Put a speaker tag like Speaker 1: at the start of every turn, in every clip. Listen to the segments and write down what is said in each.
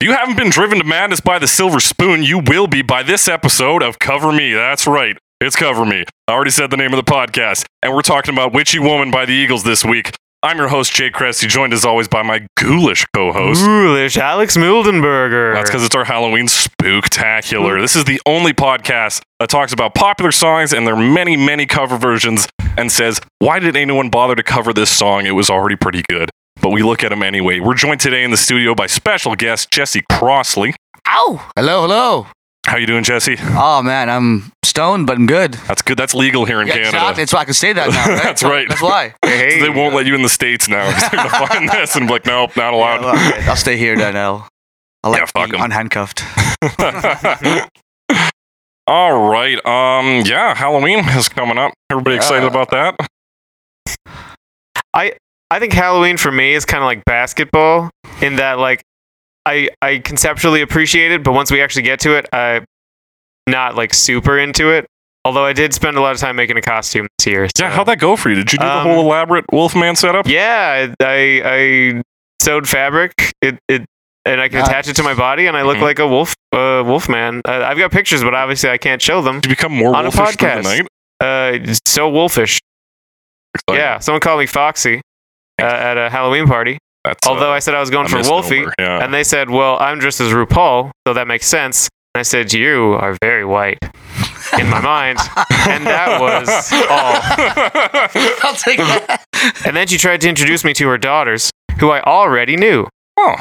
Speaker 1: If you haven't been driven to madness by the silver spoon, you will be by this episode of Cover Me. That's right. It's Cover Me. I already said the name of the podcast, and we're talking about Witchy Woman by the Eagles this week. I'm your host, Jake Cresty, joined as always by my ghoulish co host.
Speaker 2: Ghoulish Alex Mildenberger.
Speaker 1: That's because it's our Halloween spooktacular. This is the only podcast that talks about popular songs and their many, many cover versions and says, why did anyone bother to cover this song? It was already pretty good. But we look at them anyway. We're joined today in the studio by special guest Jesse Crossley.
Speaker 3: Ow! Hello, hello.
Speaker 1: How you doing, Jesse?
Speaker 3: Oh man, I'm stoned, but I'm good.
Speaker 1: That's good. That's legal here in
Speaker 3: Yeah,
Speaker 1: Canada.
Speaker 3: exactly. That's why I can say that now. Right?
Speaker 1: That's right.
Speaker 3: That's why.
Speaker 1: So they won't let you in the states now. They're gonna find this and be like, nope, not allowed.
Speaker 3: Well, okay, I'll stay here then. I'll. I like
Speaker 1: Yeah, fuck
Speaker 3: being unhandcuffed.
Speaker 1: All right. Um. Yeah. Halloween is coming up. Everybody excited
Speaker 3: Yeah.
Speaker 1: about that?
Speaker 2: I think Halloween for me is kind of like basketball in that like I I conceptually appreciate it, but once we actually get to it, I'm not like super into it. Although I did spend a lot of time making a costume this year.
Speaker 1: Yeah.
Speaker 2: so-
Speaker 1: How'd that go for you? Did you do
Speaker 2: Um,
Speaker 1: the whole elaborate Wolfman setup?
Speaker 2: Yeah, I I, I sewed fabric. It it. And I can attach it to my body, and I look
Speaker 1: Mhm.
Speaker 2: like a wolf, uh, wolf man. Uh, I've got pictures, but obviously I can't show them.
Speaker 1: Did you become more
Speaker 2: On a
Speaker 1: wolfish through the
Speaker 2: podcast.
Speaker 1: night?
Speaker 2: Uh, so wolfish.
Speaker 1: Exciting.
Speaker 2: Yeah, someone called me Foxy uh, at a Halloween party.
Speaker 1: That's, uh,
Speaker 2: Although I said I was going
Speaker 1: a
Speaker 2: for
Speaker 1: misnomer.
Speaker 2: Wolfie,
Speaker 1: Yeah.
Speaker 2: and they said, "Well, I'm dressed as RuPaul, so that makes sense." And I said, "You are very white," in my mind, and that was
Speaker 1: all.
Speaker 2: all.
Speaker 3: I'll take that.
Speaker 2: And then she tried to introduce me to her daughters, who I already knew.
Speaker 1: Oh.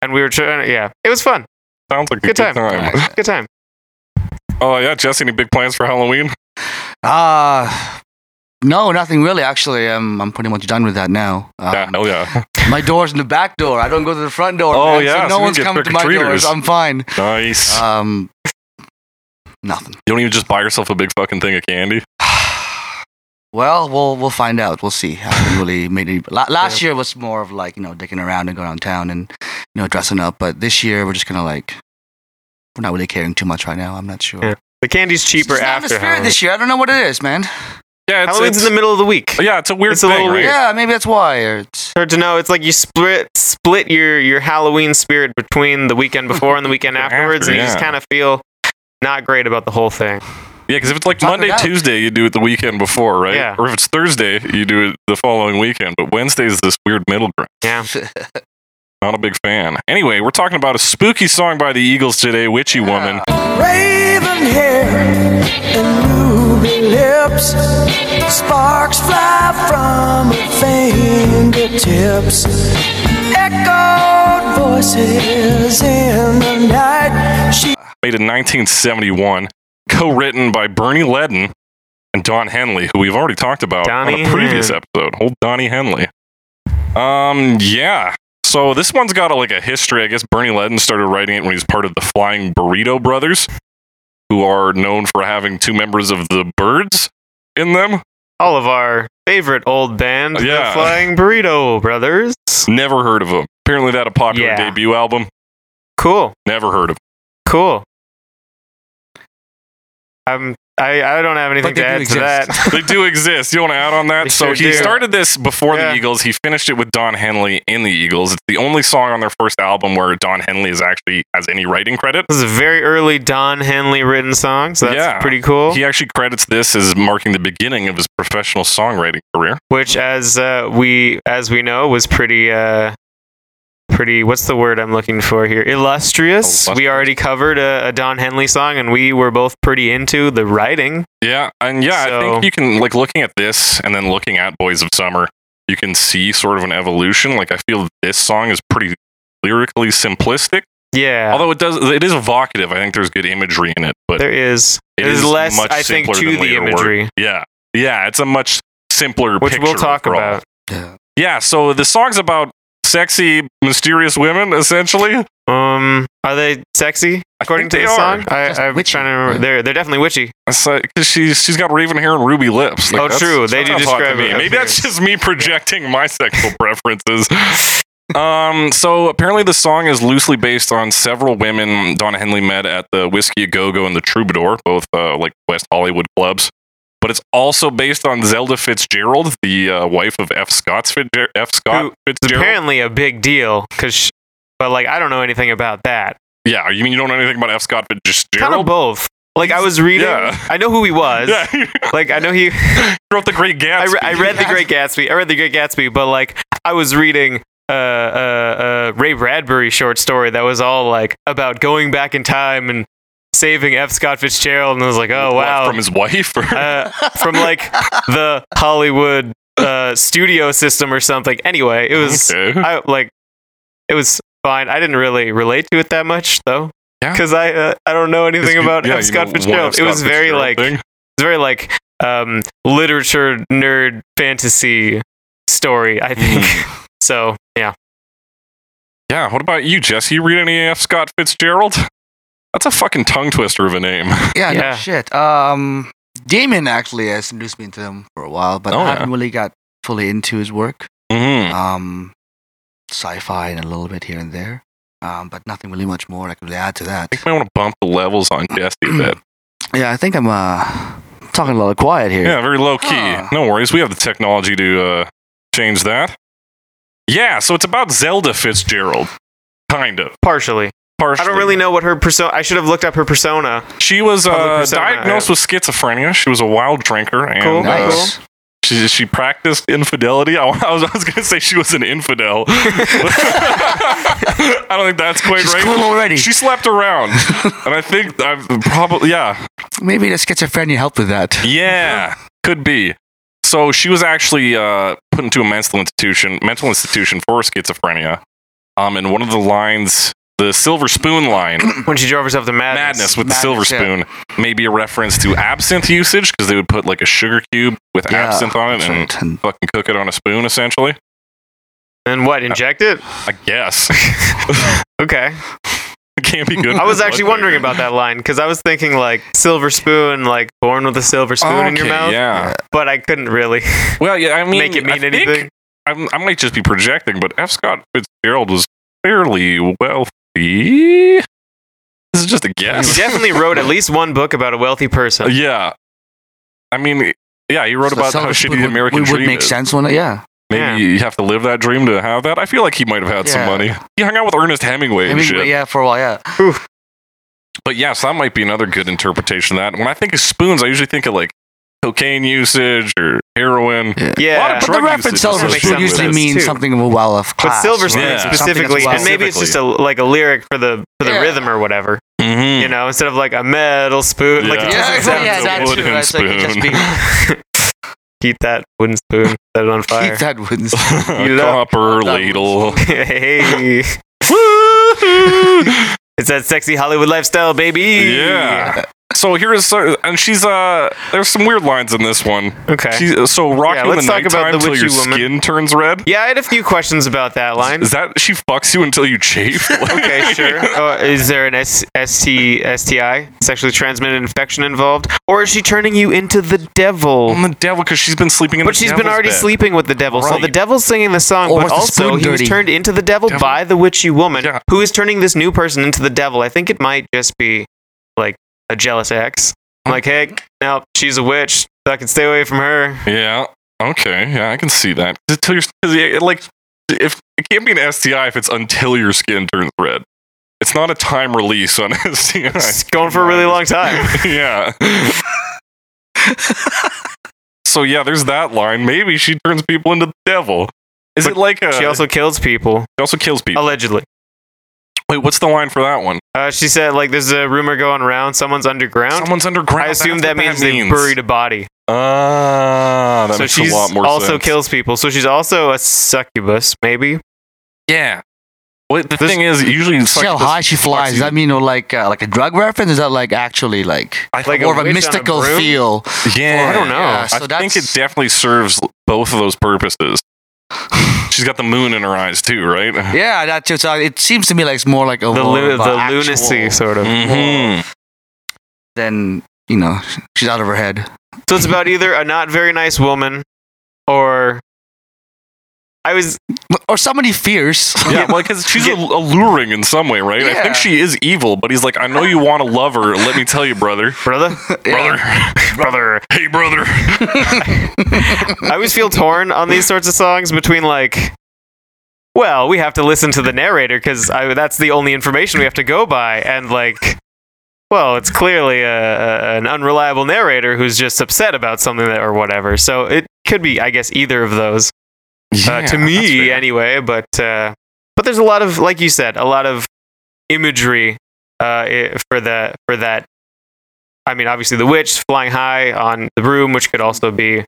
Speaker 2: And we were trying. Yeah, it was fun.
Speaker 1: Sounds like a
Speaker 2: Good time.
Speaker 1: time.
Speaker 2: Good time.
Speaker 1: Oh yeah, Jesse. Any big plans for Halloween?
Speaker 3: Ah. no, nothing really. Actually, um, I'm pretty much done with that now. Um,
Speaker 1: yeah. Hell yeah.
Speaker 3: My door's in the back door. I don't go to the front door.
Speaker 1: Oh,
Speaker 3: man,
Speaker 1: yeah,
Speaker 3: so no
Speaker 1: so we
Speaker 3: one's
Speaker 1: get
Speaker 3: coming to my doors.
Speaker 1: trick-or-treaters.
Speaker 3: I'm fine.
Speaker 1: Nice.
Speaker 3: Um, nothing.
Speaker 1: you don't even just buy yourself a big fucking thing of candy.
Speaker 3: Well, we'll we'll find out. We'll see. I haven't really made any. La- last year was more of like you know dicking around and going around town and you know dressing up. But this year we're just gonna like we're not really caring too much right now. I'm not sure.
Speaker 2: Yeah, The candy's cheaper
Speaker 3: It's not in the
Speaker 2: after
Speaker 3: spirit
Speaker 2: Halloween.
Speaker 3: this year. I don't know what it is, man.
Speaker 1: Yeah. It's,
Speaker 2: Halloween's
Speaker 1: it's-
Speaker 2: in the middle of the week.
Speaker 1: yeah, it's a weird
Speaker 2: It's a
Speaker 1: thing.
Speaker 2: little
Speaker 1: right?
Speaker 2: weird.
Speaker 3: Yeah, maybe that's why. Or it's,
Speaker 2: Hard to know. It's like you split split your your Halloween spirit between the weekend before and the weekend
Speaker 1: After,
Speaker 2: afterwards, and you just
Speaker 1: yeah.
Speaker 2: kind of feel not great about the whole thing.
Speaker 1: Yeah, because if it's like
Speaker 3: Talk it
Speaker 1: Monday,
Speaker 3: out.
Speaker 1: Tuesday, you do it the weekend before, right?
Speaker 2: Yeah.
Speaker 1: Or if it's Thursday, you do it the following weekend. But Wednesday is this weird middle ground.
Speaker 2: Yeah.
Speaker 1: Not a big fan. Anyway, we're talking about a spooky song by the Eagles today, Witchy Woman.
Speaker 4: Raven hair and ruby lips. Sparks fly from her fingertips. Echoed voices in the night. She
Speaker 1: Made in 1971, co written by Bernie Ledden and Don Henley, who we've already talked about
Speaker 2: Donnie
Speaker 1: on a previous
Speaker 2: Henley.
Speaker 1: episode. Old Donnie Henley. Um, yeah. So this one's got a, like a history. I guess Bernie Ledden started writing it when he was part of the Flying Burrito Brothers, who are known for having two members of the Birds in them.
Speaker 2: all of our favorite old band,
Speaker 1: Yeah.
Speaker 2: the Flying Burrito Brothers.
Speaker 1: Never heard of them. Apparently, they had a popular
Speaker 2: Yeah.
Speaker 1: debut album.
Speaker 2: Cool,
Speaker 1: Never heard of. 'em.
Speaker 2: cool. I'm, I I don't have anything
Speaker 3: they
Speaker 2: to add
Speaker 3: do
Speaker 2: to that.
Speaker 1: They do exist. You want to add on that?
Speaker 2: They
Speaker 1: so
Speaker 2: sure
Speaker 1: he
Speaker 2: do.
Speaker 1: started this before
Speaker 2: Yeah.
Speaker 1: the Eagles. He finished it with Don Henley in the Eagles. It's the only song on their first album where Don Henley is actually has any writing credit.
Speaker 2: This is a very early Don Henley written song, so that's
Speaker 1: Yeah.
Speaker 2: pretty cool.
Speaker 1: He actually credits this as marking the beginning of his professional songwriting career.
Speaker 2: which, as uh, we as we know, was pretty uh, pretty. What's the word I'm looking for here? Illustrious.
Speaker 1: Oh, Illustrious.
Speaker 2: We already covered uh, a, a Don Henley song, and we were both pretty into the writing.
Speaker 1: Yeah, and yeah, I
Speaker 2: So-
Speaker 1: think you can like looking at this and then looking at Boys of Summer, you can see sort of an evolution. Like I feel this song is pretty lyrically simplistic.
Speaker 2: Yeah.
Speaker 1: Although it does, it is evocative. I think there's good imagery in it, but
Speaker 2: there is.
Speaker 1: it
Speaker 2: There's
Speaker 1: is
Speaker 2: less,
Speaker 1: much
Speaker 2: I think,
Speaker 1: simpler
Speaker 2: to
Speaker 1: than
Speaker 2: the
Speaker 1: later
Speaker 2: imagery,
Speaker 1: yeah, yeah, it's a much simpler
Speaker 2: which
Speaker 1: picture
Speaker 2: we'll talk
Speaker 1: overall.
Speaker 2: about.
Speaker 3: yeah.
Speaker 1: Yeah, so the song's about sexy, mysterious women, essentially.
Speaker 2: Um, are they sexy? According to
Speaker 1: think
Speaker 2: the
Speaker 1: they
Speaker 2: song, I,
Speaker 3: Just
Speaker 2: I'm
Speaker 3: witchy.
Speaker 2: trying to remember.
Speaker 3: Right.
Speaker 2: They're they're definitely witchy.
Speaker 1: It's like- 'cause she's she's got raven hair and ruby lips. Like,
Speaker 2: Oh,
Speaker 1: that's-
Speaker 2: true. They
Speaker 1: that sounds
Speaker 2: do
Speaker 1: hot to
Speaker 2: describe
Speaker 1: me.
Speaker 2: it as
Speaker 1: Maybe that's
Speaker 2: yours.
Speaker 1: just me projecting my sexual preferences. Um, so apparently the song is loosely based on several women Donna Henley met at the Whiskey A Go Go and the Troubadour, both uh, like West Hollywood clubs. But it's also based on Zelda Fitzgerald, the uh, wife of F. Scott's Fitzger- F. Scott
Speaker 2: Who-
Speaker 1: Fitzgerald.
Speaker 2: Apparently, a big deal because But like, I don't know anything about that.
Speaker 1: Yeah, you mean you don't know anything about F. Scott
Speaker 2: Kind of
Speaker 1: Fitzgerald?
Speaker 2: both. Like I was reading.
Speaker 1: Yeah.
Speaker 2: I know who he was.
Speaker 1: yeah, he
Speaker 2: Like I know he.
Speaker 1: wrote The Great
Speaker 2: I,
Speaker 1: Gatsby.
Speaker 2: re- I read The Great Gatsby. I read The Great Gatsby, but like I was reading uh, uh, uh, Ray Bradbury short story that was all like about going back in time and saving F. Scott Fitzgerald, and I was like, oh
Speaker 1: What,
Speaker 2: wow,
Speaker 1: from his wife. Or,
Speaker 2: uh, from like the Hollywood uh, studio system or something. Anyway, it was
Speaker 1: Okay.
Speaker 2: I like it was fine. I didn't really relate to it that much though,
Speaker 1: Yeah.
Speaker 2: because I uh, I don't know anything
Speaker 1: You-
Speaker 2: about
Speaker 1: yeah,
Speaker 2: F.
Speaker 1: you
Speaker 2: Scott
Speaker 1: know, one
Speaker 2: Fitzgerald.
Speaker 1: F.
Speaker 2: it was
Speaker 1: Scott
Speaker 2: very
Speaker 1: Fitzgerald
Speaker 2: like
Speaker 1: thing.
Speaker 2: it's very like um, literature nerd fantasy story. I think
Speaker 1: Hmm.
Speaker 2: so. Yeah,
Speaker 1: Yeah. What about you, Jesse? You read any F. Scott Fitzgerald? That's a fucking tongue twister of a name.
Speaker 3: Yeah, no
Speaker 2: Yeah.
Speaker 3: shit. Um, Damon actually has introduced me to him for a while, but
Speaker 1: Oh,
Speaker 3: I
Speaker 1: yeah.
Speaker 3: haven't really got fully into his work.
Speaker 1: Mm.
Speaker 3: Um, sci-fi and a little bit here and there, um, but nothing really much more I could really add to that.
Speaker 1: I want to bump the levels on Jesse a bit.
Speaker 3: Yeah, I think I'm uh talking a little quiet here.
Speaker 1: Yeah, very low key.
Speaker 3: Huh.
Speaker 1: No worries. We have the technology to uh, change that. Yeah, so it's about Zelda Fitzgerald, kind of.
Speaker 2: partially.
Speaker 1: Partially.
Speaker 2: I don't really know what her persona. I should have looked up her persona.
Speaker 1: She was
Speaker 2: Public
Speaker 1: uh,
Speaker 2: persona,
Speaker 1: diagnosed
Speaker 2: yeah.
Speaker 1: with schizophrenia. She was a wild drinker, and
Speaker 2: Cool,
Speaker 1: uh,
Speaker 2: cool.
Speaker 3: Nice.
Speaker 1: she she practiced infidelity. I, wa- I was I was gonna say she was an infidel. I don't think that's quite
Speaker 3: She's
Speaker 1: right.
Speaker 3: cool already.
Speaker 1: She slept around, and I think I've probably yeah
Speaker 3: Maybe the schizophrenia helped with that.
Speaker 1: yeah could be. So she was actually uh, put into a mental institution mental institution for schizophrenia. Um, and one of the lines, the silver spoon line,
Speaker 2: When she drove herself to
Speaker 1: madness with the
Speaker 3: Madness,
Speaker 1: silver spoon
Speaker 3: yeah.
Speaker 1: may be a reference to absinthe usage because they would put like a sugar cube with
Speaker 3: Yeah,
Speaker 1: absinthe on it
Speaker 3: that's
Speaker 1: and
Speaker 3: right. And
Speaker 1: fucking cook it on a spoon essentially
Speaker 2: And what? Inject it?
Speaker 1: i guess
Speaker 2: Okay.
Speaker 1: it can't be good
Speaker 2: I
Speaker 1: for
Speaker 2: was
Speaker 1: blood
Speaker 2: actually wondering
Speaker 1: pressure.
Speaker 2: about that line because I was thinking like silver spoon, like born with a silver spoon in your
Speaker 1: Okay,
Speaker 2: mouth.
Speaker 1: yeah
Speaker 2: But I couldn't really
Speaker 1: well yeah i mean
Speaker 2: make it
Speaker 1: I
Speaker 2: mean
Speaker 1: think-
Speaker 2: anything.
Speaker 1: I'm, i might just be projecting but f scott fitzgerald was fairly wealthy this is just a
Speaker 2: He
Speaker 1: guess
Speaker 2: definitely wrote at least one book about a wealthy person.
Speaker 1: Oh, yeah i mean yeah he wrote
Speaker 3: so
Speaker 1: about how
Speaker 3: Silver Spoon
Speaker 1: shitty the
Speaker 3: would-
Speaker 1: american
Speaker 3: would, would
Speaker 1: dream
Speaker 3: make
Speaker 1: is.
Speaker 3: sense when it, yeah.
Speaker 1: maybe
Speaker 2: Yeah.
Speaker 1: you have to live that dream to have that i feel like he might have had some
Speaker 3: Yeah.
Speaker 1: money he hung out with ernest hemingway
Speaker 3: I
Speaker 1: and
Speaker 3: mean,
Speaker 1: shit
Speaker 3: yeah, for a while, yeah.
Speaker 1: But yes, that might be another good interpretation of that. When I think of spoons, I usually think of like cocaine usage or heroin.
Speaker 3: Yeah.
Speaker 2: Yeah.
Speaker 1: Lot of
Speaker 3: But
Speaker 1: Drug
Speaker 3: the reference
Speaker 1: usage
Speaker 3: Silver
Speaker 2: is
Speaker 3: Spoon
Speaker 2: associated with
Speaker 3: usually
Speaker 2: this,
Speaker 3: means
Speaker 2: too.
Speaker 3: something of a well of
Speaker 2: But
Speaker 3: class.
Speaker 2: silver
Speaker 3: right?
Speaker 2: spoon
Speaker 1: Yeah.
Speaker 2: specifically,
Speaker 3: Something
Speaker 2: and
Speaker 3: that's
Speaker 2: maybe it's just a like a lyric for the for the
Speaker 3: Yeah.
Speaker 2: rhythm or whatever,
Speaker 1: Mm-hmm.
Speaker 2: you know, instead of like a metal spoon. Like
Speaker 1: Yeah.
Speaker 2: it doesn't
Speaker 3: Yeah,
Speaker 2: sound
Speaker 3: exactly. Yeah,
Speaker 2: so
Speaker 1: that
Speaker 3: that's
Speaker 1: wooden
Speaker 3: true. That's like it just
Speaker 1: spoon.
Speaker 3: being
Speaker 2: Heat that wooden spoon, set it on fire.
Speaker 3: Keith Edwards.
Speaker 2: You know.
Speaker 1: Copper
Speaker 3: That
Speaker 1: ladle.
Speaker 2: hey,
Speaker 1: Woohoo!
Speaker 2: it's that sexy Hollywood lifestyle, baby.
Speaker 1: yeah. So here's so, and she's uh. There's some weird lines in this one.
Speaker 2: Okay.
Speaker 1: She's, so rocking
Speaker 2: Yeah,
Speaker 1: the
Speaker 2: let's talk
Speaker 1: nighttime
Speaker 2: about the
Speaker 1: until your
Speaker 2: witchy woman.
Speaker 1: skin turns red.
Speaker 2: yeah, I had a few questions about that line.
Speaker 1: Is that she fucks you until you chafe?
Speaker 2: okay, sure. Oh, is there an S- ST, STI, sexually transmitted infection involved? Or is she turning you into the devil?
Speaker 1: On the devil because she's been sleeping in.
Speaker 2: But
Speaker 1: the
Speaker 2: she's been
Speaker 1: devil's
Speaker 2: already
Speaker 1: bed.
Speaker 2: sleeping with the devil. So
Speaker 1: Right.
Speaker 2: the devil's singing the song,
Speaker 3: Or was
Speaker 2: but
Speaker 3: the
Speaker 2: also
Speaker 3: spoon
Speaker 2: he was
Speaker 3: dirty?
Speaker 2: turned into the devil,
Speaker 1: Devil?
Speaker 2: by the witchy woman,
Speaker 1: Yeah.
Speaker 2: who is turning this new person into the devil. I think it might just be like a jealous ex. I'm like, hey, now she's a witch, so I can stay away from her.
Speaker 1: Yeah. Okay. Yeah, I can see that. Until your, cause it, like, if it can't be an STI if it's until your skin turns red. It's not a time release on STI.
Speaker 2: It's going for a really long time.
Speaker 1: yeah. so yeah, there's that line. Maybe she turns people into the devil. Is
Speaker 2: But
Speaker 1: it like a,
Speaker 2: She also kills people,
Speaker 1: she also kills people?
Speaker 2: allegedly. Oh,
Speaker 1: Wait, what's the line for that one?
Speaker 2: Uh, she said, like, there's a rumor going around, someone's underground.
Speaker 1: Someone's underground.
Speaker 2: I assume
Speaker 1: That's
Speaker 2: that
Speaker 1: what
Speaker 2: means, they buried a body.
Speaker 1: Ah, that
Speaker 2: so
Speaker 1: makes
Speaker 2: she's
Speaker 1: a lot more
Speaker 2: also
Speaker 1: sense.
Speaker 2: kills people. So she's also a succubus, maybe.
Speaker 1: Yeah. Well, the
Speaker 2: This-
Speaker 1: thing is, usually
Speaker 3: See how high she flies. Does that mean or like uh, like a drug reference? Is that like actually like
Speaker 1: I
Speaker 2: Like
Speaker 1: like
Speaker 2: a
Speaker 3: more of a
Speaker 2: witch on a
Speaker 3: mystical
Speaker 2: broom?
Speaker 3: feel?
Speaker 1: yeah.
Speaker 2: I don't know.
Speaker 3: Yeah, so
Speaker 1: I
Speaker 3: that's
Speaker 1: think it definitely serves both of those purposes. She's got the moon in her eyes too, right?
Speaker 3: yeah, that too. So it seems to me like it's more like a
Speaker 2: The,
Speaker 3: more
Speaker 2: lu-
Speaker 3: of a
Speaker 2: the
Speaker 3: actual
Speaker 2: lunacy, sort of.
Speaker 1: Mhm.
Speaker 3: Then you know she's out of her head.
Speaker 2: So it's about either a not very nice woman or. I was.
Speaker 3: or somebody fierce.
Speaker 1: Yeah, well, because she's
Speaker 2: Yeah.
Speaker 1: al- alluring in some way, right? I
Speaker 3: Yeah.
Speaker 1: think she is evil, but he's like, I know you want to love her. Let me tell you, brother.
Speaker 2: Brother?
Speaker 1: Brother. brother. Hey, brother.
Speaker 2: Uh, I always feel torn on these sorts of songs between, like. well, we have to listen to the narrator because that's the only information we have to go by. And like, well, it's clearly a, a, an unreliable narrator who's just upset about something that, or whatever. So it could be, I guess, either of those uh,
Speaker 1: Yeah, that's
Speaker 2: to me
Speaker 1: fair.
Speaker 2: anyway. But uh, but there's a lot of, like you said, a lot of imagery uh, i- for the for that. I mean, obviously, the witch flying high on the broom, which could also be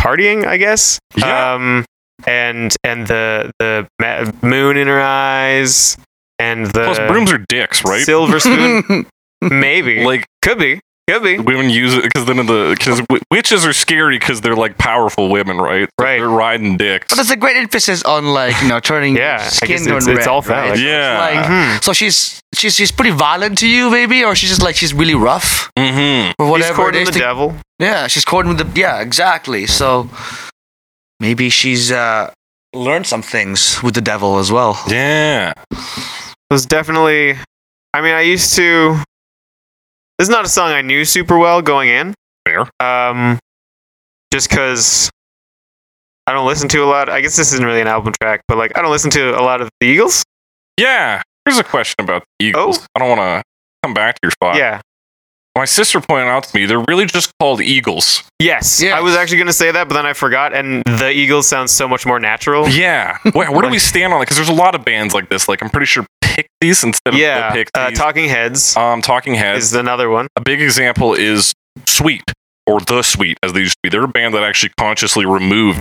Speaker 2: partying, I guess.
Speaker 1: Yeah.
Speaker 2: Um, and and the the ma- moon in her eyes, and the
Speaker 1: Plus, brooms are dicks, right?
Speaker 2: silver spoon. Maybe
Speaker 1: like
Speaker 2: could be could be
Speaker 1: women use it because then the because witches are scary because they're like powerful women, right? So
Speaker 2: Right.
Speaker 1: They're riding dicks.
Speaker 3: But there's a great emphasis on like you know turning
Speaker 2: Yeah, I
Speaker 3: skin
Speaker 2: guess it's-
Speaker 3: red,
Speaker 2: it's all
Speaker 3: right?
Speaker 2: phallic.
Speaker 3: So it's
Speaker 1: Yeah.
Speaker 3: like-
Speaker 2: Mhm.
Speaker 3: so she's she's she's pretty violent to you, maybe, or she's just like she's really rough
Speaker 1: mm-hmm.
Speaker 3: or
Speaker 2: He's
Speaker 3: whatever. it
Speaker 2: courting
Speaker 3: is
Speaker 2: the
Speaker 3: to-
Speaker 2: devil.
Speaker 3: yeah, she's courting with the yeah, exactly. So maybe she's uh learned some things with the devil as well.
Speaker 1: Yeah.
Speaker 2: was definitely. I mean, I used to. This is not a song I knew super well going in.
Speaker 1: Fair.
Speaker 2: Um, just because I don't listen to a lot. I guess this isn't really an album track, but like I don't listen to a lot of the Eagles.
Speaker 1: Yeah. Here's a question about the Eagles.
Speaker 2: Oh.
Speaker 1: I don't want to come back to your spot.
Speaker 2: yeah.
Speaker 1: My sister pointed out to me they're really just called Eagles.
Speaker 2: Yes.
Speaker 3: Yes.
Speaker 2: I was actually gonna say that, but then I forgot. And the Eagles sounds so much more natural.
Speaker 1: Yeah. Where, where do we stand on it? Because there's a lot of bands like this. Like I'm pretty sure Pixies instead of
Speaker 2: Yeah.
Speaker 1: the
Speaker 2: Uh,
Speaker 1: Pixies.
Speaker 2: Talking Heads
Speaker 1: um, Talking Heads.
Speaker 2: is another one.
Speaker 1: a big example is Sweet or The Sweet, as they used to be. They're a band that actually consciously removed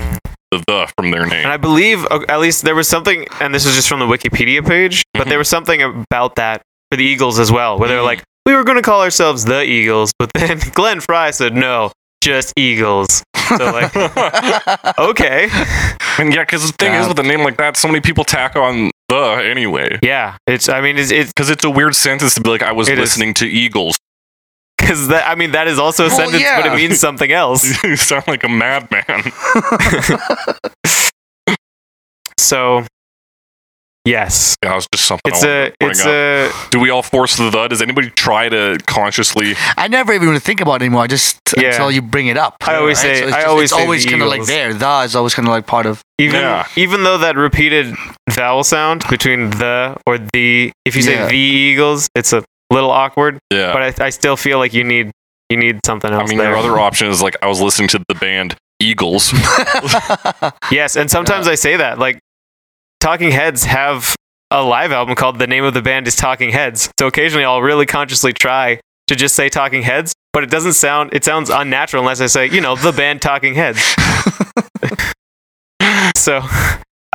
Speaker 1: the the from their name.
Speaker 2: And I believe, uh, at least, there was something, and this is just from the Wikipedia page, but
Speaker 3: Mm-hmm.
Speaker 2: there was something about that for the Eagles as well, where they were
Speaker 1: Mhm.
Speaker 2: like, we were going to call ourselves the Eagles, but then Glenn Fry said, no, just Eagles. So, like, okay.
Speaker 1: And yeah, because the thing is,
Speaker 3: Yeah.
Speaker 1: with a name like that, so many people tack on the anyway.
Speaker 2: Yeah. It's, I mean, it's, it's,
Speaker 1: Because it's a weird sentence to be like, I was
Speaker 2: It is.
Speaker 1: listening to Eagles.
Speaker 2: cause that, I mean, that is also a
Speaker 3: Well,
Speaker 2: sentence, but
Speaker 3: yeah.
Speaker 2: it means something else.
Speaker 1: you sound like a madman.
Speaker 2: So, yes.
Speaker 1: Yeah, it was just something.
Speaker 2: It's
Speaker 1: I wanted
Speaker 2: a,
Speaker 1: to bring
Speaker 2: it's
Speaker 1: up.
Speaker 2: a,
Speaker 1: Do we all force the the? Does anybody try to consciously?
Speaker 3: I never even really think about it anymore. I just
Speaker 2: Yeah.
Speaker 3: until you bring it up.
Speaker 2: I always say-
Speaker 3: it's
Speaker 2: I always
Speaker 3: it's
Speaker 2: say
Speaker 3: always
Speaker 2: the
Speaker 3: kind of like
Speaker 2: Eagles.
Speaker 3: there. The is always kind of like part of.
Speaker 2: Even
Speaker 1: Yeah.
Speaker 2: even though that repeated vowel sound between the or the, if you say
Speaker 3: Yeah.
Speaker 2: the Eagles, it's a little awkward.
Speaker 1: Yeah.
Speaker 2: But I, I still feel like you need you need something
Speaker 1: Oh. I
Speaker 2: else.
Speaker 1: mean,
Speaker 2: there.
Speaker 1: your other option is like I was listening to the band Eagles.
Speaker 2: yes, and sometimes I say that like Talking Heads have a live album called "The Name of the Band Is Talking Heads," so occasionally I'll really consciously try to just say Talking Heads, but it doesn't sound it sounds unnatural unless I say you know the band Talking Heads. so.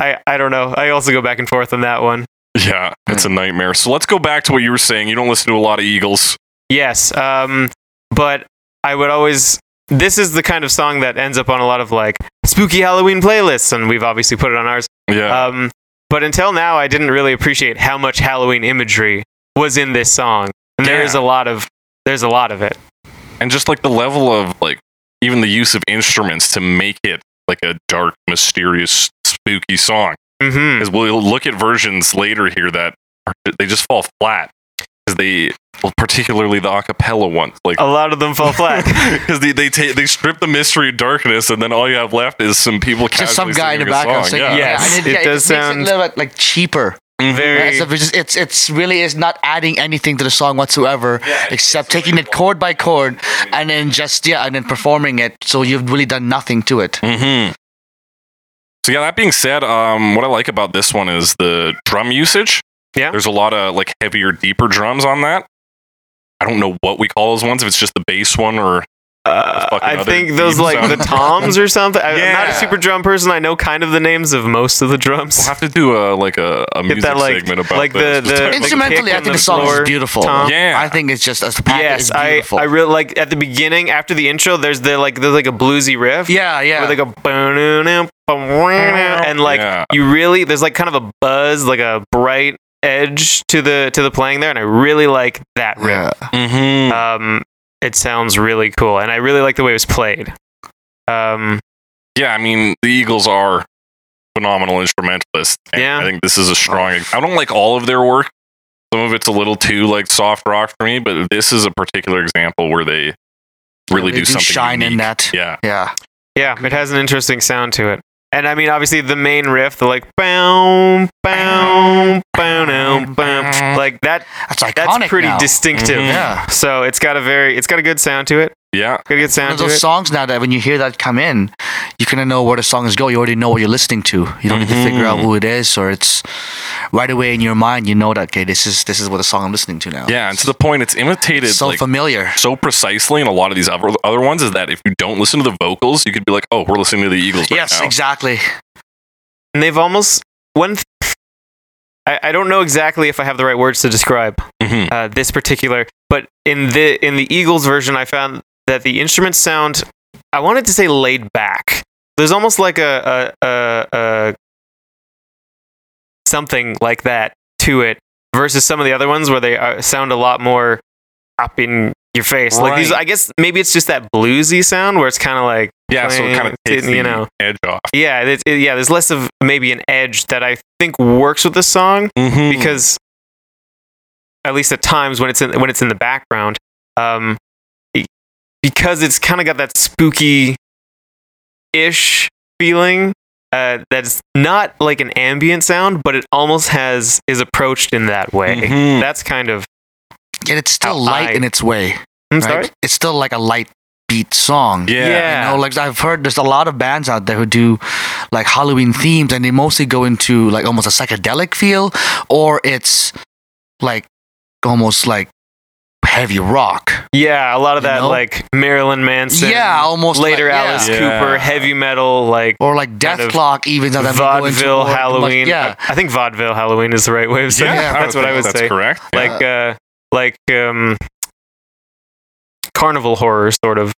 Speaker 2: I, I don't know. I also go back and forth on that one.
Speaker 1: yeah, it's a nightmare. So let's go back to what you were saying. You don't listen to a lot of Eagles.
Speaker 2: Yes, um, but I would always. This is the kind of song that ends up on a lot of like spooky Halloween playlists, and we've obviously put it on ours.
Speaker 1: Yeah.
Speaker 2: Um, but until now, I didn't really appreciate how much Halloween imagery was in this song. And there
Speaker 1: Yeah.
Speaker 2: is a lot of there's a lot of it.
Speaker 1: and just like the level of like even the use of instruments to make it like a dark, mysterious, spooky song.
Speaker 2: hmm
Speaker 1: Because we'll look at versions later here that are, they just fall flat. Because they, well, particularly the acapella ones, like
Speaker 2: A lot of them fall flat.
Speaker 1: because they they, ta- they strip the mystery of darkness, and then all you have left is some people
Speaker 3: Just some
Speaker 1: casually
Speaker 3: guy in the
Speaker 1: singing a
Speaker 3: background
Speaker 1: song.
Speaker 3: singing.
Speaker 1: Yeah. Mm-hmm.
Speaker 2: Yes,
Speaker 3: I
Speaker 2: it
Speaker 3: didn't-
Speaker 2: does
Speaker 3: makes
Speaker 2: sound-
Speaker 3: it a little bit like cheaper. Right,
Speaker 2: Very.
Speaker 3: so it's, just, it's it's really is not adding anything to the song whatsoever, except taking it chord by chord and then just yeah, and then performing it. So you've really done nothing to it.
Speaker 1: Mm-hmm. So yeah, that being said, um, what I like about this one is the drum usage.
Speaker 2: Yeah.
Speaker 1: there's a lot of like heavier, deeper drums on that. I don't know what we call those ones. If it's just the bass one or
Speaker 2: Uh,
Speaker 1: fucking
Speaker 2: I
Speaker 1: other
Speaker 2: think those
Speaker 1: theme
Speaker 2: like the
Speaker 1: song.
Speaker 2: toms or something. I, am not
Speaker 1: Yeah.
Speaker 2: a super drum person. I know kind of the names of most of the
Speaker 1: we'll
Speaker 2: drums.
Speaker 1: have to do a like a, a music
Speaker 2: that, like-
Speaker 1: segment about
Speaker 2: like
Speaker 1: this.
Speaker 2: the- the-
Speaker 1: Like,
Speaker 3: Instrumentally,
Speaker 2: kick
Speaker 3: I
Speaker 2: on
Speaker 3: think the,
Speaker 2: the
Speaker 3: song
Speaker 2: floor,
Speaker 3: is beautiful.
Speaker 2: Tom.
Speaker 1: Yeah.
Speaker 3: I think it's just as the package
Speaker 2: yes,
Speaker 3: is
Speaker 2: I
Speaker 3: beautiful.
Speaker 2: I really like at the beginning after the intro. There's the like there's like a bluesy riff.
Speaker 3: yeah, yeah.
Speaker 2: With like a and like
Speaker 1: Yeah.
Speaker 2: you really there's like kind of a buzz, like a bright edge to the to the playing there, and I really like that riff.
Speaker 3: yeah.
Speaker 1: Mhm.
Speaker 2: Um, it sounds really cool, and I really like the way it was played. Um,
Speaker 1: yeah, I mean the Eagles are phenomenal instrumentalists. and
Speaker 2: Yeah.
Speaker 1: I think this is a strong. I don't like all of their work. Some of it's a little too like soft rock for me, but this is a particular example where they really
Speaker 3: They
Speaker 1: do, something
Speaker 3: shine in
Speaker 1: unique.
Speaker 3: that.
Speaker 1: Yeah.
Speaker 3: Yeah.
Speaker 2: yeah, it has an interesting sound to it. And I mean, obviously, the main riff, the like, bow, bow, bow, now, bow, like that.
Speaker 3: That's iconic.
Speaker 2: That's pretty
Speaker 3: now. Mm-hmm.
Speaker 2: distinctive.
Speaker 1: Mhm.
Speaker 3: Yeah.
Speaker 2: So it's got a very, it's got a good sound to it.
Speaker 1: Yeah.
Speaker 2: Got a good
Speaker 3: One of
Speaker 2: sound to
Speaker 3: those
Speaker 2: it.
Speaker 3: songs now that when you hear that come in, you kind of know where the song is going. You already know what you're listening to. You don't need to figure
Speaker 1: Mm-hmm.
Speaker 3: out who it is, or it's right away in your mind. You know that okay, this is this is what the song I'm listening to now.
Speaker 1: Yeah. And to the point, it's imitated
Speaker 3: Oh, It's so
Speaker 1: like,
Speaker 3: familiar.
Speaker 1: so precisely in a lot of these other, other ones is that if you don't listen to the vocals, you could be like, oh, we're listening to the Eagles right
Speaker 3: Yes,
Speaker 1: now.
Speaker 3: exactly.
Speaker 2: And they've almost one. Th- I, I don't know exactly if I have the right words to describe
Speaker 1: Mhm.
Speaker 2: uh, this particular, but in the in the Eagles version, I found that the instruments sound. I wanted to say laid back. There's almost like a a, a, a something like that to it versus some of the other ones where they are, sound a lot more up in your face. Like these,
Speaker 1: Right.
Speaker 2: I guess maybe it's just that bluesy sound where it's kind of like
Speaker 1: Yeah. So it kind of
Speaker 2: It's-
Speaker 1: takes
Speaker 2: you
Speaker 1: the
Speaker 2: know.
Speaker 1: edge off.
Speaker 2: yeah, it's it, yeah. There's less of maybe an edge that I think works with the song
Speaker 1: Mhm.
Speaker 3: Mm-hmm.
Speaker 2: because at least at times when it's in when it's in the background um e- because it's kind of got that spooky ish feeling uh that's not like an ambient sound but it almost has is approached in that way
Speaker 3: Mm-hmm.
Speaker 1: Mhm.
Speaker 2: that's kind of
Speaker 3: Yet it's still
Speaker 2: How
Speaker 3: light
Speaker 2: I-
Speaker 3: in its way.
Speaker 2: i'm
Speaker 3: right?
Speaker 2: sorry
Speaker 3: It's still like a light beat song.
Speaker 1: Yeah.
Speaker 3: You know, like I've heard there's a lot of bands out there who do like Halloween themes and they mostly go into like almost a psychedelic feel or it's like almost like heavy rock.
Speaker 2: yeah a lot of
Speaker 3: You
Speaker 2: that
Speaker 3: know?
Speaker 2: like marilyn manson
Speaker 3: Yeah, almost
Speaker 2: later
Speaker 3: like- yeah.
Speaker 2: alice
Speaker 1: Yeah.
Speaker 2: cooper heavy metal like
Speaker 3: Or like Death
Speaker 2: of
Speaker 3: Clock even sometimes they go into
Speaker 2: vaudeville
Speaker 3: more- much-
Speaker 2: halloween
Speaker 3: yeah.
Speaker 2: I, I think vaudeville halloween is the right way of saying
Speaker 1: Yeah,
Speaker 2: it. that's
Speaker 1: would
Speaker 2: what i
Speaker 1: think
Speaker 2: would
Speaker 1: that's
Speaker 2: say
Speaker 1: correct. Yeah.
Speaker 2: like uh like um carnival horror sort of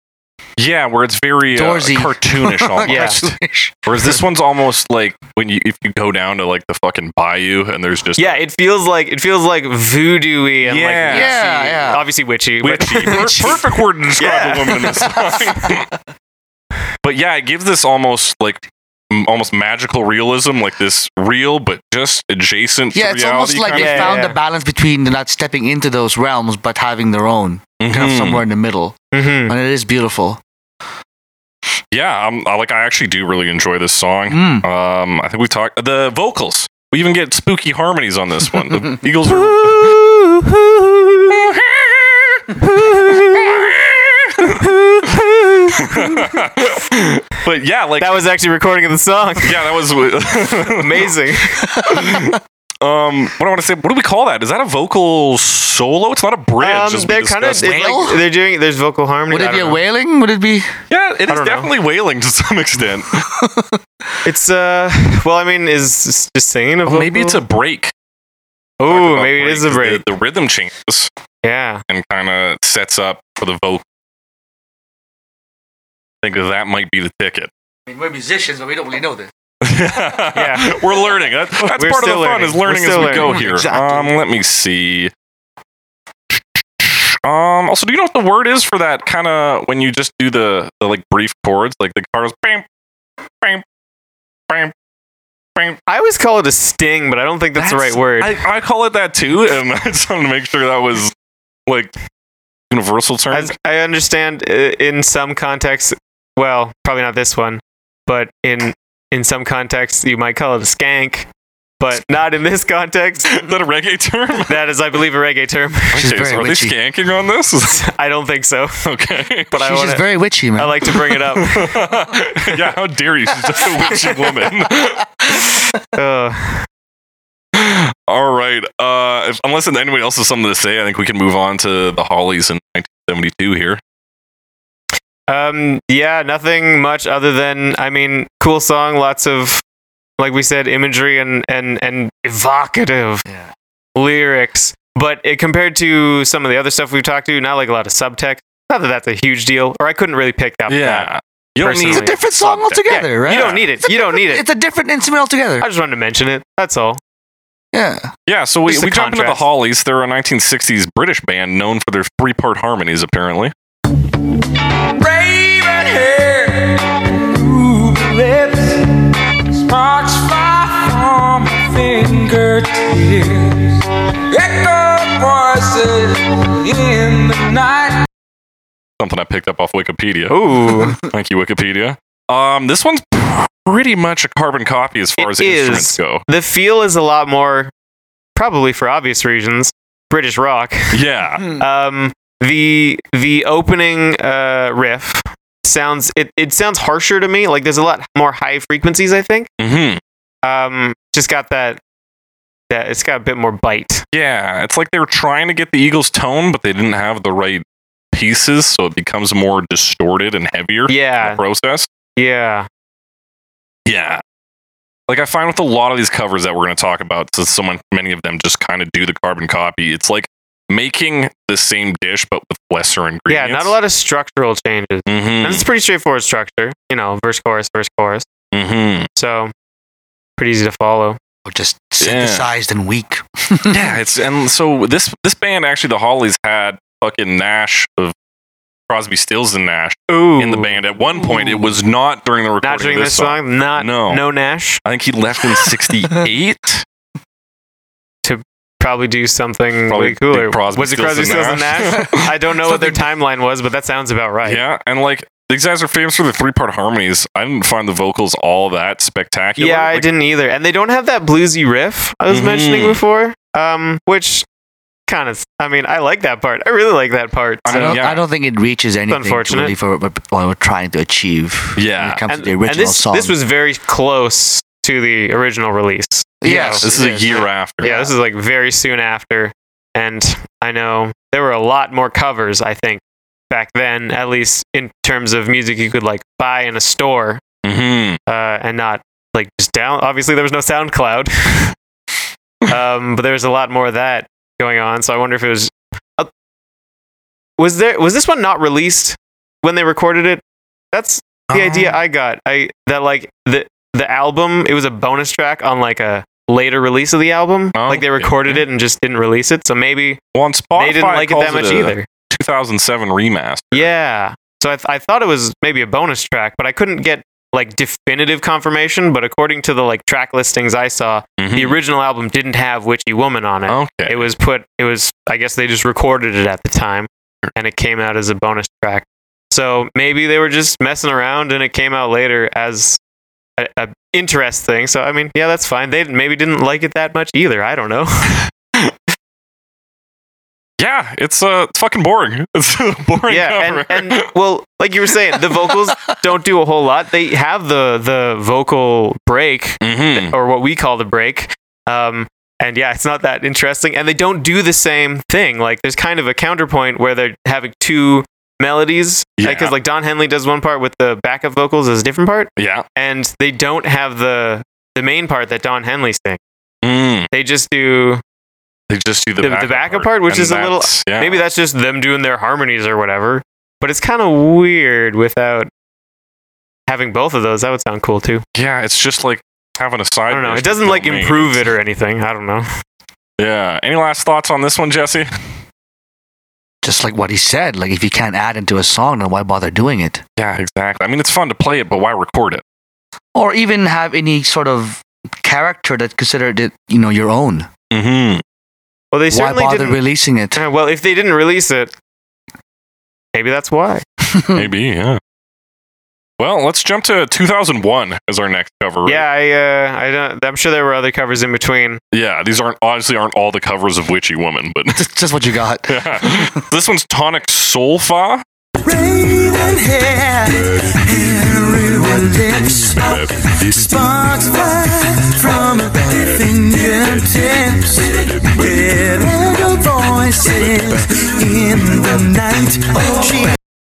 Speaker 1: yeah, where it's very uh,
Speaker 3: Doorsy.
Speaker 1: cartoonish almost.
Speaker 2: Oh, Yeah.
Speaker 3: Cartoonish.
Speaker 1: Whereas this one's almost like when you if you go down to like the fucking bayou and there's just
Speaker 2: yeah it feels like it feels like voodoo-y and like
Speaker 1: Yeah.
Speaker 2: witchy.
Speaker 3: Yeah, yeah.
Speaker 2: obviously witchy, but-
Speaker 1: witchy. Per- perfect word to describe
Speaker 2: Yeah.
Speaker 1: a woman in this song. but yeah, it gives this almost like m- almost magical realism, like this real but just adjacent.
Speaker 3: Yeah,
Speaker 1: to
Speaker 3: it's
Speaker 1: reality
Speaker 3: almost like
Speaker 1: kind
Speaker 3: they
Speaker 2: Yeah,
Speaker 1: of-
Speaker 3: found
Speaker 2: yeah.
Speaker 3: the balance between not stepping into those realms but having their own kind of
Speaker 2: Hmm.
Speaker 1: Mhm.
Speaker 3: somewhere in the middle.
Speaker 2: Mhm.
Speaker 3: And it is beautiful.
Speaker 1: Yeah, I'm, I like I actually do really enjoy this song.
Speaker 3: Mm.
Speaker 1: Um, I think we talked the vocals. We even get spooky harmonies on this one. The Eagles are but yeah, like
Speaker 2: that was actually recording of the song
Speaker 1: yeah, that was
Speaker 2: amazing
Speaker 1: Um, what do I want to say? What do we call that? Is that a vocal solo? It's not a bridge.
Speaker 2: um,
Speaker 1: as we
Speaker 2: they're kind of
Speaker 1: discussed.
Speaker 3: Whale?
Speaker 2: like, they're doing there's vocal harmony
Speaker 3: Would
Speaker 2: I
Speaker 3: it be
Speaker 2: don't
Speaker 3: a
Speaker 2: know.
Speaker 3: wailing? Would it be
Speaker 1: yeah, it
Speaker 2: I
Speaker 1: is
Speaker 2: don't know.
Speaker 1: definitely wailing to some extent.
Speaker 2: it's uh well i mean is is just singing a
Speaker 1: Well, maybe it's a
Speaker 2: vocal?
Speaker 1: break.
Speaker 2: oh
Speaker 1: Talked
Speaker 2: maybe
Speaker 1: about
Speaker 2: it is a
Speaker 1: 'cause the-
Speaker 2: break
Speaker 1: The, rhythm changes
Speaker 2: yeah
Speaker 1: and kind of sets up for the vocal. I think that might be the ticket.
Speaker 3: I mean, we're musicians, but we don't really know this.
Speaker 1: yeah, we're learning. That, that's
Speaker 2: We're
Speaker 1: part of the
Speaker 2: still
Speaker 1: fun
Speaker 2: learning.
Speaker 1: is learning
Speaker 2: We're
Speaker 1: as we
Speaker 2: still
Speaker 1: go
Speaker 2: learning.
Speaker 1: here.
Speaker 3: Exactly.
Speaker 1: Um, let me see. Um, also, do you know what the word is for that kind of when you just do the, the like brief chords, like the guitar goes bam, bam, bam, bam.
Speaker 2: i always call it a sting but i don't think that's, the
Speaker 1: That's-
Speaker 2: right word
Speaker 1: I, I call it that too, and I just wanted to make sure that was like universal term.
Speaker 2: As I understand, uh, in some contexts, well, probably not this one, but in in some contexts, you might call it a skank, but not in this context.
Speaker 1: is that a reggae term?
Speaker 2: That is, I believe, a reggae term.
Speaker 3: She's
Speaker 1: okay,
Speaker 3: very
Speaker 1: so are
Speaker 3: witchy.
Speaker 1: they skanking on this?
Speaker 2: I don't think so,
Speaker 1: okay.
Speaker 2: but I
Speaker 3: She's
Speaker 2: want to.
Speaker 3: just very witchy, man.
Speaker 2: I like to bring it up.
Speaker 1: yeah, how dare you? She's such a witchy woman.
Speaker 2: Uh,
Speaker 1: All right. Uh, if, unless anybody else has something to say, I think we can move on to the Hollies in 1972 here.
Speaker 2: um, yeah, nothing much other than I mean, cool song, lots of like we said, imagery and and and evocative
Speaker 3: Yeah.
Speaker 2: lyrics. But it, compared to some of the other stuff we've talked to, not like a lot of subtext. Not that that's a huge deal, or I couldn't really pick up. that.
Speaker 1: You don't
Speaker 2: Personally.
Speaker 1: need
Speaker 3: it's a different song altogether, right?
Speaker 2: you don't need it. You don't need it.
Speaker 3: It's a different instrument altogether.
Speaker 2: I just wanted to mention it. That's all.
Speaker 3: Yeah.
Speaker 1: Yeah, so we,
Speaker 2: Just the
Speaker 1: we jump into the
Speaker 2: contrast.
Speaker 1: Hollies. They're a 1960s British band known for their three part harmonies, apparently.
Speaker 4: raven hair, ruby lips, sparks fly from her fingertips. Echo voices in the night.
Speaker 1: Something I picked up off Wikipedia.
Speaker 2: Ooh,
Speaker 1: Thank you, Wikipedia. Um, this one's pretty much a carbon copy as far
Speaker 2: It
Speaker 1: as
Speaker 2: is.
Speaker 1: instruments go.
Speaker 2: The feel is a lot more, probably for obvious reasons, British rock.
Speaker 1: Yeah.
Speaker 3: Hmm.
Speaker 2: Um, the the opening uh, riff sounds it, it sounds harsher to me. Like there's a lot more high frequencies. I think.
Speaker 1: hmm
Speaker 2: Um, just got that that it's got a bit more bite.
Speaker 1: Yeah. It's like they were trying to get the Eagles tone, but they didn't have the right pieces, so it becomes more distorted and heavier in the
Speaker 2: Yeah,
Speaker 1: process.
Speaker 2: yeah,
Speaker 1: Yeah. Like I find with a lot of these covers that we're going to talk about, since so mon- many of them just kind of do the carbon copy, it's like making the same dish but with lesser
Speaker 2: yeah.
Speaker 1: ingredients.
Speaker 2: Not a lot of structural changes. And
Speaker 1: Mm-hmm.
Speaker 2: it's pretty straightforward structure. You know, verse chorus verse chorus.
Speaker 1: Mm-hmm.
Speaker 2: So pretty easy to follow.
Speaker 3: Or just synthesized and weak.
Speaker 1: Yeah, it's and so this this band actually the Hollies had fucking Nash of Crosby, Stills, and Nash
Speaker 2: Ooh,
Speaker 1: in the band at one point. It was not during the recording
Speaker 2: Not during
Speaker 1: of
Speaker 2: this song. Not
Speaker 1: No.
Speaker 2: no. no Nash.
Speaker 1: I think he left in '68.
Speaker 2: Probably do something
Speaker 1: Probably
Speaker 2: way cooler.
Speaker 1: do Crosby,
Speaker 2: was it
Speaker 1: Stills,
Speaker 2: Crosby,
Speaker 1: and
Speaker 2: Stills, and
Speaker 1: Nash?
Speaker 2: Nash? I don't know what their timeline was, but that sounds about right.
Speaker 1: Yeah, and like these guys are famous for the three part harmonies. I didn't find the vocals all that spectacular.
Speaker 2: Yeah, I
Speaker 1: Like,
Speaker 2: didn't either. And they don't have that bluesy riff I was
Speaker 1: Mhm.
Speaker 2: mentioning before, um, which kind of, I mean, I like that part. I really like that part.
Speaker 1: I
Speaker 3: I don't,
Speaker 1: yeah.
Speaker 3: I don't think it reaches anything
Speaker 2: unfortunate.
Speaker 3: really for what what we're trying to achieve when
Speaker 1: Yeah.
Speaker 3: it comes
Speaker 2: And-
Speaker 3: to the original
Speaker 2: and this,
Speaker 3: song.
Speaker 2: this was very close to the original release.
Speaker 3: yes,
Speaker 1: This is a
Speaker 3: yes.
Speaker 1: year after.
Speaker 2: Yeah, this is like very soon after. And I know there were a lot more covers, I think, back then, at least in terms of music you could like buy in a store
Speaker 1: hmm
Speaker 2: uh, and not like just down. Obviously, there was no SoundCloud, um, but there was a lot more of that going on. So I wonder if it was uh, was there was this one not released when they recorded it? That's the
Speaker 1: Um.
Speaker 2: idea I got. I that like the the album it was a bonus track on like a later release of the album.
Speaker 1: Oh,
Speaker 2: like they recorded it and just didn't release it. So maybe
Speaker 1: Well, on Spotify,
Speaker 2: they didn't like it
Speaker 1: calls
Speaker 2: that much
Speaker 1: a
Speaker 2: either.
Speaker 1: 2007 remaster.
Speaker 2: Yeah. So I, th- I thought it was maybe a bonus track, but I couldn't get like definitive confirmation. But according to the like track listings I saw, the
Speaker 1: Mhm.
Speaker 2: original album didn't have Witchy Woman on it.
Speaker 1: Okay.
Speaker 2: It was put. It was. I guess they just recorded it at the time, and it came out as a bonus track. So maybe they were just messing around, and it came out later as a, a interest thing. So I mean, yeah, that's fine. They maybe didn't like it that much either. I don't know.
Speaker 1: Yeah, it's uh, it's fucking boring. It's a boring
Speaker 2: yeah,
Speaker 1: cover.
Speaker 2: and, and well, like you were saying, the vocals don't do a whole lot. They have the the vocal break
Speaker 1: Mhm.
Speaker 2: or what we call the break. Um, and yeah, it's not that interesting. And they don't do the same thing. Like there's kind of a counterpoint where they're having two melodies.
Speaker 1: Yeah.
Speaker 2: Because like Don Henley does one part with the backup vocals as a different part,
Speaker 1: yeah.
Speaker 2: and they don't have the the main part that Don Henley sings.
Speaker 1: Mm.
Speaker 2: They just do
Speaker 1: They just do the,
Speaker 2: The- the
Speaker 1: backup,
Speaker 2: backup part, which
Speaker 1: and
Speaker 2: is a little-
Speaker 1: that's- yeah.
Speaker 2: maybe that's just them doing their harmonies or whatever. But it's kind of weird without having both of those. That would sound cool too.
Speaker 1: yeah. It's just like having a side.
Speaker 2: I don't know.
Speaker 1: dish
Speaker 2: It doesn't
Speaker 1: with
Speaker 2: like
Speaker 1: no meat.
Speaker 2: improve it or anything. I don't know.
Speaker 1: Yeah. Any last thoughts on this one, Jesse?
Speaker 3: Just like what he said, like if you can't add into a song, then why bother doing it?
Speaker 1: Yeah, exactly. I mean, it's fun to play it, but why record it?
Speaker 3: Or even have any sort of character that considered it, you know, your own.
Speaker 1: Mm-hmm.
Speaker 2: Well, they
Speaker 3: Why
Speaker 2: certainly
Speaker 3: bother
Speaker 2: didn't.
Speaker 3: releasing it?
Speaker 2: Uh, well, if they didn't release it, maybe that's why.
Speaker 1: Maybe, yeah. Well, let's jump to 2001 as our next cover. right?
Speaker 2: Yeah, I, uh, I don't. I'm sure there were other covers in between.
Speaker 1: Yeah, these aren't obviously aren't all the covers of Witchy Woman, but
Speaker 3: Just, just what you got.
Speaker 1: this one's Tonic Solfa.
Speaker 4: Raven hair and ruined lips. Sparks fly from their fingertips. Their little voices in the night. Oh, she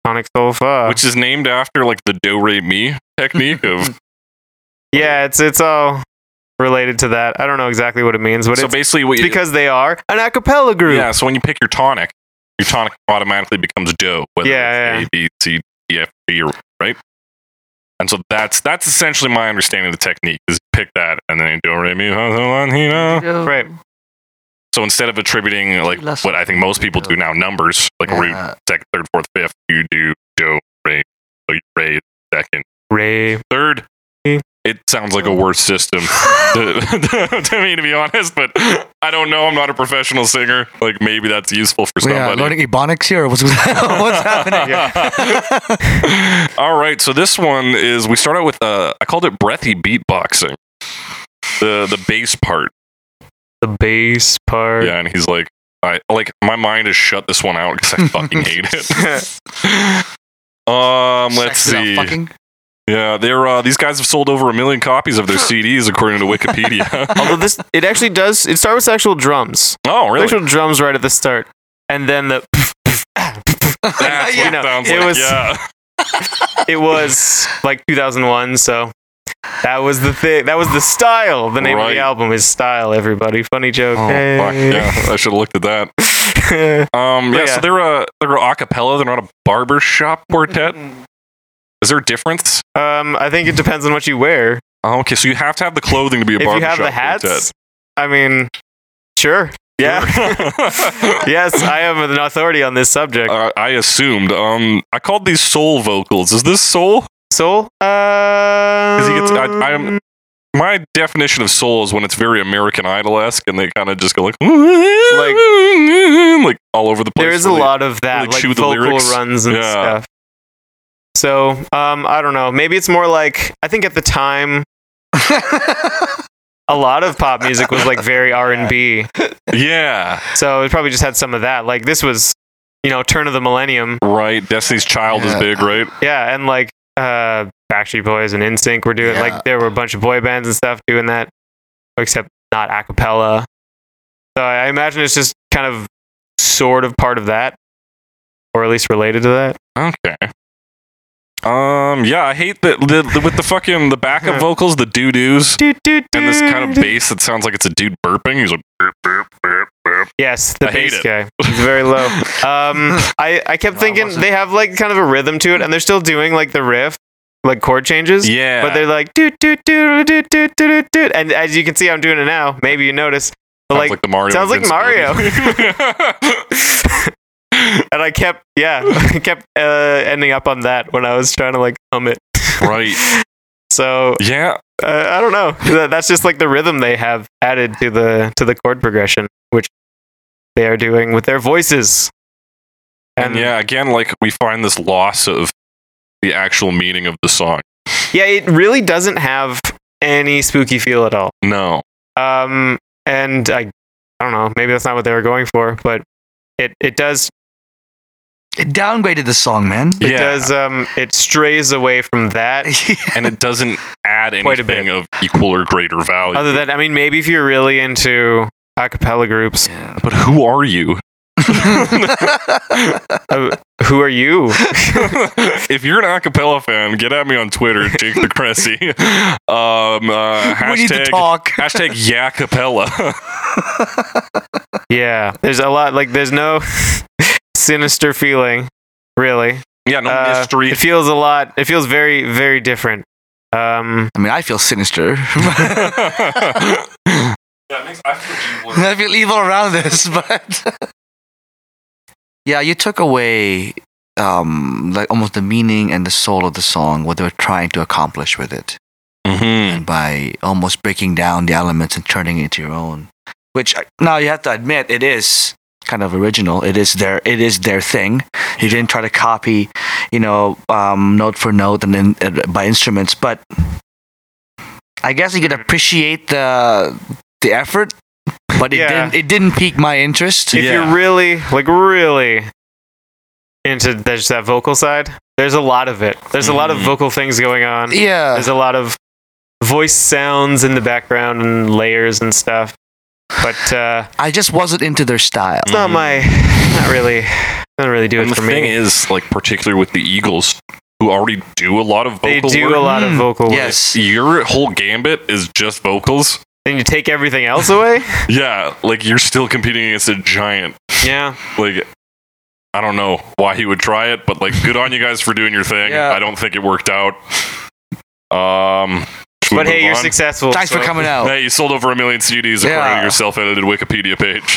Speaker 2: Sonic Solfa.
Speaker 1: which is named after like the do re mi technique of
Speaker 2: yeah, it's it's all related to that. I don't know exactly what it means, but
Speaker 1: so
Speaker 2: it's,
Speaker 1: basically what
Speaker 2: it's
Speaker 1: you,
Speaker 2: because they are an a cappella group.
Speaker 1: yeah. So when you pick your tonic, your tonic automatically becomes do. Whether
Speaker 2: Yeah,
Speaker 1: it's A, B, C, D, F, G, or right. And so that's that's essentially my understanding of the technique is pick that and then do re mi fa sol la ti do.
Speaker 2: Right.
Speaker 1: So instead of attributing like
Speaker 3: Mm-hmm. Less-
Speaker 1: what I think most people do now, numbers like root,
Speaker 3: Yeah.
Speaker 1: second, third, fourth, fifth, you do do re, so you re second,
Speaker 2: Ray.
Speaker 1: third,
Speaker 2: Mm.
Speaker 1: It sounds like a worse system to, to me, to be honest. But I don't know. I'm not a professional singer. Like maybe that's useful for
Speaker 3: We are
Speaker 1: somebody.
Speaker 3: learning ebonics here. or What's, what's happening?
Speaker 1: All right, so this one is we start out with uh, I called it breathy beatboxing, the the bass part.
Speaker 2: The bass part.
Speaker 1: Yeah, and he's like, I like my mind has shut this one out because I fucking hate it. um, let's
Speaker 3: Sex without
Speaker 1: see.
Speaker 3: Fucking.
Speaker 1: yeah, they're uh, these guys have sold over a million copies of their CDs according to Wikipedia.
Speaker 2: Although this, it actually does. It starts with actual drums.
Speaker 1: oh, really?
Speaker 2: Actual drums right at the start, and then the.
Speaker 1: That's what
Speaker 2: you know,
Speaker 1: it sounds
Speaker 2: it
Speaker 1: like.
Speaker 2: was-
Speaker 1: yeah.
Speaker 2: It was like 2001, so that was the thing. That was the style. The name of
Speaker 1: Right.
Speaker 2: the album is Style. Everybody, funny joke.
Speaker 3: Oh,
Speaker 1: Fuck,
Speaker 3: fuck,
Speaker 1: yeah, I should have looked at that. Um, yeah,
Speaker 2: But yeah.
Speaker 1: so they're a they're a acapella. They're not a barber shop quartet. Is there a difference?
Speaker 2: um, I think it depends on what you wear.
Speaker 1: Oh, okay, so you have to have the clothing to be a
Speaker 2: If you
Speaker 1: barbershop
Speaker 2: have the hats,
Speaker 1: quartet.
Speaker 2: I mean, sure. Yeah. yes, I am an authority on this subject.
Speaker 1: Uh, I assumed. Um, I called these soul vocals. Is this soul?
Speaker 2: Soul. Uh,
Speaker 1: he gets- I- I am- My definition of soul is when it's very American Idol esque, and they kind of just go like, like, all over the place.
Speaker 2: There is a
Speaker 1: where they-
Speaker 2: lot of that,
Speaker 1: they
Speaker 2: like
Speaker 1: chew the
Speaker 2: vocal
Speaker 1: lyrics.
Speaker 2: runs and
Speaker 1: Yeah.
Speaker 2: stuff. So, um, I don't know. Maybe it's more like I think at the time, a lot of pop music was like very R and B.
Speaker 1: Yeah,
Speaker 2: So it probably just had some of that. Like this was, you know, turn of the millennium.
Speaker 1: right. Destiny's Child is
Speaker 3: Yeah.
Speaker 1: big, right?
Speaker 2: Yeah, and like uh, Backstreet Boys and NSYNC were doing
Speaker 3: Yeah.
Speaker 2: like there were a bunch of boy bands and stuff doing that, except not a cappella. So I imagine it's just kind of sort of part of that, or at least related to that.
Speaker 1: Okay. Um. Yeah, I hate that the, the- with the fucking the backup vocals, the doo doos,
Speaker 2: Doo, doo,
Speaker 1: and this
Speaker 2: doo,
Speaker 1: kind of
Speaker 2: doo.
Speaker 1: bass that sounds like it's a dude burping. He's like, burp, burp, burp, burp.
Speaker 2: Yes, the
Speaker 1: I hate
Speaker 2: bass
Speaker 1: it.
Speaker 2: guy. He's very low. Um, I I kept
Speaker 3: No, I
Speaker 2: thinking
Speaker 3: wasn't.
Speaker 2: they have like kind of a rhythm to it, and they're still doing like the riff, like chord changes.
Speaker 1: yeah.
Speaker 2: But they're like doo doo doo doo doo doo doo, doo, and as you can see, I'm doing it now. Maybe you notice. But,
Speaker 1: sounds
Speaker 2: like,
Speaker 1: like, the Mario.
Speaker 2: sounds like
Speaker 1: Mario.
Speaker 2: and I kept yeah, I kept uh, ending up on that when I was trying to like hum it.
Speaker 1: right.
Speaker 2: So
Speaker 1: Yeah.
Speaker 2: uh, I don't know. That- That's just like the rhythm they have added to the to the chord progression, which they are doing with their voices.
Speaker 1: And yeah, again, like we find this loss of the actual meaning of the song.
Speaker 2: Yeah, it really doesn't have any spooky feel at all.
Speaker 1: No.
Speaker 2: Um, and I, I don't know. Maybe that's not what they were going for, but it it does
Speaker 3: It downgraded the song, man.
Speaker 2: it
Speaker 1: yeah.
Speaker 2: does um it strays away from that.
Speaker 1: And it doesn't add
Speaker 2: Quite a bit.
Speaker 1: anything of equal or greater value.
Speaker 2: Other than I mean, maybe if you're really into a cappella groups,
Speaker 3: yeah.
Speaker 1: but who are you?
Speaker 2: uh, who are you?
Speaker 1: if you're an acapella fan, get at me on Twitter, Jake the Cressy. Um, uh,
Speaker 3: we need to
Speaker 1: hashtag,
Speaker 3: talk.
Speaker 1: hashtag yeah capella.
Speaker 2: yeah, there's a lot like there's no sinister feeling, really.
Speaker 1: yeah, no
Speaker 2: Uh,
Speaker 1: mystery.
Speaker 2: It feels a lot. It feels very very different. Um,
Speaker 3: I mean, I feel sinister.
Speaker 1: yeah, it makes, I feel evil.
Speaker 3: I feel evil around this, but yeah, you took away um, like almost the meaning and the soul of the song, what they were trying to accomplish with it,
Speaker 1: Mm-hmm.
Speaker 3: and by almost breaking down the elements and turning it into your own. Which I- now you have to admit, it is kind of original. It is their it is their thing. You didn't try to copy, you know, um, note for note and then uh, by instruments, but I guess you could
Speaker 2: Mm-hmm.
Speaker 3: appreciate the the effort. But it
Speaker 2: Yeah.
Speaker 3: didn't it didn't pique my interest.
Speaker 2: if
Speaker 1: Yeah.
Speaker 2: you're really like really into that- just that vocal side there's a lot of it there's a lot of
Speaker 1: Mhm.
Speaker 2: vocal things going on
Speaker 3: Yeah.
Speaker 2: there's a lot of voice sounds in the background and layers and stuff but uh
Speaker 3: I just wasn't into their style.
Speaker 2: it's not my not really doesn't really do
Speaker 1: Mm-hmm. And
Speaker 2: it
Speaker 1: the
Speaker 2: for
Speaker 1: thing
Speaker 2: me
Speaker 1: is, like, particularly with the Eagles, who already do a lot of vocal
Speaker 2: they do
Speaker 1: work,
Speaker 2: a lot of
Speaker 3: Mm,
Speaker 2: vocal work.
Speaker 3: Yes.
Speaker 1: Your whole gambit is just vocals.
Speaker 2: and you take everything else away
Speaker 1: Yeah, like you're still competing against a giant.
Speaker 2: yeah
Speaker 1: Like, I don't know why he would try it, but like, good on you guys for doing your thing.
Speaker 3: Yeah.
Speaker 1: I don't think it worked out. Um, should we
Speaker 2: but hey
Speaker 1: move
Speaker 2: you're oh.
Speaker 1: on?
Speaker 2: successful
Speaker 3: Thanks for
Speaker 2: Mm. so-
Speaker 3: coming out.
Speaker 1: Hey, you sold over a million CDs according
Speaker 3: Yeah.
Speaker 1: to your self-edited Wikipedia page.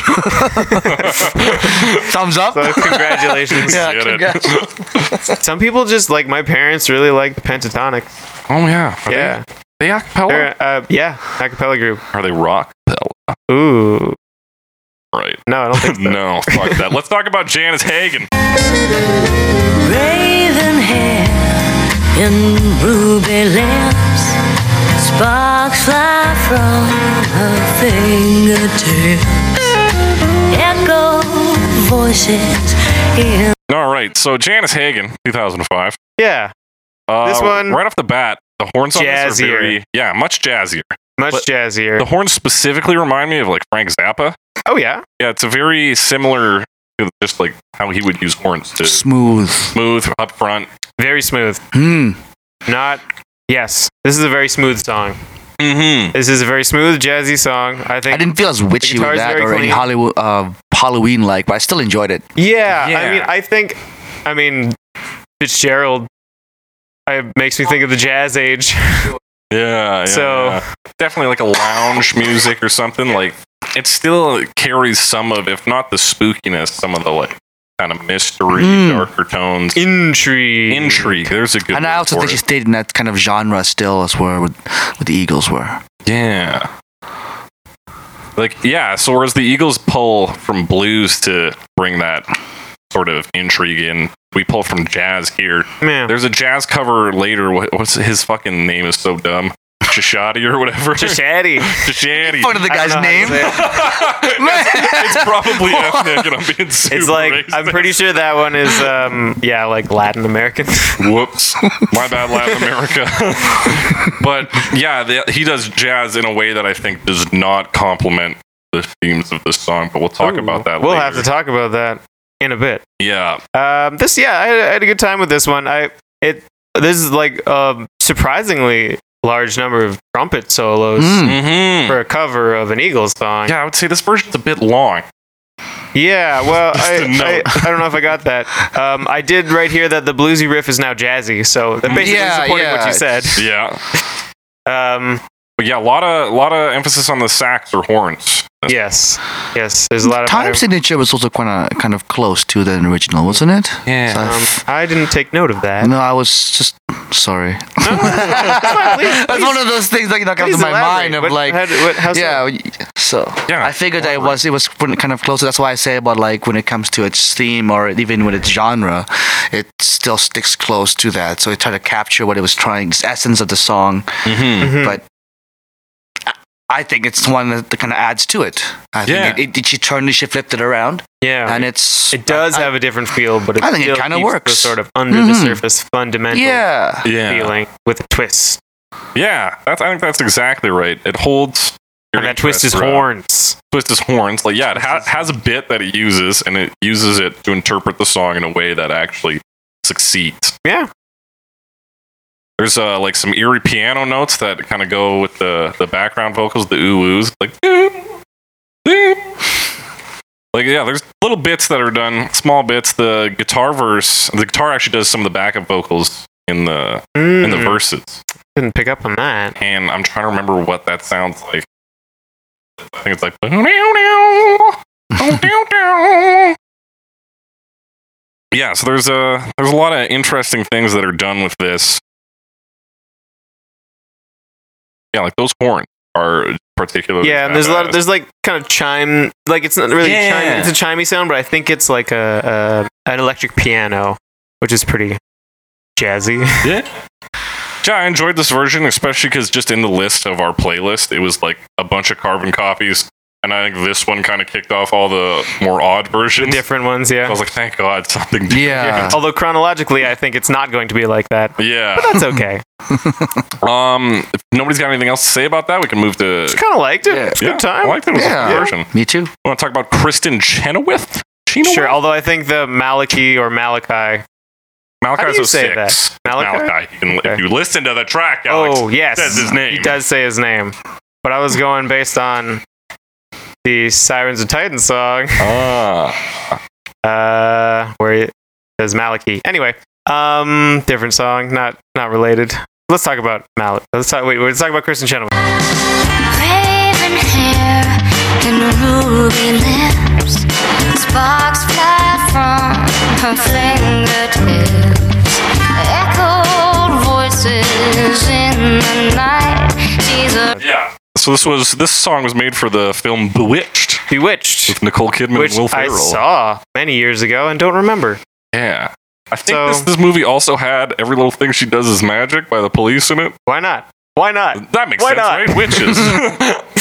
Speaker 3: Thumbs up.
Speaker 2: so congratulations
Speaker 3: yeah,
Speaker 1: Get it.
Speaker 3: congrats.
Speaker 2: some people just like my parents really liked pentatonic
Speaker 1: oh yeah,
Speaker 2: yeah
Speaker 1: They acapella?
Speaker 2: Or, uh, yeah, acapella group.
Speaker 1: Are they rock?
Speaker 2: Ooh,
Speaker 1: Right.
Speaker 2: no, I don't think so.
Speaker 1: no, fuck that. Let's talk about Janice Hagen.
Speaker 5: Raven hair and ruby lips. Sparks fly from her fingertips. Echo voices in
Speaker 1: All right. So Janice Hagen, 2005.
Speaker 2: Yeah,
Speaker 1: Uh,
Speaker 2: This one-
Speaker 1: right off the bat, the horns on this are
Speaker 2: Jazzier.
Speaker 1: very yeah, much jazzier.
Speaker 2: much
Speaker 1: But-
Speaker 2: jazzier.
Speaker 1: The horns specifically remind me of like Frank Zappa.
Speaker 2: oh yeah,
Speaker 1: Yeah, it's a very similar, to just like how he would use horns to
Speaker 3: Smooth.
Speaker 1: smooth up front.
Speaker 2: very smooth.
Speaker 3: Hmm.
Speaker 2: Not. Yes, this is a very smooth song.
Speaker 1: Mm-hmm.
Speaker 2: This is a very smooth jazzy song. I
Speaker 3: I
Speaker 2: think.
Speaker 3: didn't feel as witchy with
Speaker 2: guitar's
Speaker 3: that
Speaker 2: very
Speaker 3: or any
Speaker 2: clean.
Speaker 3: Hollywood uh, Halloween like, but I still enjoyed it.
Speaker 2: yeah,
Speaker 1: Yeah.
Speaker 2: I mean, I think. I mean, Fitzgerald. I makes me think of the jazz age.
Speaker 1: Yeah, yeah.
Speaker 2: So-
Speaker 1: yeah. definitely like a lounge music or something. Like it still carries some of, if not the spookiness, some of the like kind of mystery,
Speaker 3: Mm.
Speaker 1: darker tones,
Speaker 2: Intrigue.
Speaker 1: intrigue. There's a good.
Speaker 3: and I
Speaker 1: word
Speaker 3: also
Speaker 1: for
Speaker 3: think
Speaker 1: it.
Speaker 3: she stayed in that kind of genre still as where with, with the Eagles were.
Speaker 1: Yeah. Like yeah, so whereas the Eagles pull from blues to bring that sort of intrigue in, we pull from jazz here.
Speaker 2: Man.
Speaker 1: There's a jazz cover later. What, what's his fucking name is so dumb, Shashadi or whatever.
Speaker 2: Shady.
Speaker 1: Shashadi.
Speaker 3: Fun of the guy's name.
Speaker 1: it's, it's probably ethnic, and I'm being super
Speaker 2: It's like I'm
Speaker 1: racist.
Speaker 2: pretty sure that one is um yeah like Latin American.
Speaker 1: Whoops, my bad, Latin America. but yeah, the, he does jazz in a way that I think does not complement the themes of this song. But we'll talk about that.
Speaker 2: We'll
Speaker 1: later.
Speaker 2: have to talk about that in a bit.
Speaker 1: Yeah,
Speaker 2: Um, this yeah, I had, I had a good time with this one. I it this is like a surprisingly large number of trumpet solos
Speaker 3: Mm.
Speaker 1: Mm-hmm.
Speaker 2: for a cover of an Eagles song.
Speaker 1: Yeah, I would say this version's a bit long.
Speaker 2: Yeah, well,
Speaker 1: Just a
Speaker 2: I, I,
Speaker 1: note.
Speaker 2: I don't know if I got that. Um, I did right here that the bluesy riff is now jazzy, so that basically
Speaker 3: Yeah,
Speaker 2: supported what
Speaker 3: yeah.
Speaker 2: you said.
Speaker 1: Yeah,
Speaker 2: Um,
Speaker 1: but yeah, a lot of lot of emphasis on the sax or horns.
Speaker 2: yes, yes, there's a lot of
Speaker 3: Time signature was also kind of kind of close to the original, wasn't it? So
Speaker 1: Yeah,
Speaker 2: Um,
Speaker 3: I've-
Speaker 2: I didn't take note of that.
Speaker 3: no, I was just sorry.
Speaker 2: please,
Speaker 3: That's one of those things that you know, comes to
Speaker 2: Please
Speaker 3: my
Speaker 2: elaborate.
Speaker 3: mind of
Speaker 2: What-
Speaker 3: like,
Speaker 2: how do- what- how's
Speaker 3: yeah. So
Speaker 1: Yeah.
Speaker 3: I figured that it was it was when- kind of close. That's why I say about like when it comes to its theme or even when its genre, it still sticks close to that. So it tried to capture what it was trying, this essence of the song.
Speaker 1: mm-hmm.
Speaker 2: Hmm.
Speaker 3: But I- I think it's one that, kind of adds to it. I
Speaker 1: Yeah.
Speaker 3: think it, it, she turned it, she flipped it around,
Speaker 2: yeah.
Speaker 3: and it's
Speaker 2: it does
Speaker 3: I-
Speaker 2: have a different feel, but it
Speaker 3: I think it
Speaker 2: still
Speaker 3: kinda
Speaker 2: keeps The
Speaker 3: works.
Speaker 2: sort of under the
Speaker 3: Mhm.
Speaker 2: surface fundamental
Speaker 3: yeah.
Speaker 1: yeah,
Speaker 2: feeling with a twist,
Speaker 1: yeah. That's I think that's exactly right. It holds. your
Speaker 2: and that twist is
Speaker 1: interest throughout.
Speaker 2: horns.
Speaker 1: twist his horns. Like, yeah, it ha- has a bit that it uses, and it uses it to interpret the song in a way that actually succeeds.
Speaker 2: Yeah,
Speaker 1: There's uh, like some eerie piano notes that kind of go with the, the background vocals, the ooh oohs, like doom, doom. Like yeah, there's little bits that are done, small bits. The guitar verse, the guitar actually does some of the backup vocals in the in the
Speaker 2: Mm,
Speaker 1: verses,
Speaker 2: didn't pick up on that.
Speaker 1: and I'm trying to remember what that sounds like. I think it's like. "Doo-doo-doo." yeah so there's a there's a lot of interesting things that are done with this yeah like those horns are particularly
Speaker 2: Yeah, and there's a lot. Of,
Speaker 1: badass.
Speaker 2: there's like kind of chime. Like it's not really.
Speaker 1: Yeah.
Speaker 2: Chime, it's a chimey sound, but I think it's like a, a an electric piano, which is pretty jazzy.
Speaker 1: yeah i enjoyed this version especially because just in the list of our playlist it was like a bunch of carbon copies and i think this one kind of kicked off all the more odd versions
Speaker 2: different ones,
Speaker 1: i
Speaker 2: yeah.
Speaker 1: was like thank god something different.
Speaker 3: Yeah.
Speaker 2: Although chronologically, I think it's not going to be like that.
Speaker 1: yeah
Speaker 2: But that's okay.
Speaker 1: um if nobody's got anything else to say about that we can move to
Speaker 2: Just kind of liked it.
Speaker 3: Yeah.
Speaker 2: It's a
Speaker 1: yeah,
Speaker 2: good time.
Speaker 1: i liked it, it was a
Speaker 3: Yeah.
Speaker 1: good version
Speaker 3: Me too.
Speaker 1: want to talk about Kristen Chenoweth? Chenoweth?
Speaker 2: Sure, although I think the Maliki or Malachi. How do
Speaker 1: Malachi's
Speaker 2: you
Speaker 1: a
Speaker 2: say
Speaker 1: six.
Speaker 2: that? Malachi?
Speaker 1: You can, If
Speaker 2: Okay.
Speaker 1: you listen to the track, Alex
Speaker 2: oh, yes.
Speaker 1: says his name.
Speaker 2: He does say his name. But I was going based on the Sirens of Titan song,
Speaker 1: Ah.
Speaker 2: uh, where it says Maliki. Anyway, um, different song, not not related. Let's talk about Malik. Let's talk. Wait, let's talk about Kristen Chenoweth.
Speaker 6: Raven hair and ruby lips. Sparks fly from her fingertips. Echoed voices in the night.
Speaker 1: So this was this song was made for the film Bewitched
Speaker 2: Bewitched,
Speaker 1: with Nicole Kidman
Speaker 2: which
Speaker 1: and Will
Speaker 2: I
Speaker 1: Ferrell.
Speaker 2: saw many years ago and don't remember.
Speaker 1: Yeah. I think
Speaker 2: So-
Speaker 1: this, this movie also had Every Little Thing She Does Is Magic by the police in it.
Speaker 2: Why not? Why not?
Speaker 1: That makes
Speaker 2: Why
Speaker 1: sense,
Speaker 2: not?
Speaker 1: right? Witches.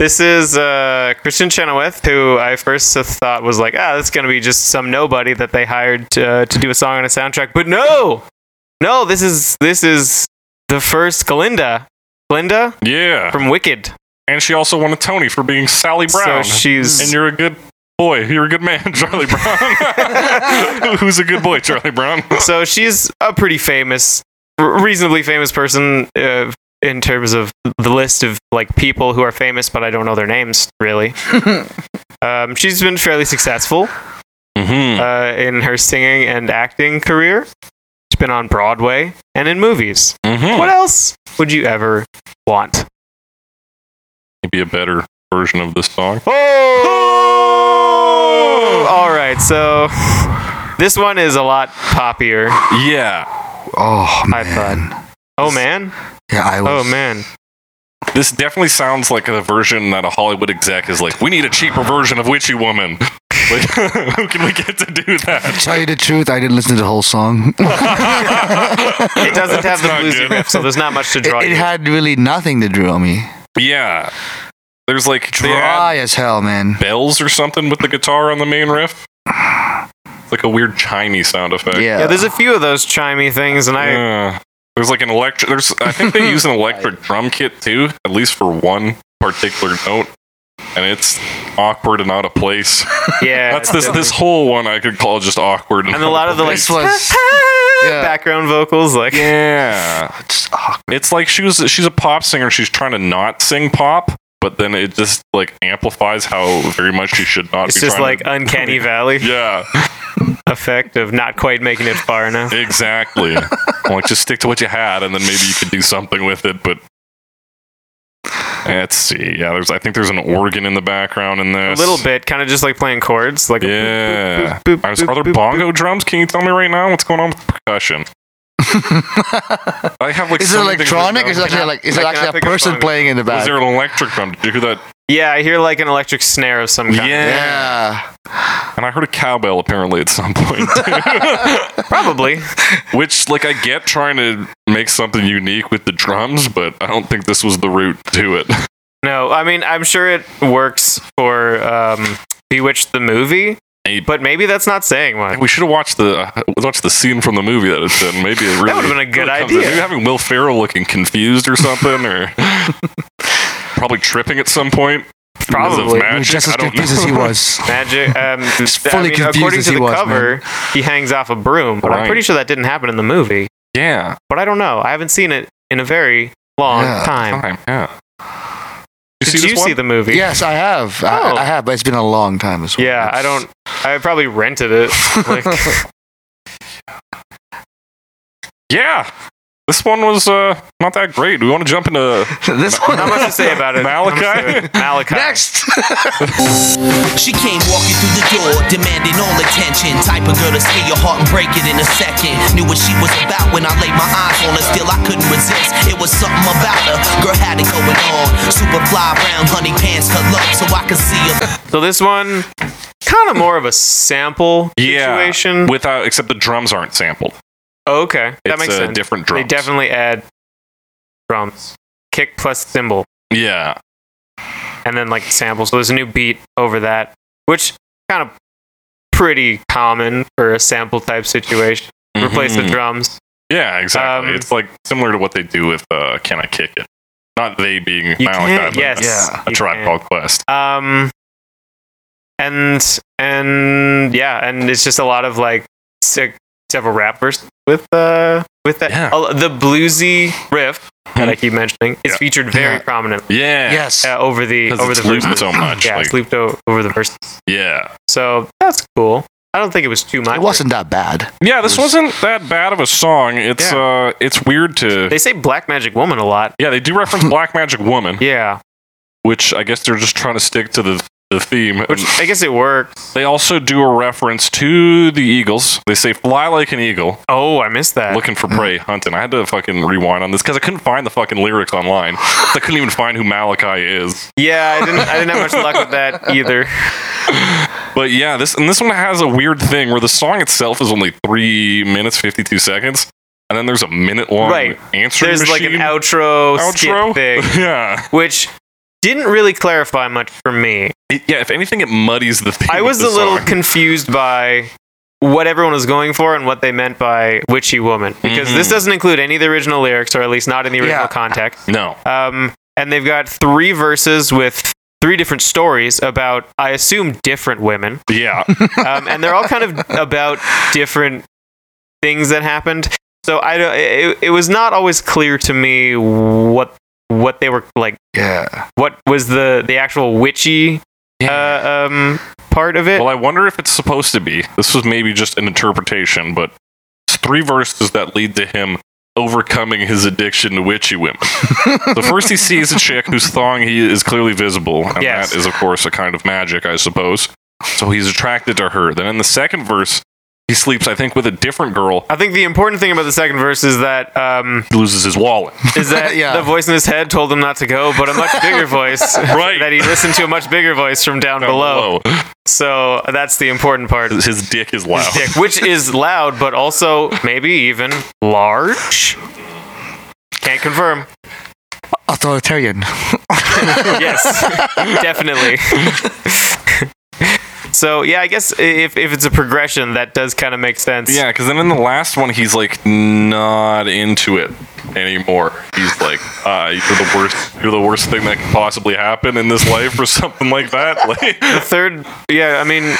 Speaker 2: This is uh, Christian Chenoweth, who I first thought was like, ah, that's going to be just some nobody that they hired to, uh, to do a song on a soundtrack. But no, no, this is this is the first Glinda, Glinda
Speaker 1: yeah.
Speaker 2: from Wicked.
Speaker 1: And she also won a Tony for being Sally Brown.
Speaker 2: So she's
Speaker 1: and you're a good boy. You're a good man, Charlie Brown. Who's a good boy, Charlie Brown?
Speaker 2: so she's a pretty famous, r- reasonably famous person uh, in terms of the list of like people who are famous, but I don't know their names really. um, she's been fairly successful
Speaker 1: mm-hmm.
Speaker 2: uh, in her singing and acting career. She's been on Broadway and in movies.
Speaker 1: Mm-hmm.
Speaker 2: What else would you ever want?
Speaker 1: Maybe a better version of this song.
Speaker 2: Oh! All right, so this one is a lot poppier.
Speaker 1: Yeah.
Speaker 3: Oh man.
Speaker 2: I thought. Oh man!
Speaker 3: Yeah, I was.
Speaker 2: Oh man!
Speaker 1: This definitely sounds like a version that a Hollywood exec is like, we need a cheaper version of Witchy Woman. Like, who can we get to do that?
Speaker 3: Tell you the truth, I didn't listen to the whole song.
Speaker 2: It doesn't have the
Speaker 1: not
Speaker 2: bluesy
Speaker 1: good.
Speaker 2: riff, so there's not much to
Speaker 3: it,
Speaker 2: draw.
Speaker 3: it
Speaker 2: you.
Speaker 3: had really nothing to draw me.
Speaker 1: Yeah. There's like they add
Speaker 3: Dry as hell, man.
Speaker 1: bells or something with the guitar on the main riff. It's like a weird chimey sound effect.
Speaker 3: Yeah.
Speaker 2: yeah, there's a few of those chimey things, and I
Speaker 1: Yeah. There's like an electric. There's I think they use an electric drum kit too, at least for one particular note, and it's awkward and out of place.
Speaker 2: yeah,
Speaker 1: That's this this whole one I could call just awkward and,
Speaker 2: and a
Speaker 1: out
Speaker 2: lot of the like
Speaker 3: This was- Yeah.
Speaker 2: background vocals, like
Speaker 1: yeah.
Speaker 3: It's ah, awkward.
Speaker 1: It's like she was she's a pop singer. She's trying to not sing pop, but then it just like amplifies how very much she should not.
Speaker 2: it's
Speaker 1: be
Speaker 2: just
Speaker 1: trying
Speaker 2: like uh,
Speaker 1: to-
Speaker 2: uncanny valley
Speaker 1: yeah.
Speaker 2: effect of not quite making it far enough.
Speaker 1: Exactly. I'm like, just stick to what you had, and then maybe you could do something with it. But let's see. Yeah, there's. I think there's an organ in the background in
Speaker 2: A
Speaker 1: this.
Speaker 2: little bit, kind of just like playing chords, like
Speaker 1: Yeah.
Speaker 2: boop, boop,
Speaker 1: I was-
Speaker 2: boop,
Speaker 1: are there
Speaker 2: boop,
Speaker 1: bongo drums? Can you tell me right now what's going on with percussion? I have like.
Speaker 3: Is it
Speaker 1: so many things
Speaker 3: electronic?
Speaker 1: written
Speaker 3: Is it
Speaker 1: down.
Speaker 3: actually like is it
Speaker 2: I cannot
Speaker 3: actually a
Speaker 2: pick a
Speaker 3: person
Speaker 2: song.
Speaker 3: playing in the
Speaker 1: Is
Speaker 3: back?
Speaker 1: there an electric drum? Did you hear that?
Speaker 2: Yeah, I hear like an electric snare of some kind.
Speaker 1: Yeah.
Speaker 3: yeah.
Speaker 1: And I heard a cowbell apparently at some point,
Speaker 2: Probably.
Speaker 1: which like I get trying to make something unique with the drums, but I don't think this was the route to it.
Speaker 2: No, I mean, I'm sure it works for um, Bewitched the movie,
Speaker 1: Maybe.
Speaker 2: but maybe that's not saying much.
Speaker 1: We should have watched the uh, watched the scene from the movie that it's in. Maybe it really
Speaker 2: would've been a good
Speaker 1: really comes in.
Speaker 2: idea.
Speaker 1: Maybe having Will Ferrell looking confused or something, or probably tripping at some point. because of
Speaker 2: Probably.
Speaker 1: magic.
Speaker 3: He was just
Speaker 1: I
Speaker 3: as
Speaker 1: don't
Speaker 3: confused
Speaker 1: know.
Speaker 3: as he was.
Speaker 2: Magic. Um, I
Speaker 3: fully
Speaker 2: mean,
Speaker 3: confused
Speaker 2: according
Speaker 3: as
Speaker 2: to
Speaker 3: he
Speaker 2: the
Speaker 3: was,
Speaker 2: cover, he hangs off a broom, but I'm
Speaker 1: Right.
Speaker 2: pretty sure that didn't happen in the movie.
Speaker 1: yeah,
Speaker 2: But I don't know. I haven't seen it in a very long
Speaker 3: Yeah.
Speaker 2: time.
Speaker 1: time. Yeah. You
Speaker 2: Did
Speaker 1: see
Speaker 2: you
Speaker 1: this
Speaker 2: see
Speaker 1: one?
Speaker 2: the movie?
Speaker 3: Yes, I have. I,
Speaker 2: Oh.
Speaker 3: I have, but it's been a long time as well.
Speaker 2: Yeah, I don't. I probably rented it. Like,
Speaker 1: yeah, this one was uh, not that great. We want to jump into
Speaker 3: this one.
Speaker 2: not much to say about it.
Speaker 1: Malachi?
Speaker 2: Not much to it. Malachi.
Speaker 3: Next.
Speaker 7: She came walking through the door, demanding all attention. Type of girl to steal your heart and break it in a second. Knew what she was about when I laid my eyes on her. Still, I couldn't resist. It was something about her. Girl had it going on. Super fly brown honey pants, her look, so I could see her.
Speaker 2: So this one, kind of more of a sample
Speaker 1: yeah,
Speaker 2: situation.
Speaker 1: without except the drums aren't sampled.
Speaker 2: oh, okay, that
Speaker 1: it's
Speaker 2: makes
Speaker 1: uh,
Speaker 2: sense.
Speaker 1: different
Speaker 2: They
Speaker 1: drums.
Speaker 2: definitely add drums, kick plus cymbal,
Speaker 1: yeah,
Speaker 2: and then like sample. So there's a new beat over that, which kind of pretty common for a sample type situation. Replace the
Speaker 1: Mhm.
Speaker 2: drums.
Speaker 1: Yeah, exactly.
Speaker 2: Um,
Speaker 1: it's like similar to what they do with uh, "Can I Kick It?" Not they being
Speaker 2: You
Speaker 1: Malachi,
Speaker 2: can't-
Speaker 1: but
Speaker 2: yes,
Speaker 3: Yeah.
Speaker 1: a
Speaker 2: you
Speaker 1: tribe
Speaker 2: can.
Speaker 1: called Quest.
Speaker 2: Um, and and yeah, and it's just a lot of like se- several rap verses with uh with that
Speaker 1: Yeah. Hmm.
Speaker 2: oh, the bluesy riff that I keep mentioning is
Speaker 1: Yeah.
Speaker 2: featured very
Speaker 3: Yeah.
Speaker 2: prominently
Speaker 1: Yeah,
Speaker 3: yes.
Speaker 2: uh, over the
Speaker 1: because
Speaker 2: over
Speaker 1: it's
Speaker 2: the
Speaker 1: looped
Speaker 2: verses.
Speaker 1: so much.
Speaker 2: Yeah,
Speaker 1: like,
Speaker 2: it's looped o- over the verses.
Speaker 1: yeah,
Speaker 2: So that's cool. I don't think it was too much.
Speaker 3: It wasn't that bad.
Speaker 1: yeah. This wasn't that bad of a song. It's uh, it's weird to.
Speaker 2: They say Black Magic Woman a lot.
Speaker 1: yeah, they do reference Black Magic Woman,
Speaker 2: Yeah.
Speaker 1: which I guess they're just trying to stick to the the theme.
Speaker 2: Which
Speaker 1: And
Speaker 2: I guess it works.
Speaker 1: they also do a reference to the Eagles. They say "Fly like an eagle,
Speaker 2: Oh, I missed that.
Speaker 1: looking for prey, hunting." I had to fucking rewind on this because I couldn't find the fucking lyrics online. I couldn't even find who Malachi is.
Speaker 2: Yeah, I didn't. I didn't have much luck with that either.
Speaker 1: But yeah, this and this one has a weird thing where the song itself is only three minutes fifty two seconds, and then there's a minute long
Speaker 2: Right.
Speaker 1: answer
Speaker 2: There's like
Speaker 1: machine
Speaker 2: an outro,
Speaker 1: outro
Speaker 2: skit thing,
Speaker 1: yeah,
Speaker 2: which didn't really clarify much for me.
Speaker 1: It- yeah. If anything, it muddies the theme.
Speaker 2: I
Speaker 1: of
Speaker 2: was
Speaker 1: the
Speaker 2: a little
Speaker 1: song.
Speaker 2: confused by what everyone was going for and what they meant by witchy woman because this
Speaker 1: Mhm.
Speaker 2: doesn't include any of the original lyrics or at least not in the original
Speaker 3: Yeah.
Speaker 2: context.
Speaker 1: no.
Speaker 2: Um, and they've got three verses with three different stories about, I assume, different women.
Speaker 1: Yeah,
Speaker 2: um, and they're all kind of about different things that happened. So I don't. It, it was not always clear to me what what they were like.
Speaker 3: Yeah.
Speaker 2: What was the the actual witchy uh, um, part of it?
Speaker 1: Well, I wonder if it's supposed to be. This was maybe just an interpretation, but it's three verses that lead to him overcoming his addiction to witchy women. so first he sees a chick whose thong he is clearly visible, and
Speaker 2: Yes.
Speaker 1: that is of course a kind of magic, I suppose. So he's attracted to her. Then in the second verse, he sleeps, I think, with a different girl.
Speaker 2: I think the important thing about the second verse is that um,
Speaker 1: He loses his wallet.
Speaker 2: is that
Speaker 3: Yeah.
Speaker 2: the voice in his head told him not to go, but a much bigger voice.
Speaker 1: Right.
Speaker 2: that he listened to a much bigger voice from down,
Speaker 1: Down
Speaker 2: below. So that's the important part.
Speaker 1: below. His dick is loud.
Speaker 2: Dick, which is loud, but also maybe even large. Can't confirm.
Speaker 3: Authoritarian.
Speaker 2: Yes, definitely. so yeah, I guess if if it's a progression, that does kind of make sense.
Speaker 1: Yeah, because then in the last one, he's like not into it anymore. He's like, uh, "You're the worst. You're the worst thing that could possibly happen in this life," or something like that. Like,
Speaker 2: The third, yeah, I mean,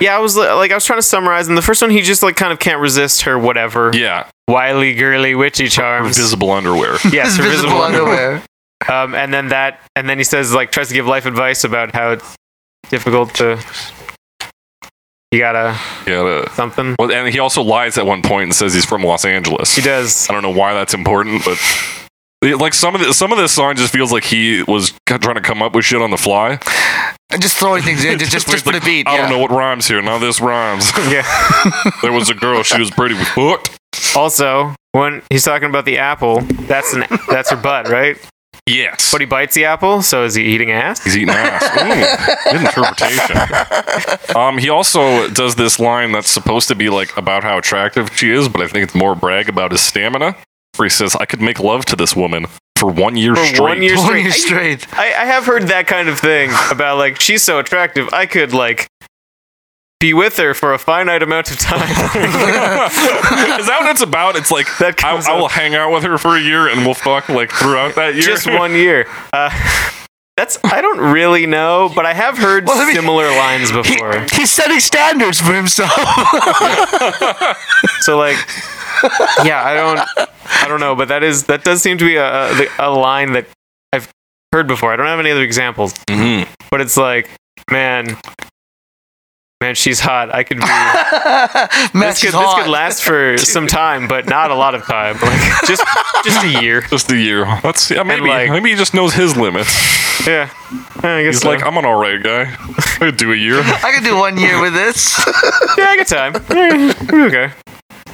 Speaker 2: yeah, I was li- like, I was trying to summarize, and the first one, he just like kind of can't resist her, whatever.
Speaker 1: yeah,
Speaker 2: Wily, girly, witchy charms.
Speaker 1: invisible underwear.
Speaker 2: Yes, her
Speaker 3: Invisible
Speaker 2: visible
Speaker 3: underwear.
Speaker 2: Um, and then that, and then he says like tries to give life advice about how it's difficult to. You gotta
Speaker 1: Yeah. the-
Speaker 2: something.
Speaker 1: Well, and he also lies at one point and says he's from Los Angeles.
Speaker 2: He does.
Speaker 1: I don't know why that's important, but like some of the, some of this song just feels like he was trying to come up with shit on the fly.
Speaker 3: Just throwing things in, just, just, just for the
Speaker 1: Like,
Speaker 3: beat.
Speaker 1: I
Speaker 3: yeah.
Speaker 1: don't know what rhymes here. Now this rhymes.
Speaker 2: Yeah.
Speaker 1: there was a girl. She was pretty. We fucked.
Speaker 2: Also, when he's talking about the apple, that's an that's her butt, right?
Speaker 1: Yes.
Speaker 2: But he bites the apple, so is he eating ass?
Speaker 1: He's eating ass. Ooh, good interpretation. Um, he also does this line that's supposed to be like about how attractive she is, but I think it's more brag about his stamina. Where he says, "I could make love to this woman for one year
Speaker 2: For
Speaker 1: straight."
Speaker 2: one year
Speaker 3: Pulling
Speaker 2: straight.
Speaker 3: you straight.
Speaker 2: I, I have heard that kind of thing about like she's so attractive, I could like be with her for a finite amount of time.
Speaker 1: is that what it's about? It's like
Speaker 2: That
Speaker 1: I,
Speaker 2: comes
Speaker 1: I will
Speaker 2: up.
Speaker 1: hang out with her for a year and we'll fuck like throughout that year.
Speaker 2: Just one year. Uh, that's I don't really know, but I have heard
Speaker 3: Well, I mean-
Speaker 2: similar lines
Speaker 3: He,
Speaker 2: before.
Speaker 3: he's setting standards for himself.
Speaker 2: So like, yeah, I don't, I don't know, but that is that does seem to be a a, the- a line that I've heard before. I don't have any other examples,
Speaker 1: Mhm.
Speaker 2: but it's like, man, man, she's hot. I could be. This
Speaker 3: Max
Speaker 2: could,
Speaker 3: is
Speaker 2: this
Speaker 3: hot.
Speaker 2: could last for some time, but not a lot of time. Like just just a year.
Speaker 1: Just a year. Let's see. Yeah, maybe
Speaker 2: like-
Speaker 1: maybe he just knows his limits.
Speaker 2: Yeah, yeah I guess
Speaker 1: He's
Speaker 2: so.
Speaker 1: like, I'm an alright guy. I could do a year.
Speaker 3: I could do one year with this.
Speaker 2: "Oh, yeah, I got time. Yeah, we're okay.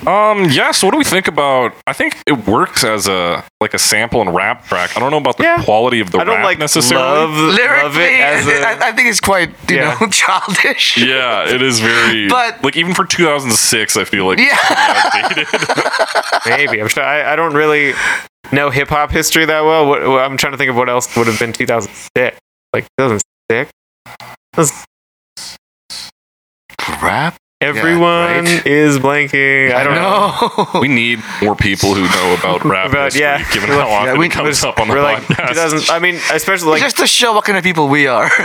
Speaker 1: Um. Yeah. So, what do we think about? I think it works as a like a sample and rap track. I don't know about the
Speaker 2: Yeah.
Speaker 1: quality of the
Speaker 2: I don't
Speaker 1: rap
Speaker 2: like
Speaker 1: necessarily.
Speaker 2: love, love
Speaker 3: Lyrically,
Speaker 2: it as a.
Speaker 3: I I think it's quite, you
Speaker 2: Yeah.
Speaker 3: know, childish.
Speaker 1: yeah, it is very.
Speaker 3: But-
Speaker 1: like even for 2006, I feel like
Speaker 3: Yeah.
Speaker 1: it's pretty outdated.
Speaker 2: Maybe I'm sure. I, I don't really know hip hop history that well. What, what- I'm trying to think of what else would have been 2006, like 2006.
Speaker 3: Rap?
Speaker 2: Everyone
Speaker 3: right.
Speaker 2: is blanking. I don't know.
Speaker 1: we need more people who know about rap
Speaker 2: About-
Speaker 1: history,
Speaker 2: yeah.
Speaker 1: given how often
Speaker 3: we-
Speaker 1: it comes up on the
Speaker 2: We're like
Speaker 1: podcast.
Speaker 2: 2000. I mean, especially like
Speaker 3: Just to show what kind of people we are.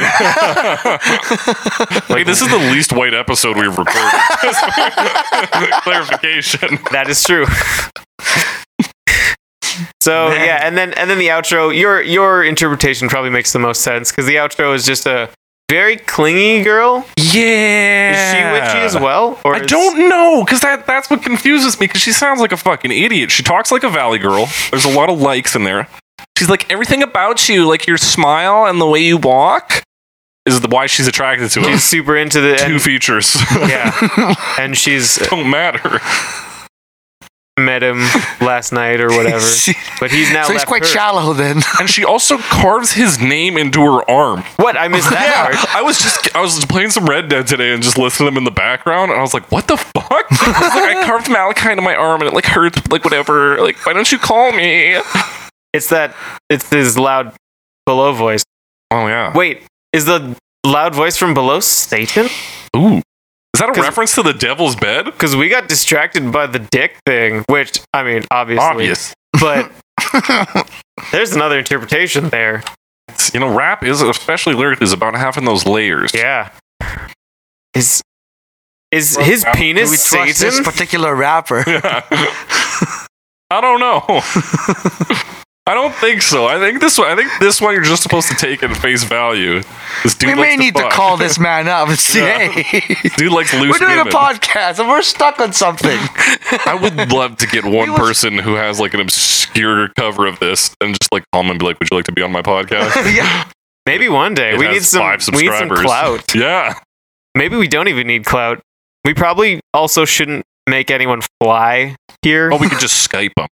Speaker 1: Wait, this is the least white episode we've recorded. Just for clarification.
Speaker 2: that is true. so
Speaker 3: Man.
Speaker 2: yeah, and then and then the outro. Your your interpretation probably makes the most sense because the outro is just a very clingy girl. Is she
Speaker 1: Yeah.
Speaker 2: witchy as well? Or
Speaker 1: I
Speaker 2: is-
Speaker 1: don't know, because that, that's what confuses me, because she sounds like a fucking idiot. She talks like a valley girl. There's a lot of likes in there. She's like, everything about you, like your smile and the way you walk. is the why she's attracted to him.
Speaker 2: She's super into the
Speaker 1: Two
Speaker 2: and,
Speaker 1: features
Speaker 2: yeah, and she's
Speaker 1: don't matter.
Speaker 2: met him last night or whatever. But he's now.
Speaker 3: so he's
Speaker 2: left
Speaker 3: quite
Speaker 2: her.
Speaker 3: shallow then.
Speaker 1: And she also carves his name into her arm.
Speaker 2: What I missed that
Speaker 1: Yeah,
Speaker 2: part.
Speaker 1: I was just I was playing some Red Dead today and just listening to them in the background, and I was like, "What the fuck?" I was like, "I carved malachite in my arm, and it like hurts, like whatever. Like, why don't you call me?"
Speaker 2: It's that. It's his loud below voice.
Speaker 1: Oh yeah.
Speaker 2: Wait, is the loud voice from below Satan?
Speaker 1: Ooh, is that a
Speaker 2: 'Cause-
Speaker 1: reference to the Devil's Bed?
Speaker 2: Because we got distracted by the dick thing, which I mean, obviously,
Speaker 1: Obvious.
Speaker 2: but there's another interpretation there.
Speaker 1: It's- You know, rap is especially lyric is about having those layers.
Speaker 2: Yeah. Is is his
Speaker 3: Do we
Speaker 2: penis
Speaker 3: trust this
Speaker 2: Satan?
Speaker 3: particular rapper?
Speaker 1: I don't know. I don't think so. I think this one. I think this one you're just supposed to take at face value. This dude
Speaker 3: we may
Speaker 1: likes
Speaker 3: need to
Speaker 1: fuck.
Speaker 3: call this man up and see.
Speaker 1: Yeah.
Speaker 3: Hey,
Speaker 1: Dude likes loose
Speaker 3: we're doing
Speaker 1: women.
Speaker 3: a podcast and we're stuck on something.
Speaker 1: I would love to get one
Speaker 3: was-
Speaker 1: person who has like an obscure cover of this and just like call them and be like, "Would you like to be on my podcast?"
Speaker 3: yeah.
Speaker 2: Maybe one day
Speaker 1: It
Speaker 2: we
Speaker 1: has
Speaker 2: need some
Speaker 1: five
Speaker 2: we need some
Speaker 1: subscribers.
Speaker 2: clout.
Speaker 1: yeah,
Speaker 2: Maybe we don't even need clout. We probably also shouldn't make anyone fly here.
Speaker 1: or we could just Skype them.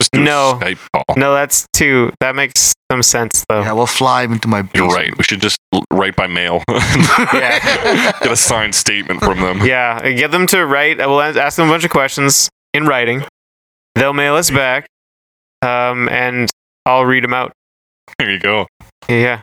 Speaker 1: Just do
Speaker 2: No.
Speaker 1: a Skype call.
Speaker 2: no, that's too. That makes some sense though.
Speaker 3: yeah, we'll fly him into my.
Speaker 1: You're
Speaker 3: basement.
Speaker 1: right. We should just l- write by mail.
Speaker 2: Yeah.
Speaker 1: Get a signed statement from them.
Speaker 2: yeah, get them to write. We'll a- ask them a bunch of questions in writing. They'll mail us back, um, and I'll read them out.
Speaker 1: There you go.
Speaker 2: Yeah,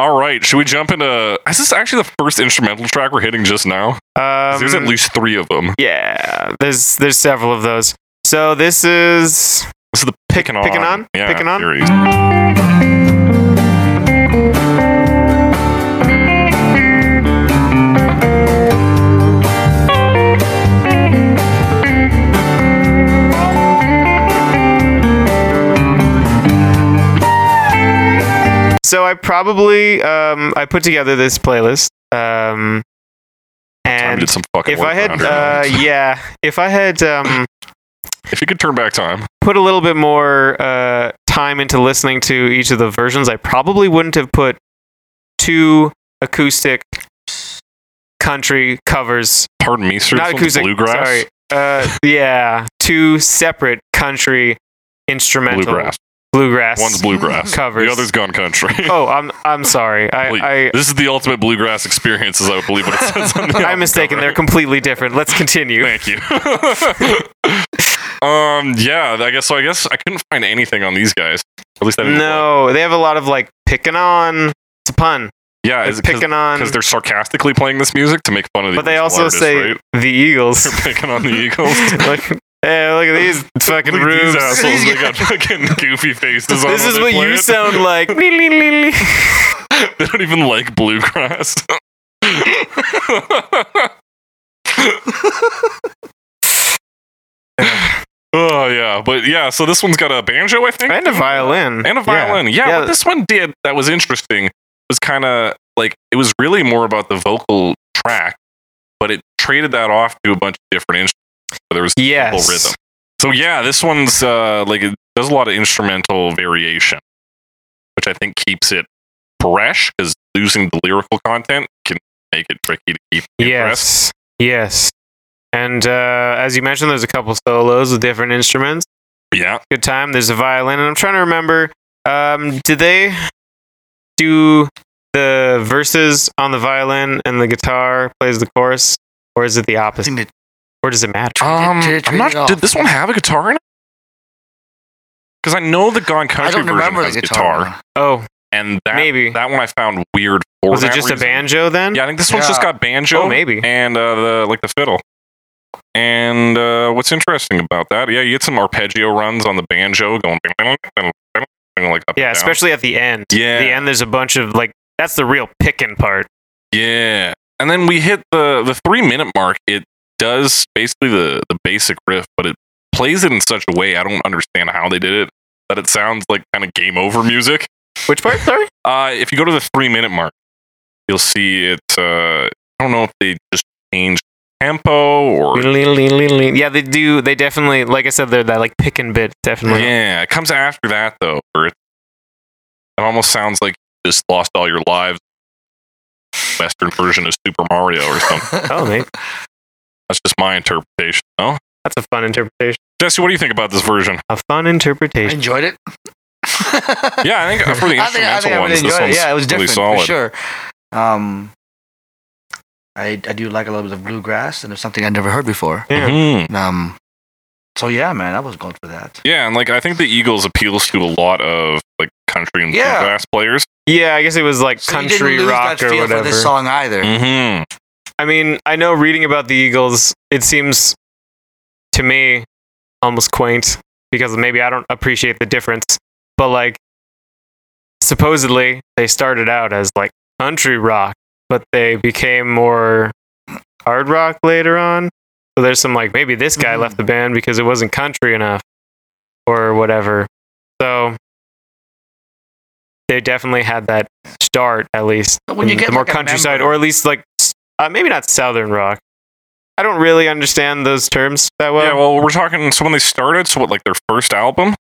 Speaker 1: All right. Should we jump into? Is this actually the first instrumental track we're hitting just now? 'Cause
Speaker 2: um,
Speaker 1: There's at least three of them.
Speaker 2: yeah. There's there's several of those. So this is
Speaker 1: This is the picking on,
Speaker 2: Pickin' On?
Speaker 1: yeah,
Speaker 2: Pickin' On?
Speaker 1: series.
Speaker 2: So I probably um, I put together this playlist. Um,
Speaker 1: Time
Speaker 2: and
Speaker 1: did some fucking
Speaker 2: if I had,
Speaker 1: workaround here.
Speaker 2: uh, yeah, if I had um,
Speaker 1: if you could turn back time,
Speaker 2: put a little bit more uh, time into listening to each of the versions, I probably wouldn't have put two acoustic country covers.
Speaker 1: pardon me, sir.
Speaker 2: not
Speaker 1: this one's
Speaker 2: acoustic.
Speaker 1: bluegrass,
Speaker 2: Sorry. Uh, yeah, two separate country instrumental
Speaker 1: bluegrass.
Speaker 2: bluegrass
Speaker 1: One's bluegrass.
Speaker 2: covers.
Speaker 1: The other's gone country.
Speaker 2: oh, I'm I'm sorry.
Speaker 1: Wait,
Speaker 2: I, I
Speaker 1: this is the ultimate bluegrass experience, as I would believe what it says on the album
Speaker 2: I'm mistaken.
Speaker 1: cover.
Speaker 2: They're completely different. Let's continue.
Speaker 1: Thank you. um. Yeah. I guess so. I guess I couldn't find anything on these guys. At least I didn't.
Speaker 2: No, they have a lot of like picking on. It's a pun.
Speaker 1: Yeah.
Speaker 2: Like,
Speaker 1: Is
Speaker 2: picking on.
Speaker 1: because they're sarcastically playing this music to make fun of the.
Speaker 2: but they
Speaker 1: original
Speaker 2: also
Speaker 1: artist,
Speaker 2: say
Speaker 1: right?
Speaker 2: the Eagles.
Speaker 1: they're picking on the Eagles.
Speaker 2: like, hey, look at these fucking
Speaker 1: Look at
Speaker 2: rubes.
Speaker 1: these assholes. They
Speaker 2: This
Speaker 1: got fucking goofy faces on.
Speaker 2: is
Speaker 1: when
Speaker 2: what
Speaker 1: they play
Speaker 2: you
Speaker 1: it.
Speaker 2: sound like.
Speaker 1: they don't even like bluegrass. oh yeah, but yeah. So this one's got a banjo, I think,
Speaker 2: and a violin.
Speaker 1: and a violin. Yeah,
Speaker 2: Yeah.
Speaker 1: what this one did that was interesting was kind of like it was really more about the vocal track, but it traded that off to a bunch of different instruments. So there was
Speaker 2: Yes.
Speaker 1: full rhythm. So yeah, this one's uh, like it does a lot of instrumental variation, which I think keeps it fresh because losing the lyrical content can make it tricky to keep. it fresh.
Speaker 2: Yes. Yes. And uh, as you mentioned, there's a couple solos with different instruments.
Speaker 1: Yeah.
Speaker 2: good time. There's a violin, and I'm trying to remember. Um, did they do the verses on the violin and the guitar plays the chorus, or is it the
Speaker 3: I
Speaker 2: opposite?
Speaker 3: think that-
Speaker 2: Or does it matter?
Speaker 1: Um,
Speaker 3: Turn it
Speaker 1: I'm not.
Speaker 3: off.
Speaker 1: Did this one have a guitar in it? Because I know the Gone
Speaker 3: I
Speaker 1: Country
Speaker 3: don't
Speaker 1: version
Speaker 3: remember
Speaker 1: has
Speaker 3: the
Speaker 1: guitar,
Speaker 3: guitar.
Speaker 2: Oh,
Speaker 1: and that
Speaker 2: maybe
Speaker 1: that one I found weird. For
Speaker 2: was it
Speaker 1: that
Speaker 2: just a
Speaker 1: reason.
Speaker 2: banjo then?
Speaker 1: Yeah, I think this one's just
Speaker 3: Yeah.
Speaker 1: got banjo.
Speaker 2: Oh, maybe.
Speaker 1: and uh, the like the fiddle. And uh, what's interesting about that? Yeah, you get some arpeggio runs on the banjo going like up and
Speaker 2: Yeah,
Speaker 1: down.
Speaker 2: especially at the end.
Speaker 1: yeah,
Speaker 2: The end. There's a bunch of like that's the real picking part.
Speaker 1: yeah. And then we hit the the three minute mark. It does basically the the basic riff, but it plays it in such a way I don't understand how they did it that it sounds like kind of game over music.
Speaker 2: Which part? Sorry.
Speaker 1: Uh, if you go to the three minute mark, you'll see it. Uh, I don't know if they just changed tempo or
Speaker 2: yeah, they do. They definitely, like I said, they're that like picking bit definitely.
Speaker 1: Yeah, it comes after that though. Where it, it almost sounds like just lost all your lives. Western version of Super Mario or something.
Speaker 2: Oh, mate.
Speaker 1: That's just my interpretation. No,
Speaker 2: That's a fun interpretation.
Speaker 1: Jesse, what do you think about this version?
Speaker 2: A fun
Speaker 3: I
Speaker 2: interpretation.
Speaker 3: enjoyed it. yeah,
Speaker 1: Yeah, I think for the instrumental ones, this one's
Speaker 3: Yeah, it was
Speaker 1: really
Speaker 3: different
Speaker 1: solid.
Speaker 3: for sure. Um, I I do like a little bit of bluegrass, and it's something I'd never heard before.
Speaker 2: Yeah.
Speaker 1: Mhm.
Speaker 3: Um, so yeah, man, I was going for that.
Speaker 1: Yeah, and like I think the Eagles appeals to a lot of like country and
Speaker 3: Yeah.
Speaker 1: bluegrass players.
Speaker 2: Yeah, I guess it was like
Speaker 3: So you didn't
Speaker 2: country
Speaker 3: lose
Speaker 2: rock
Speaker 3: that
Speaker 2: or
Speaker 3: feel
Speaker 2: whatever.
Speaker 3: for this song either.
Speaker 1: Mm-hmm.
Speaker 2: I mean, I know reading about the Eagles, it seems to me almost quaint because maybe I don't appreciate the difference. But like, supposedly they started out as like country rock, but they became more hard rock later on. So there's some like maybe this guy
Speaker 3: Mhm.
Speaker 2: left the band because it wasn't country enough or whatever. So they definitely had that start at least
Speaker 3: But when you
Speaker 2: in
Speaker 3: get,
Speaker 2: the more
Speaker 3: like, a
Speaker 2: countryside
Speaker 3: member-
Speaker 2: or at least like s- uh, maybe not southern rock i don't really understand those terms that well,
Speaker 1: yeah, well, we're talking. So when they started, so what, like their first album?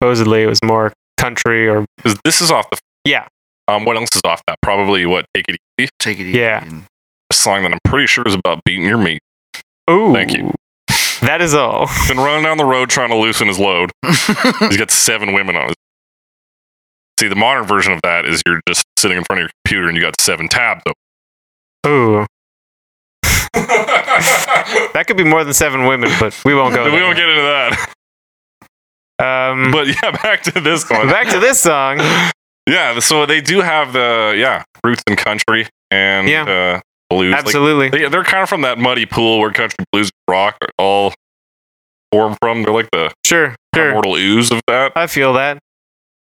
Speaker 2: supposedly it was more country or
Speaker 1: Because this is off the.
Speaker 2: Yeah.
Speaker 1: Um, what else is off that? Probably what Take It Easy,
Speaker 3: Take it easy.
Speaker 2: Yeah.
Speaker 3: and-
Speaker 1: a song that I'm pretty sure is about beating your meat.
Speaker 2: ooh
Speaker 1: Thank you.
Speaker 2: that is all
Speaker 1: Been running down the road trying to loosen his load. He's got seven women on his. See, the modern version of that is you're just sitting in front of your computer and you got seven tabs
Speaker 2: ooh
Speaker 1: open.
Speaker 2: that could be more than seven women but we won't go
Speaker 1: we
Speaker 2: there.
Speaker 1: won't get into that.
Speaker 2: um
Speaker 1: But yeah, back to this one.
Speaker 2: back to this song
Speaker 1: Yeah, so they do have the yeah roots and country and
Speaker 2: Yeah.
Speaker 1: uh, blues. Like,
Speaker 2: absolutely
Speaker 1: they, they're kind of from that muddy pool where country blues and rock are all formed from. They're like the
Speaker 2: sure sure
Speaker 1: immortal ooze of that.
Speaker 2: i feel that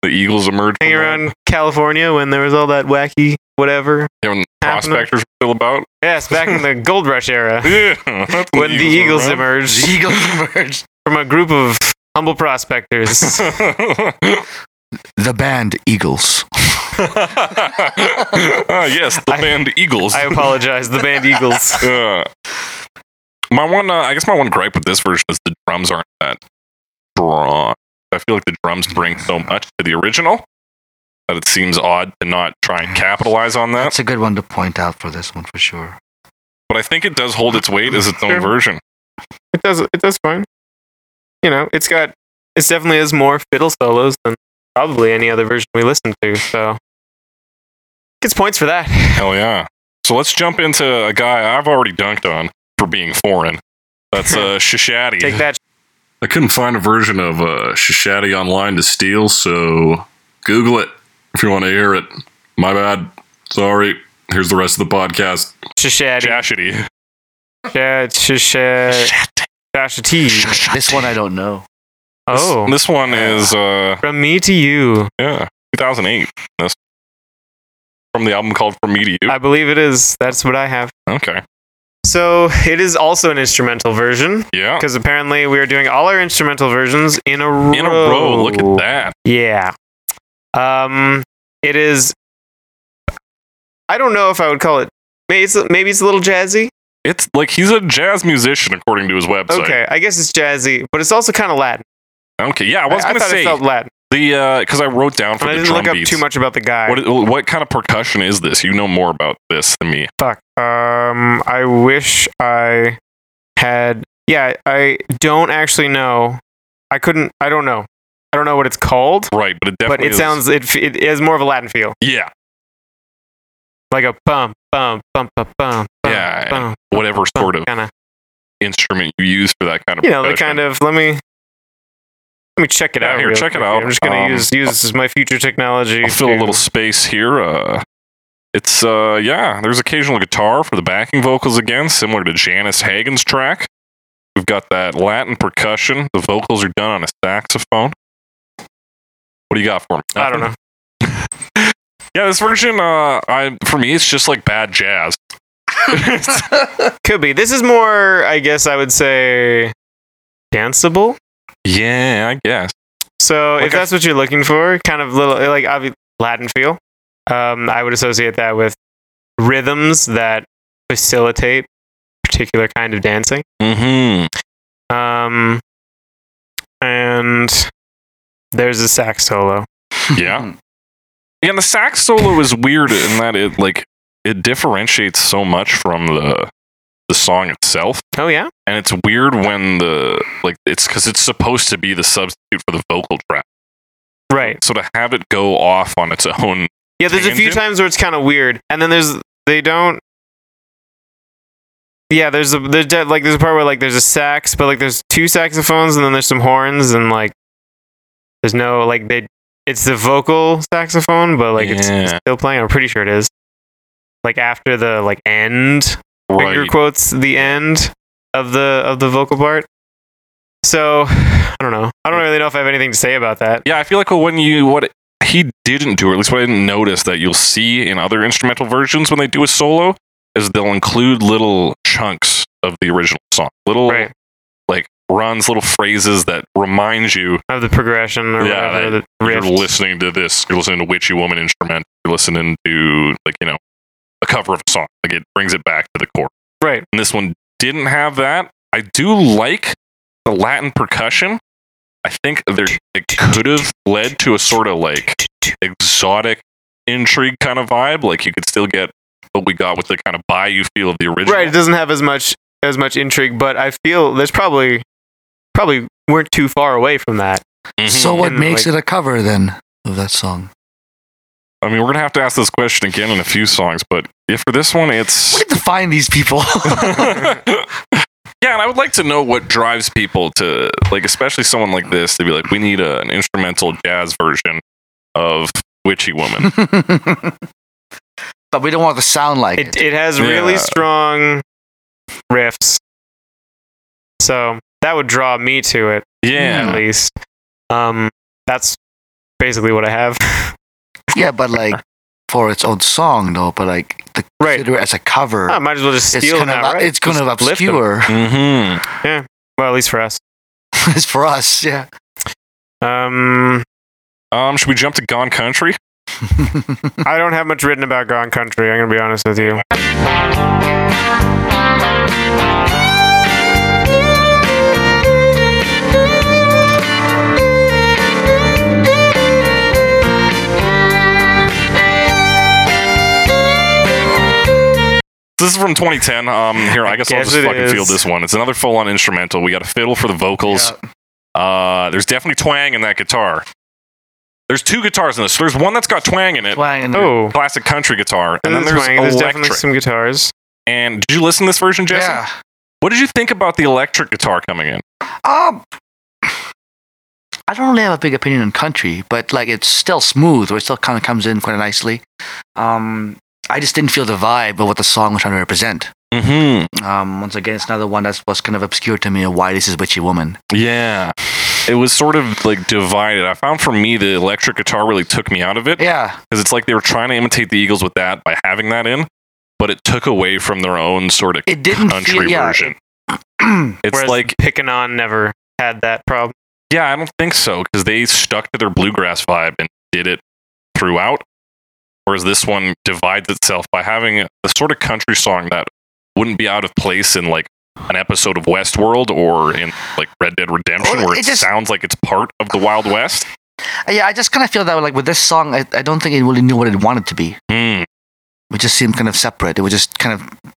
Speaker 1: The Eagles emerged.
Speaker 2: hanging
Speaker 1: from that.
Speaker 2: around california when there was all that wacky whatever
Speaker 1: Yeah, when the
Speaker 2: happening.
Speaker 1: prospectors were still about. Ah,
Speaker 2: yes back in the gold rush era
Speaker 1: Yeah, that's
Speaker 2: when the eagles
Speaker 1: were around.
Speaker 3: the
Speaker 2: emerged
Speaker 3: Eagles emerged.
Speaker 2: from a group of humble prospectors
Speaker 3: The band Eagles.
Speaker 1: Ah, yes, the
Speaker 2: I-
Speaker 1: band Eagles.
Speaker 2: I apologize. The band Eagles.
Speaker 1: Yeah. my one, uh, I guess my one gripe with this version is the drums aren't that strong. I feel like the drums bring so much to the original that it seems odd to not try and capitalize on that.
Speaker 3: That's a good one to point out for this one for sure.
Speaker 1: But I think it does hold its weight as its own
Speaker 2: Sure.
Speaker 1: version.
Speaker 2: It does. It does fine. You know, it's got. It definitely is more fiddle solos than probably any other version we listened to. So gets points for that.
Speaker 1: Hell yeah. So let's jump into a guy I've already dunked on for being foreign. That's uh, Shishati.
Speaker 2: Take that.
Speaker 1: I couldn't find a version of uh, Shishati online to steal, so Google it if you want to hear it. My bad. Sorry. Here's the rest of the podcast.
Speaker 2: Shashadi.
Speaker 1: Shashity.
Speaker 2: Shashati. Shashati.
Speaker 3: This one I don't know.
Speaker 2: Oh,
Speaker 1: This one is, uh,
Speaker 2: from me to you.
Speaker 1: yeah, 2008. This from the album called From Me to You.
Speaker 2: I believe it is. That's what I have.
Speaker 1: Okay.
Speaker 2: So it is also an instrumental version
Speaker 1: Yeah.
Speaker 2: because apparently we are doing all our instrumental versions in a row.
Speaker 1: In a row. Look at that.
Speaker 2: Yeah. Um, it is. I don't know if I would call it. Maybe it's maybe it's a little jazzy.
Speaker 1: It's like he's a jazz musician, according to his website. Okay.
Speaker 2: Okay, I guess it's jazzy, but it's also kind of Latin.
Speaker 1: Yeah, I was going to
Speaker 2: thought
Speaker 1: say
Speaker 2: it felt Latin,
Speaker 1: the uh, because I wrote down for
Speaker 2: and I
Speaker 1: the
Speaker 2: didn't
Speaker 1: drum
Speaker 2: look up
Speaker 1: beats.
Speaker 2: too much about the guy.
Speaker 1: What what kind of percussion is this? You know more about this than me.
Speaker 2: Fuck. Um, I wish I had. Yeah, I don't actually know. I couldn't. I don't know. I don't know what it's called,
Speaker 1: Right, but it
Speaker 2: but
Speaker 1: definitely
Speaker 2: it
Speaker 1: is-
Speaker 2: sounds it f- it has more of a Latin feel,
Speaker 1: yeah,
Speaker 2: like a bump, bump, bump, bump, bump,
Speaker 1: Yeah,
Speaker 2: bump,
Speaker 1: whatever sort of
Speaker 2: kind of
Speaker 1: instrument you use for that kind of
Speaker 2: you know, the
Speaker 1: percussion.
Speaker 2: kind of let me let me check it
Speaker 1: Yeah,
Speaker 2: out.
Speaker 1: here,
Speaker 2: real
Speaker 1: check it
Speaker 2: quick.
Speaker 1: out.
Speaker 2: I'm just gonna
Speaker 1: Um,
Speaker 2: use use my future technology.
Speaker 1: I'll fill a
Speaker 2: to-
Speaker 1: little space here. Uh, it's uh yeah, there's occasional guitar for the backing vocals again, similar to Janice Hagen's track. We've got that Latin percussion. The vocals are done on a saxophone. What do you got for me?
Speaker 2: I don't know.
Speaker 1: Yeah, this version, uh, I for me, it's just like bad jazz.
Speaker 2: Could be. This is more, I guess, I would say, danceable.
Speaker 1: yeah, I guess.
Speaker 2: So
Speaker 1: Like
Speaker 2: if
Speaker 1: a-
Speaker 2: that's what you're looking for, kind of little like obvi- Latin feel. Um, I would associate that with rhythms that facilitate particular kind of dancing.
Speaker 1: Mm-hmm.
Speaker 2: Um, and there's a sax solo.
Speaker 1: Yeah. Yeah, and the sax solo is weird in that it like it differentiates so much from the the song itself,
Speaker 2: Oh yeah,
Speaker 1: and it's weird when the like it's because it's supposed to be the substitute for the vocal track.
Speaker 2: right.
Speaker 1: So to have it go off on its own,
Speaker 2: Yeah, there's a few
Speaker 1: Tangent?
Speaker 2: times where it's kind of weird, and then there's they don't. Yeah, there's a there's de- like there's a part where like there's a sax, but like there's two saxophones, and then there's some horns, and like there's no like they it's the vocal saxophone, but like it's
Speaker 1: Yeah.
Speaker 2: still playing. I'm pretty sure it is. Like after the like end, finger
Speaker 1: right?
Speaker 2: quotes the end of the of the vocal part. So I don't know. I don't really know if I have anything to say about that.
Speaker 1: Yeah, I feel like when you what he didn't do, or at least what I didn't notice that you'll see in other instrumental versions when they do a solo, is they'll include little chunks of the original song, little
Speaker 2: Right.
Speaker 1: like runs, little phrases that remind you
Speaker 2: Of the progression or
Speaker 1: Yeah,
Speaker 2: whatever,
Speaker 1: that-
Speaker 2: the
Speaker 1: you're
Speaker 2: riff.
Speaker 1: listening to this, you're listening to Witchy Woman instrument, you're listening to like you know a cover of a song. Like it brings it back to the core.
Speaker 2: Right.
Speaker 1: And this one didn't have that. I do like the Latin percussion. I think there it could have led to a sort of like exotic intrigue kind of vibe. Like you could still get what we got with the kind of bayou feel of the original.
Speaker 2: Right, it doesn't have as much as much intrigue, but I feel there's probably probably weren't too far away from that.
Speaker 1: Mhm.
Speaker 3: So what
Speaker 2: And,
Speaker 3: makes
Speaker 2: like-
Speaker 3: it a cover then of that song?
Speaker 1: I mean, we're gonna have to ask this question again in a few songs, but if for this one, it's
Speaker 3: We have to find these people.
Speaker 1: yeah, and I would like to know what drives people to like, especially someone like this, to be like, we need a, an instrumental jazz version of Witchy Woman.
Speaker 3: but we don't want it to sound like
Speaker 2: It
Speaker 3: it.
Speaker 2: it has really
Speaker 1: Yeah.
Speaker 2: strong riffs. So that would draw me to it at
Speaker 1: yeah,
Speaker 2: least. Um that's basically what I have.
Speaker 3: Yeah, but like for its own song though. But like to
Speaker 2: Right.
Speaker 3: consider it as a cover,
Speaker 2: I might as well just
Speaker 3: it's
Speaker 2: steal
Speaker 3: kind
Speaker 2: that,
Speaker 3: of
Speaker 2: right?
Speaker 3: it's kind of
Speaker 2: Just lift 'em.
Speaker 3: obscure.
Speaker 1: mm-hmm.
Speaker 2: Well, at least for us.
Speaker 3: it's for us. Yeah.
Speaker 2: Um
Speaker 1: Um, should we jump to Gone Country?
Speaker 2: I don't have much written about Gone Country. I'm gonna be honest with you.
Speaker 1: This is from 2010. Um, here, I guess I'll
Speaker 2: Guess
Speaker 1: just
Speaker 2: it
Speaker 1: fucking
Speaker 2: is.
Speaker 1: field this one. It's another full-on instrumental. We got a fiddle for the vocals.
Speaker 3: Yeah.
Speaker 1: Uh, there's definitely twang in that guitar. There's two guitars in this. There's one that's got twang in it,
Speaker 3: Twang and-
Speaker 2: Oh.
Speaker 1: classic country guitar, and then
Speaker 2: There's
Speaker 1: there's
Speaker 2: twang, there's definitely
Speaker 1: electric.
Speaker 2: some guitars.
Speaker 1: And did you listen to this version, Jesse?
Speaker 3: yeah.
Speaker 1: What did you think about the electric guitar coming in?
Speaker 3: Um, I don't really have a big opinion on country, but like it's still smooth, or it still kind of comes in quite nicely. Um, I just didn't feel the vibe of what the song was trying to represent.
Speaker 1: Mm-hmm.
Speaker 3: Um, once again, it's another one that's was kind of obscure to me of why this is witchy woman.
Speaker 1: Yeah. It was sort of like divided. I found for me the electric guitar really took me out of it because
Speaker 3: Yeah,
Speaker 1: it's like they were trying to imitate the Eagles with that by having that in, but it took away from their own sort of
Speaker 3: it didn't
Speaker 1: country
Speaker 3: feel. Yeah,
Speaker 1: version. It's
Speaker 2: Whereas
Speaker 1: like,
Speaker 2: picking on never had that problem.
Speaker 1: yeah, I don't think so because they stuck to their bluegrass vibe and did it throughout. Whereas this one divides itself by having the sort of country song that wouldn't be out of place in like an episode of Westworld or in like Red Dead Redemption,
Speaker 3: Well,
Speaker 1: where
Speaker 3: it
Speaker 1: it,
Speaker 3: just-
Speaker 1: sounds like it's part of the Wild West.
Speaker 3: yeah. I just kind of feel that like with this song, I, I don't think it really knew what it wanted to be.
Speaker 1: Hmm.
Speaker 3: It just seemed kind of separate. It was just kind of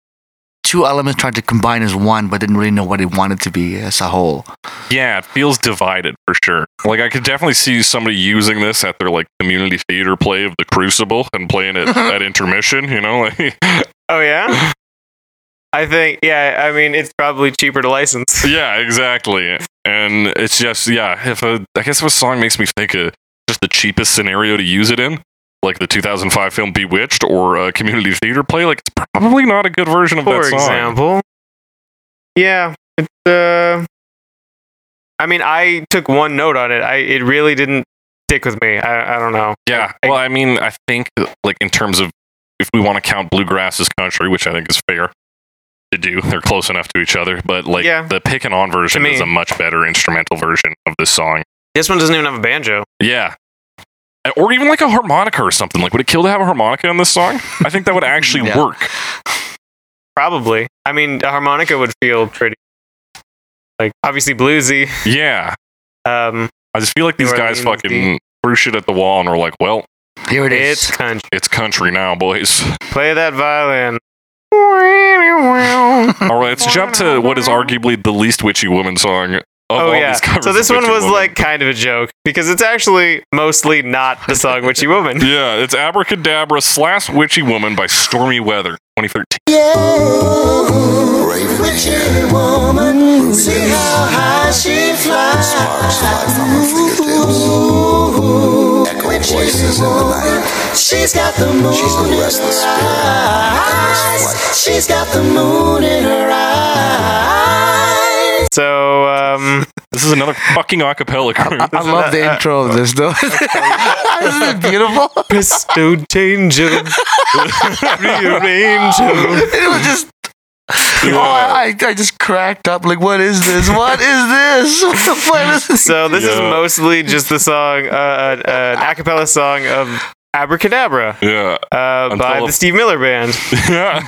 Speaker 3: two elements tried to combine as one, but didn't really know what it wanted to be as a whole.
Speaker 1: Yeah, it feels divided for sure. Like I could definitely see somebody using this at their like community theater play of The Crucible and playing it at intermission. You know, like
Speaker 2: Oh yeah. I think yeah. I mean, it's probably cheaper to license.
Speaker 1: yeah, exactly. And it's just yeah. If a I guess if a song makes me think of just the cheapest scenario to use it in, like the 2005 film Bewitched or a community theater play, like it's probably not a good version of
Speaker 2: For
Speaker 1: that song.
Speaker 2: example. Yeah. It's uh. I mean, I took one note on it. I it really didn't stick with me. I I don't know.
Speaker 1: Yeah.
Speaker 2: I-
Speaker 1: well, I mean, I think like in terms of if we want to count bluegrass as country, which I think is fair to do, they're close enough to each other. But like
Speaker 2: Yeah.
Speaker 1: the pick and on version
Speaker 2: To me.
Speaker 1: is a much better instrumental version of this song.
Speaker 2: This one doesn't even have a banjo.
Speaker 1: Yeah. Or even like a harmonica or something. Like, would it kill to have a harmonica in this song? I think that would actually
Speaker 3: Yeah.
Speaker 1: work.
Speaker 2: Probably. I mean, a harmonica would feel pretty. Like obviously bluesy.
Speaker 1: Yeah.
Speaker 2: Um.
Speaker 1: I just feel like
Speaker 2: New
Speaker 1: these guys
Speaker 2: Orleans
Speaker 1: fucking threw shit at the wall and were like, well,
Speaker 3: Here it is.
Speaker 2: It's country.
Speaker 1: It's country now, boys.
Speaker 2: Play that violin.
Speaker 1: All right, let's jump to what is arguably the least witchy woman song of
Speaker 2: Oh
Speaker 1: all
Speaker 2: yeah.
Speaker 1: these covers.
Speaker 2: So
Speaker 1: of
Speaker 2: this one
Speaker 1: Witchy
Speaker 2: was
Speaker 1: Woman.
Speaker 2: like kind of a joke because it's actually mostly not the song Witchy Woman.
Speaker 1: yeah, it's Abracadabra slash Witchy Woman by Stormy Weather, 2013.
Speaker 4: Witchy woman, see how high she flies. Sparks fly from her fingertips. Echoing voices in the night. She's got the moon She's a restless in her eyes. She's got the moon in her eyes.
Speaker 2: So um,
Speaker 1: This is another fucking acapella group.
Speaker 3: I love the intro of this though. Isn't it beautiful?
Speaker 2: Pisto Danger, Rearrange.
Speaker 3: It was just. Oh, I, I just cracked up. Like, what is this? What is this? What the fuck is this?
Speaker 2: So this is
Speaker 1: Yeah.
Speaker 2: mostly just the song, uh, uh, an a cappella song of Abracadabra
Speaker 1: yeah.
Speaker 2: uh, by
Speaker 1: Until-
Speaker 2: the Steve Miller Band.
Speaker 1: Yeah.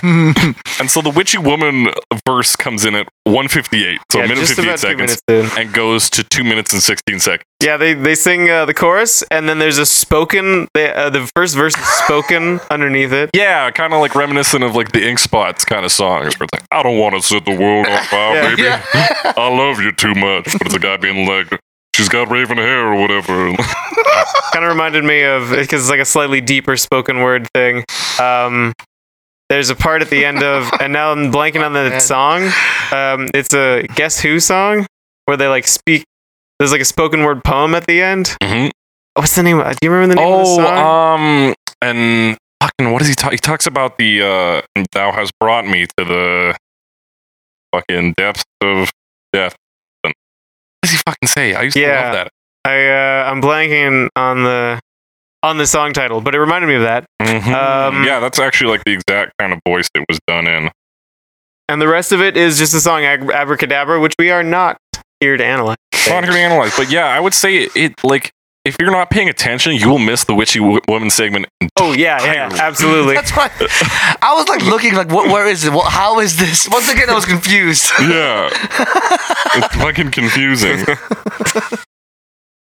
Speaker 1: and so the Witchy Woman verse comes in at 158, so a
Speaker 2: Yeah,
Speaker 1: minute
Speaker 2: just
Speaker 1: 58
Speaker 2: about two
Speaker 1: seconds,
Speaker 2: minutes in.
Speaker 1: and goes to 2 minutes and 16 seconds.
Speaker 2: Yeah, they they sing uh, the chorus, and then there's a spoken. They, uh, the first verse is spoken underneath it.
Speaker 1: Yeah, kind of like reminiscent of like the Ink Spots kind of song. Where it's like, I don't want to set the world on fire,
Speaker 2: Yeah.
Speaker 1: baby. I love you too much. But it's a guy being like, she's got raven hair or whatever.
Speaker 2: kind of reminded me of because it's like a slightly deeper spoken word thing. Um, there's a part at the end of, and now I'm blanking on the
Speaker 3: Man.
Speaker 2: song. Um, it's a Guess Who song where they like speak. There's like a spoken word poem at the end.
Speaker 1: Mhm.
Speaker 2: What's the name? Do you remember the name of the
Speaker 1: Oh,
Speaker 2: song?
Speaker 1: um, and fucking, what does he talk? He talks about the, uh, thou hast brought me to the fucking depths of death. What does he fucking say? I used to
Speaker 2: Yeah.
Speaker 1: love that.
Speaker 2: I uh, I'm blanking on the on the song title, but it reminded me of that.
Speaker 1: Mhm.
Speaker 2: Um,
Speaker 1: yeah, that's actually like the exact kind of voice it was done in.
Speaker 2: And the rest of it is just the song Ab- Abracadabra, which we are not here to analyze.
Speaker 1: not here to analyze, but yeah, I would say it, it like if you're not paying attention, you will miss the witchy w- woman segment.
Speaker 2: Oh yeah, yeah,
Speaker 1: Entirely.
Speaker 2: absolutely.
Speaker 3: That's why I was like looking, like, what, where is it? What, how is this? Once again, I was confused.
Speaker 1: Yeah, it's fucking confusing.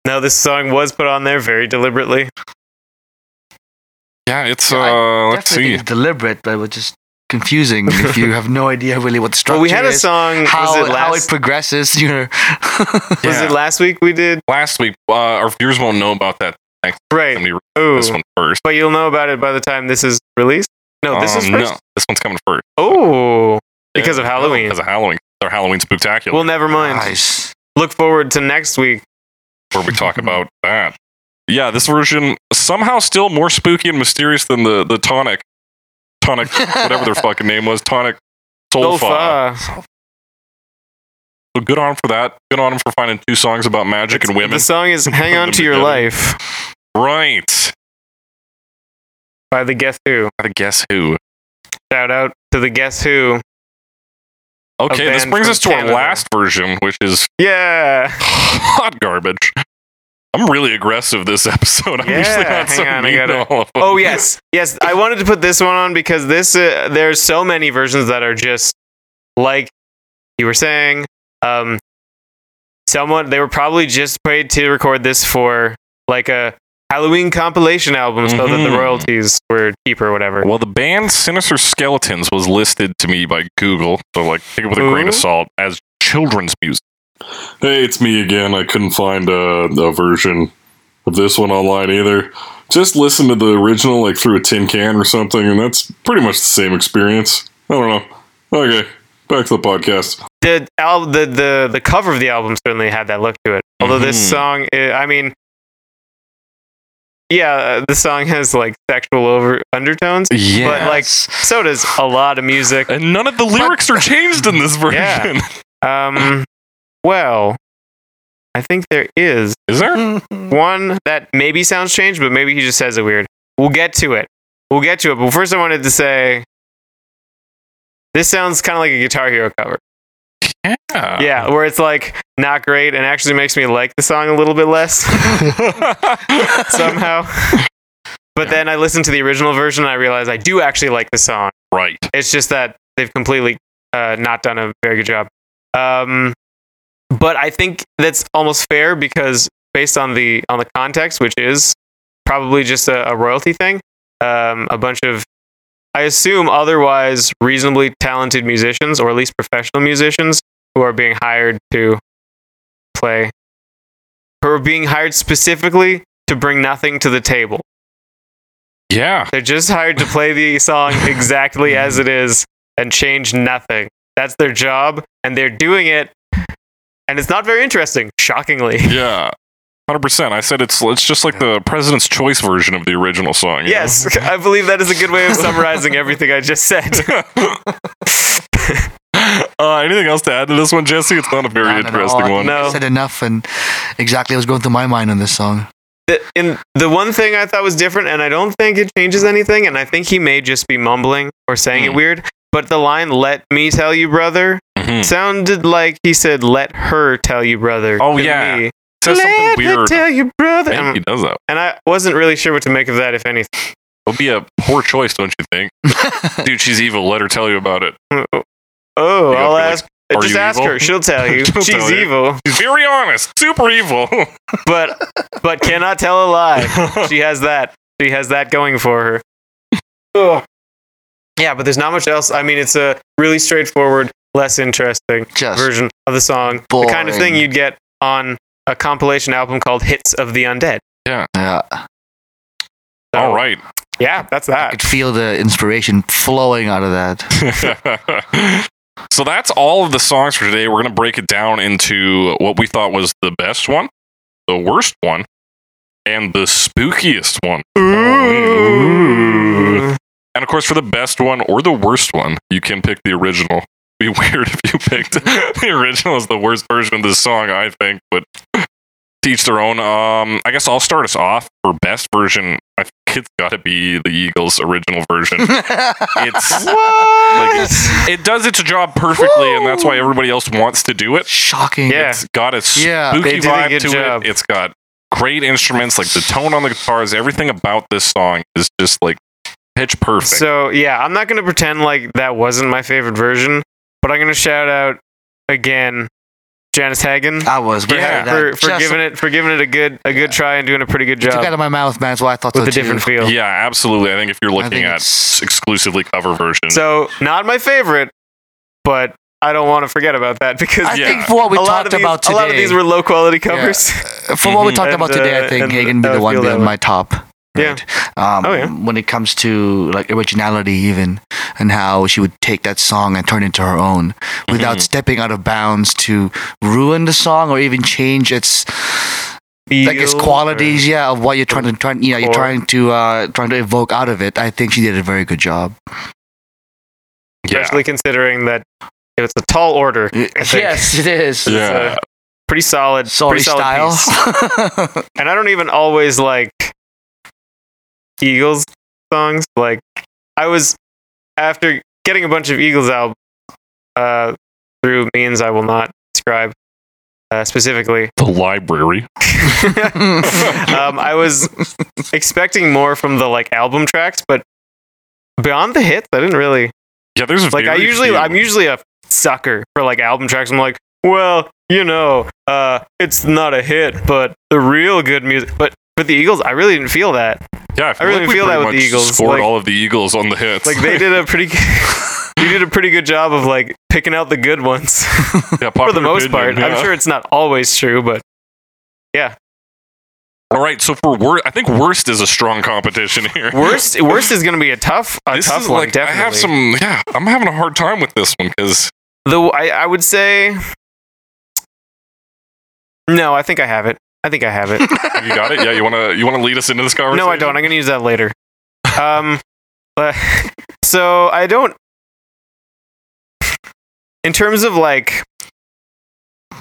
Speaker 2: No, this song was put on there very deliberately.
Speaker 1: Yeah, it's
Speaker 3: I
Speaker 1: uh, let's
Speaker 3: Definitely
Speaker 1: see.
Speaker 3: It's deliberate, but it was just confusing if you have no idea really what the structure
Speaker 2: Well, we had a
Speaker 3: is,
Speaker 2: song.
Speaker 3: how,
Speaker 2: was it
Speaker 3: how it
Speaker 2: last?
Speaker 3: progresses. Your
Speaker 2: was
Speaker 1: Yeah.
Speaker 2: it last week we did?
Speaker 1: Last week, uh, our viewers won't know about that.
Speaker 2: Right.
Speaker 1: Let me read
Speaker 2: Oh,
Speaker 1: this one first.
Speaker 2: but you'll know about it by the time this is released. No, Oh, this is
Speaker 1: Um,
Speaker 2: first.
Speaker 1: no, this one's coming first
Speaker 2: Oh, because of
Speaker 1: Yeah,
Speaker 2: Halloween.
Speaker 1: Because of Halloween, our Halloween spectacular,
Speaker 2: well, never mind.
Speaker 3: Nice.
Speaker 2: Look forward to next week.
Speaker 1: where we talk about that. Yeah, this version somehow still more spooky and mysterious than the the tonic, tonic, whatever their fucking name was, tonic. Solfa.
Speaker 2: Dolpha.
Speaker 1: So good on him for that. Good on him for finding two songs about magic and women.
Speaker 2: The song is "Hang On to Your
Speaker 1: Together.
Speaker 2: Life"
Speaker 1: Right.
Speaker 2: by the Guess Who.
Speaker 1: Gotta guess who.
Speaker 2: Shout out to the Guess Who.
Speaker 1: Okay, this
Speaker 2: band
Speaker 1: brings
Speaker 2: from
Speaker 1: us to our
Speaker 2: Canada.
Speaker 1: last version, which is
Speaker 2: Yeah.
Speaker 1: hot garbage. I'm really aggressive this episode. I'm
Speaker 2: Yeah,
Speaker 1: usually not
Speaker 2: hang
Speaker 1: so
Speaker 2: on, I
Speaker 1: mean to
Speaker 2: gotta-
Speaker 1: all of them.
Speaker 2: Oh yes, yes. I wanted to put this one on because this uh, there's so many versions that are just like you were saying. Um, someone they were probably just paid to record this for like a Halloween compilation album, so that the
Speaker 1: Mhm.
Speaker 2: royalties were cheap or whatever.
Speaker 1: Well, the band Sinister Skeletons was listed to me by Google, so like take it with a grain of
Speaker 2: Who?
Speaker 1: salt as children's music. Hey, it's me again. I couldn't find a, a version of this one online either. Just listen to the original, like through a tin can or something, and that's pretty much the same experience. I don't know. Okay, back to the podcast.
Speaker 2: The al- the the the cover of the album certainly had that look to it. Although
Speaker 1: Mhm.
Speaker 2: this song, i I mean. Yeah, the song has like sexual over undertones,
Speaker 1: Yeah,
Speaker 2: but like so does a lot of music.
Speaker 1: and none of the lyrics are changed in this version.
Speaker 2: Yeah. Um, well, I think there is
Speaker 1: Is there?
Speaker 2: Mm. one that maybe sounds changed, but maybe he just says it weird. We'll get to it. We'll get to it. But first, I wanted to say this sounds kind of like a Guitar Hero cover.
Speaker 1: Yeah.
Speaker 2: yeah, where it's like not great and actually makes me like the song a little bit less somehow. But then I listened to the original version and I realized I do actually like the song.
Speaker 1: Right.
Speaker 2: It's just that they've completely uh, not done a very good job. Um, but I think that's almost fair because based on the on the context, which is probably just a, a royalty thing. Um, a bunch of, I assume, otherwise reasonably talented musicians, or at least professional musicians, who are being hired to play, who are being hired specifically to bring nothing to the table.
Speaker 1: Yeah.
Speaker 2: They're just hired to play the song exactly as it is and change nothing. That's their job, and they're doing it. And it's not very interesting, shockingly.
Speaker 1: Yeah. 100%. I said it's it's just like the President's Choice version of the original song. you
Speaker 2: Yes, I believe that is a good way of summarizing everything I just said.
Speaker 1: know? uh, anything else to add to this one, Jesse? It's not a very
Speaker 3: Not at all.
Speaker 1: interesting
Speaker 3: I
Speaker 1: one.
Speaker 3: think I
Speaker 2: No.
Speaker 3: said enough, and exactly what was going through my mind on this song.
Speaker 2: The, in, the one thing I thought was different, and I don't think it changes anything, and I think he may just be mumbling or saying it
Speaker 1: Hmm.
Speaker 2: weird, but the line, let me tell you, brother,
Speaker 1: Mhm.
Speaker 2: sounded like he said, let her tell you, brother.
Speaker 1: Oh,
Speaker 2: to
Speaker 1: yeah.
Speaker 2: me.
Speaker 1: Says
Speaker 2: Let
Speaker 1: something
Speaker 2: her
Speaker 1: weird.
Speaker 2: tell you, brother.
Speaker 1: Maybe he
Speaker 2: And,
Speaker 1: does that.
Speaker 2: and I wasn't really sure what to make of that, if anything.
Speaker 1: It'll be a poor choice, don't you think? Dude, she's evil. Let her tell you about it. You
Speaker 2: Oh,
Speaker 1: gotta
Speaker 2: I'll
Speaker 1: be like,
Speaker 2: ask.
Speaker 1: "Are
Speaker 2: just
Speaker 1: you
Speaker 2: ask
Speaker 1: evil?"
Speaker 2: her. She'll tell you.
Speaker 1: She'll
Speaker 2: She's
Speaker 1: tell you.
Speaker 2: evil,
Speaker 1: She's very honest, super evil.
Speaker 2: but but cannot tell a lie. she has that. She has that going for her. Ugh. Yeah, but there's not much else. I mean, it's a really straightforward, less interesting
Speaker 3: Just
Speaker 2: version of the song. The kind of
Speaker 3: boring.
Speaker 2: thing you'd get on a compilation album called Hits of the Undead.
Speaker 3: yeah,
Speaker 2: So,
Speaker 1: All right.
Speaker 2: Yeah, that's
Speaker 3: I
Speaker 2: that.
Speaker 3: could feel the inspiration flowing out of that.
Speaker 1: so that's all of the songs for today. We're going to break it down into what we thought was the best one, the worst one, and the spookiest one. And of course, for the best one or the worst one, you can pick the original. Be weird if you picked the original as the worst version of this song, I think, but teach their own. Um, I guess I'll start us off for best version. I think it's got to be the Eagles' original version. It's like it's, it does its job perfectly, and that's why everybody else wants to do it.
Speaker 3: Shocking.
Speaker 2: Yeah.
Speaker 1: It's got a spooky
Speaker 3: Yeah.
Speaker 2: They did a
Speaker 1: vibe
Speaker 2: good
Speaker 1: to
Speaker 2: job.
Speaker 1: it. It's got great instruments, like the tone on the guitars. Everything about this song is just like pitch perfect.
Speaker 2: So yeah, I'm not gonna pretend like that wasn't my favorite version, but I'm gonna shout out again Janice Hagen
Speaker 3: I was.
Speaker 2: for,
Speaker 3: we had Ah, that
Speaker 2: for, for
Speaker 3: just-
Speaker 2: giving it for giving it a good a good try and doing a pretty good
Speaker 3: Took out
Speaker 2: job
Speaker 3: of my mouth, man. That's why I thought
Speaker 2: with
Speaker 3: so
Speaker 2: a different
Speaker 3: too.
Speaker 2: feel.
Speaker 1: yeah, absolutely. I think if you're
Speaker 3: I
Speaker 1: looking
Speaker 3: think
Speaker 1: at
Speaker 3: it's-
Speaker 1: exclusively cover version,
Speaker 2: So not my favorite, but I don't want to forget about that because
Speaker 3: I
Speaker 1: Yeah.
Speaker 3: think for what we
Speaker 2: a lot
Speaker 3: talked
Speaker 2: of these,
Speaker 3: about today,
Speaker 2: a lot of these were low quality covers.
Speaker 3: for what we
Speaker 1: Mhm.
Speaker 3: talked about
Speaker 2: And,
Speaker 3: today,
Speaker 2: uh,
Speaker 3: I think
Speaker 2: and
Speaker 3: Hagen be
Speaker 2: I
Speaker 3: the one
Speaker 2: feel that
Speaker 3: being
Speaker 2: way.
Speaker 3: my top.
Speaker 2: Yeah.
Speaker 3: Um,
Speaker 2: Oh, yeah.
Speaker 3: When it comes to like originality, even and how she would take that song and turn it into her own without
Speaker 2: Mm-hmm.
Speaker 1: Mhm.
Speaker 3: stepping out of bounds to ruin the song or even change its like its
Speaker 2: Feel
Speaker 3: qualities. Yeah, of what you're trying to trying you know you're
Speaker 2: Or-
Speaker 3: trying to uh, trying to evoke out of it. I think she did a very good job.
Speaker 1: yeah,
Speaker 2: especially considering that it's a tall order. think-
Speaker 3: Yes, it is.
Speaker 2: uh,
Speaker 1: yeah.
Speaker 2: Pretty solid,
Speaker 3: Sorry,
Speaker 2: pretty solid
Speaker 3: style.
Speaker 2: piece. and I don't even always like Eagles songs. Like I was after getting a bunch of Eagles albums uh, through means I will not describe uh, specifically.
Speaker 1: the library.
Speaker 2: um, I was expecting more from the like album tracks, but beyond the hits, I didn't really
Speaker 1: Yeah, there's
Speaker 2: like. I
Speaker 1: very
Speaker 2: usually
Speaker 1: few.
Speaker 2: I'm usually a sucker for like album tracks. I'm like, well, you know, uh, it's not a hit, but the real good music. But for the Eagles, I really didn't feel that.
Speaker 1: yeah, I, feel
Speaker 2: really
Speaker 1: like we
Speaker 2: feel that
Speaker 1: pretty
Speaker 2: with the
Speaker 1: much
Speaker 2: Eagles,
Speaker 1: Scored
Speaker 2: like-
Speaker 1: all of the Eagles on the hits.
Speaker 2: like they did a pretty good, you did a pretty good job of like picking out the good ones
Speaker 1: yeah,
Speaker 2: for the most part i'm sure it's not always true but
Speaker 1: All right, so for worst, I think worst is a strong competition here.
Speaker 2: worst worst is going to be a tough a tough one definitely
Speaker 1: I have some. Yeah, I'm having a hard time with this one because
Speaker 2: though I, I would say no i think i have it i think i have it
Speaker 1: you got it. Yeah, you wanna you wanna lead us into this conversation?
Speaker 2: no i don't i'm going to use that later um but, so i don't in terms of like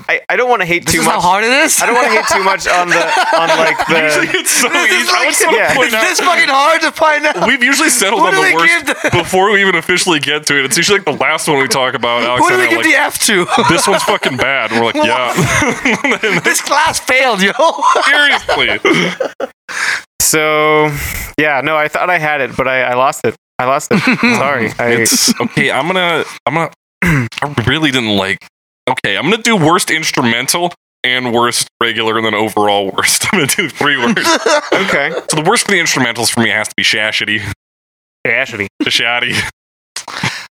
Speaker 2: I, I don't want to hate
Speaker 3: this
Speaker 2: too
Speaker 3: is
Speaker 2: much
Speaker 3: how hard it is.
Speaker 2: I don't want to hate too much on the on like the.
Speaker 1: Usually it's so
Speaker 3: This is
Speaker 1: easy. I
Speaker 3: like-
Speaker 1: just wanna
Speaker 2: yeah.
Speaker 1: point out-
Speaker 3: It's this fucking hard to find out.
Speaker 1: We've usually settled
Speaker 3: Who
Speaker 1: on
Speaker 3: do
Speaker 1: the
Speaker 3: they
Speaker 1: worst
Speaker 3: give the-
Speaker 1: before we even officially get to it. It's usually like the last one we talk about. Alex
Speaker 3: Who do
Speaker 1: and
Speaker 3: we
Speaker 1: I
Speaker 3: give
Speaker 1: are
Speaker 3: the
Speaker 1: like,
Speaker 3: F to?
Speaker 1: this one's fucking bad. We're like, yeah,
Speaker 3: this class failed, yo.
Speaker 1: seriously.
Speaker 2: So, yeah, no, I thought I had it, but I, I lost it. I lost it. Sorry. I,
Speaker 1: It's okay. I'm gonna. I'm gonna. I really didn't like. Okay, I'm gonna do worst instrumental and worst regular and then overall worst. I'm gonna do three worst.
Speaker 2: Okay.
Speaker 1: so the worst of the instrumentals for me has to be Shashity.
Speaker 2: Ashity.
Speaker 1: Shashady.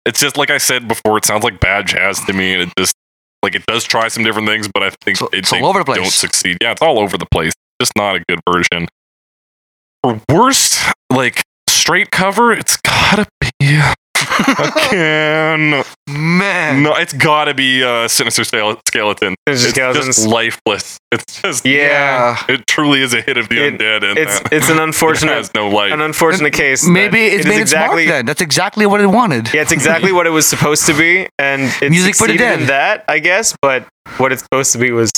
Speaker 1: It's just like I said before, it sounds like bad jazz to me and it just like it does try some different things, but I think
Speaker 3: It's-
Speaker 1: it
Speaker 3: it's
Speaker 1: they
Speaker 3: all over the place.
Speaker 1: don't succeed. Yeah, it's all over the place. Just not a good version. For worst, like straight cover, it's gotta be again.
Speaker 3: Man.
Speaker 1: No, it's gotta be uh, Sinister Skele- Skeleton.
Speaker 2: Sinister
Speaker 1: it's
Speaker 2: Skeletons.
Speaker 1: just lifeless. It's just
Speaker 2: Yeah.
Speaker 1: It truly is a hit of the
Speaker 2: It-
Speaker 1: undead, and
Speaker 2: It's
Speaker 1: that-
Speaker 2: it's an
Speaker 1: it
Speaker 2: unfortunate
Speaker 1: has no life.
Speaker 2: an unfortunate case. that
Speaker 3: Maybe it's
Speaker 2: it is
Speaker 3: made
Speaker 2: exactly
Speaker 3: its mark then. That's exactly what it wanted.
Speaker 2: yeah, it's exactly what it was supposed to be, and it
Speaker 3: Music for the
Speaker 2: succeeded
Speaker 3: dead.
Speaker 2: in that I guess. But what it's supposed to be was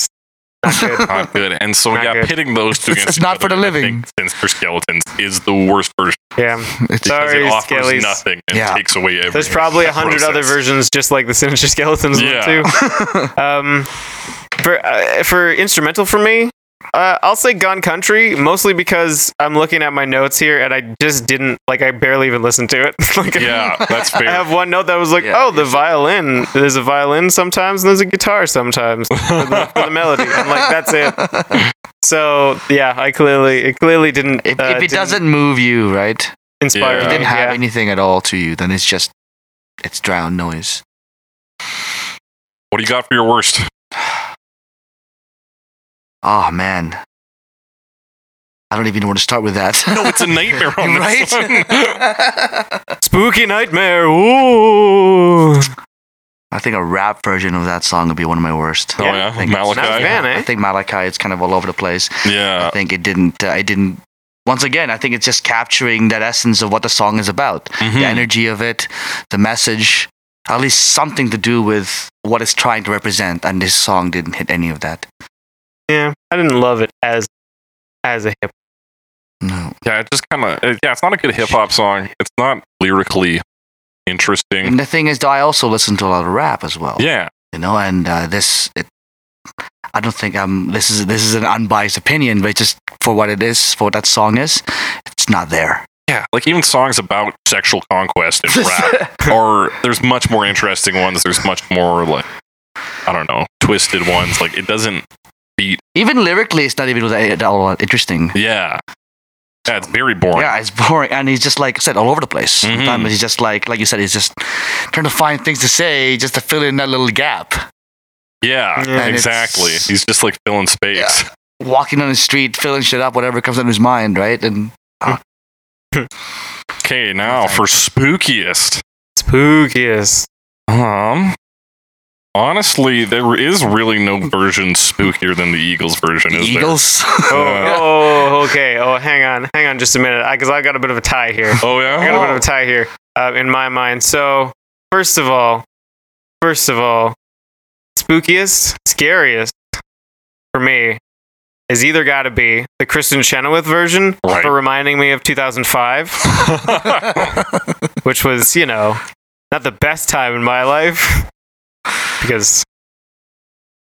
Speaker 2: not good.
Speaker 1: not good. And so
Speaker 2: Not
Speaker 1: yeah,
Speaker 2: good.
Speaker 1: pitting those two
Speaker 3: It's-
Speaker 1: against
Speaker 3: it's
Speaker 1: each
Speaker 3: not for
Speaker 1: other,
Speaker 3: the
Speaker 1: I
Speaker 3: living.
Speaker 1: think Sinister Skeletons is the worst version
Speaker 2: yeah,
Speaker 3: It's,
Speaker 1: because
Speaker 2: Sorry,
Speaker 1: it offers
Speaker 2: Skellies.
Speaker 1: nothing and
Speaker 3: Yeah.
Speaker 1: takes away everything.
Speaker 2: there's probably a
Speaker 1: That
Speaker 2: hundred other
Speaker 1: process.
Speaker 2: versions just like the Sinister Skeletons
Speaker 1: Yeah.
Speaker 2: one too. Um, for uh, for instrumental for me, uh, I'll say Gone Country mostly because I'm looking at my notes here and I just didn't like I barely even listened to it. like
Speaker 1: Yeah, that's
Speaker 2: I
Speaker 1: fair.
Speaker 2: have one note that was like,
Speaker 3: Yeah,
Speaker 2: oh, the violin. There's a violin sometimes, and there's a guitar sometimes for the, for the melody. I'm like, that's it. So yeah, I clearly it clearly didn't.
Speaker 3: if,
Speaker 2: uh,
Speaker 3: if it
Speaker 2: didn't
Speaker 3: doesn't move you, right?
Speaker 2: inspire,
Speaker 1: Yeah.
Speaker 3: It
Speaker 2: me,
Speaker 3: didn't have
Speaker 2: yeah.
Speaker 3: anything at all to you, then it's just it's drowned noise.
Speaker 1: What do you got for your worst?
Speaker 3: Oh man. I don't even know where to start with that.
Speaker 1: No, it's a nightmare on this
Speaker 3: right?
Speaker 1: one.
Speaker 2: spooky nightmare. Ooh,
Speaker 3: I think a rap version of that song would be one of my worst.
Speaker 1: Oh
Speaker 2: Yeah.
Speaker 1: yeah,
Speaker 3: Thank you.
Speaker 2: not a
Speaker 1: Malachi.
Speaker 2: fan, eh?
Speaker 3: I think Malachi is kind of all over the place. I
Speaker 1: Yeah,
Speaker 3: think it didn't. Uh, it didn't. Once again, I think it's just capturing that essence of what the song is about, the
Speaker 1: Mhm.
Speaker 3: energy of it, the message, at least something to do with what it's trying to represent. And this song didn't hit any of that.
Speaker 2: yeah, I didn't love it as as a hip.
Speaker 3: No.
Speaker 1: yeah. It just kind of yeah. It's not a good hip hop song. It's not lyrically interesting.
Speaker 3: And the thing is, though, I also listen to a lot of rap as well.
Speaker 1: Yeah,
Speaker 3: You know, and uh, this, it, I don't think I'm. This is this is an unbiased opinion, but just for what it is, for what that song is, it's not there.
Speaker 1: yeah. Like even songs about sexual conquest and rap or there's much more interesting ones. There's much more like I don't know, twisted ones. Like it doesn't.
Speaker 3: even lyrically, it's not even that at all interesting.
Speaker 1: Yeah, yeah. It's very boring.
Speaker 3: Yeah, it's boring, and he's just like I said, all over the place.
Speaker 1: Mhm.
Speaker 3: Sometimes he's just like, like you said, he's just trying to find things to say just to fill in that little gap.
Speaker 1: Yeah,
Speaker 2: Yeah.
Speaker 3: And
Speaker 1: exactly.
Speaker 3: it's-
Speaker 1: He's just like filling space.
Speaker 3: Walking on the street, filling shit up, whatever comes in his mind, right? And
Speaker 1: Okay, now for spookiest.
Speaker 2: Spookiest.
Speaker 1: Um, honestly, there is really no version spookier than the Eagles version.
Speaker 3: the
Speaker 1: is
Speaker 3: Eagles.
Speaker 2: Oh,
Speaker 1: Yeah.
Speaker 2: oh, okay. Oh, hang on, hang on, just a minute, because I got a bit of a tie here.
Speaker 1: There? Oh yeah.
Speaker 2: I got a bit of a tie here uh, in my mind. So, first of all, first of all, spookiest, scariest for me is either got to be the Kristen Chenoweth version
Speaker 1: Right.
Speaker 2: for reminding me of 2005, which was, you know, not the best time in my life because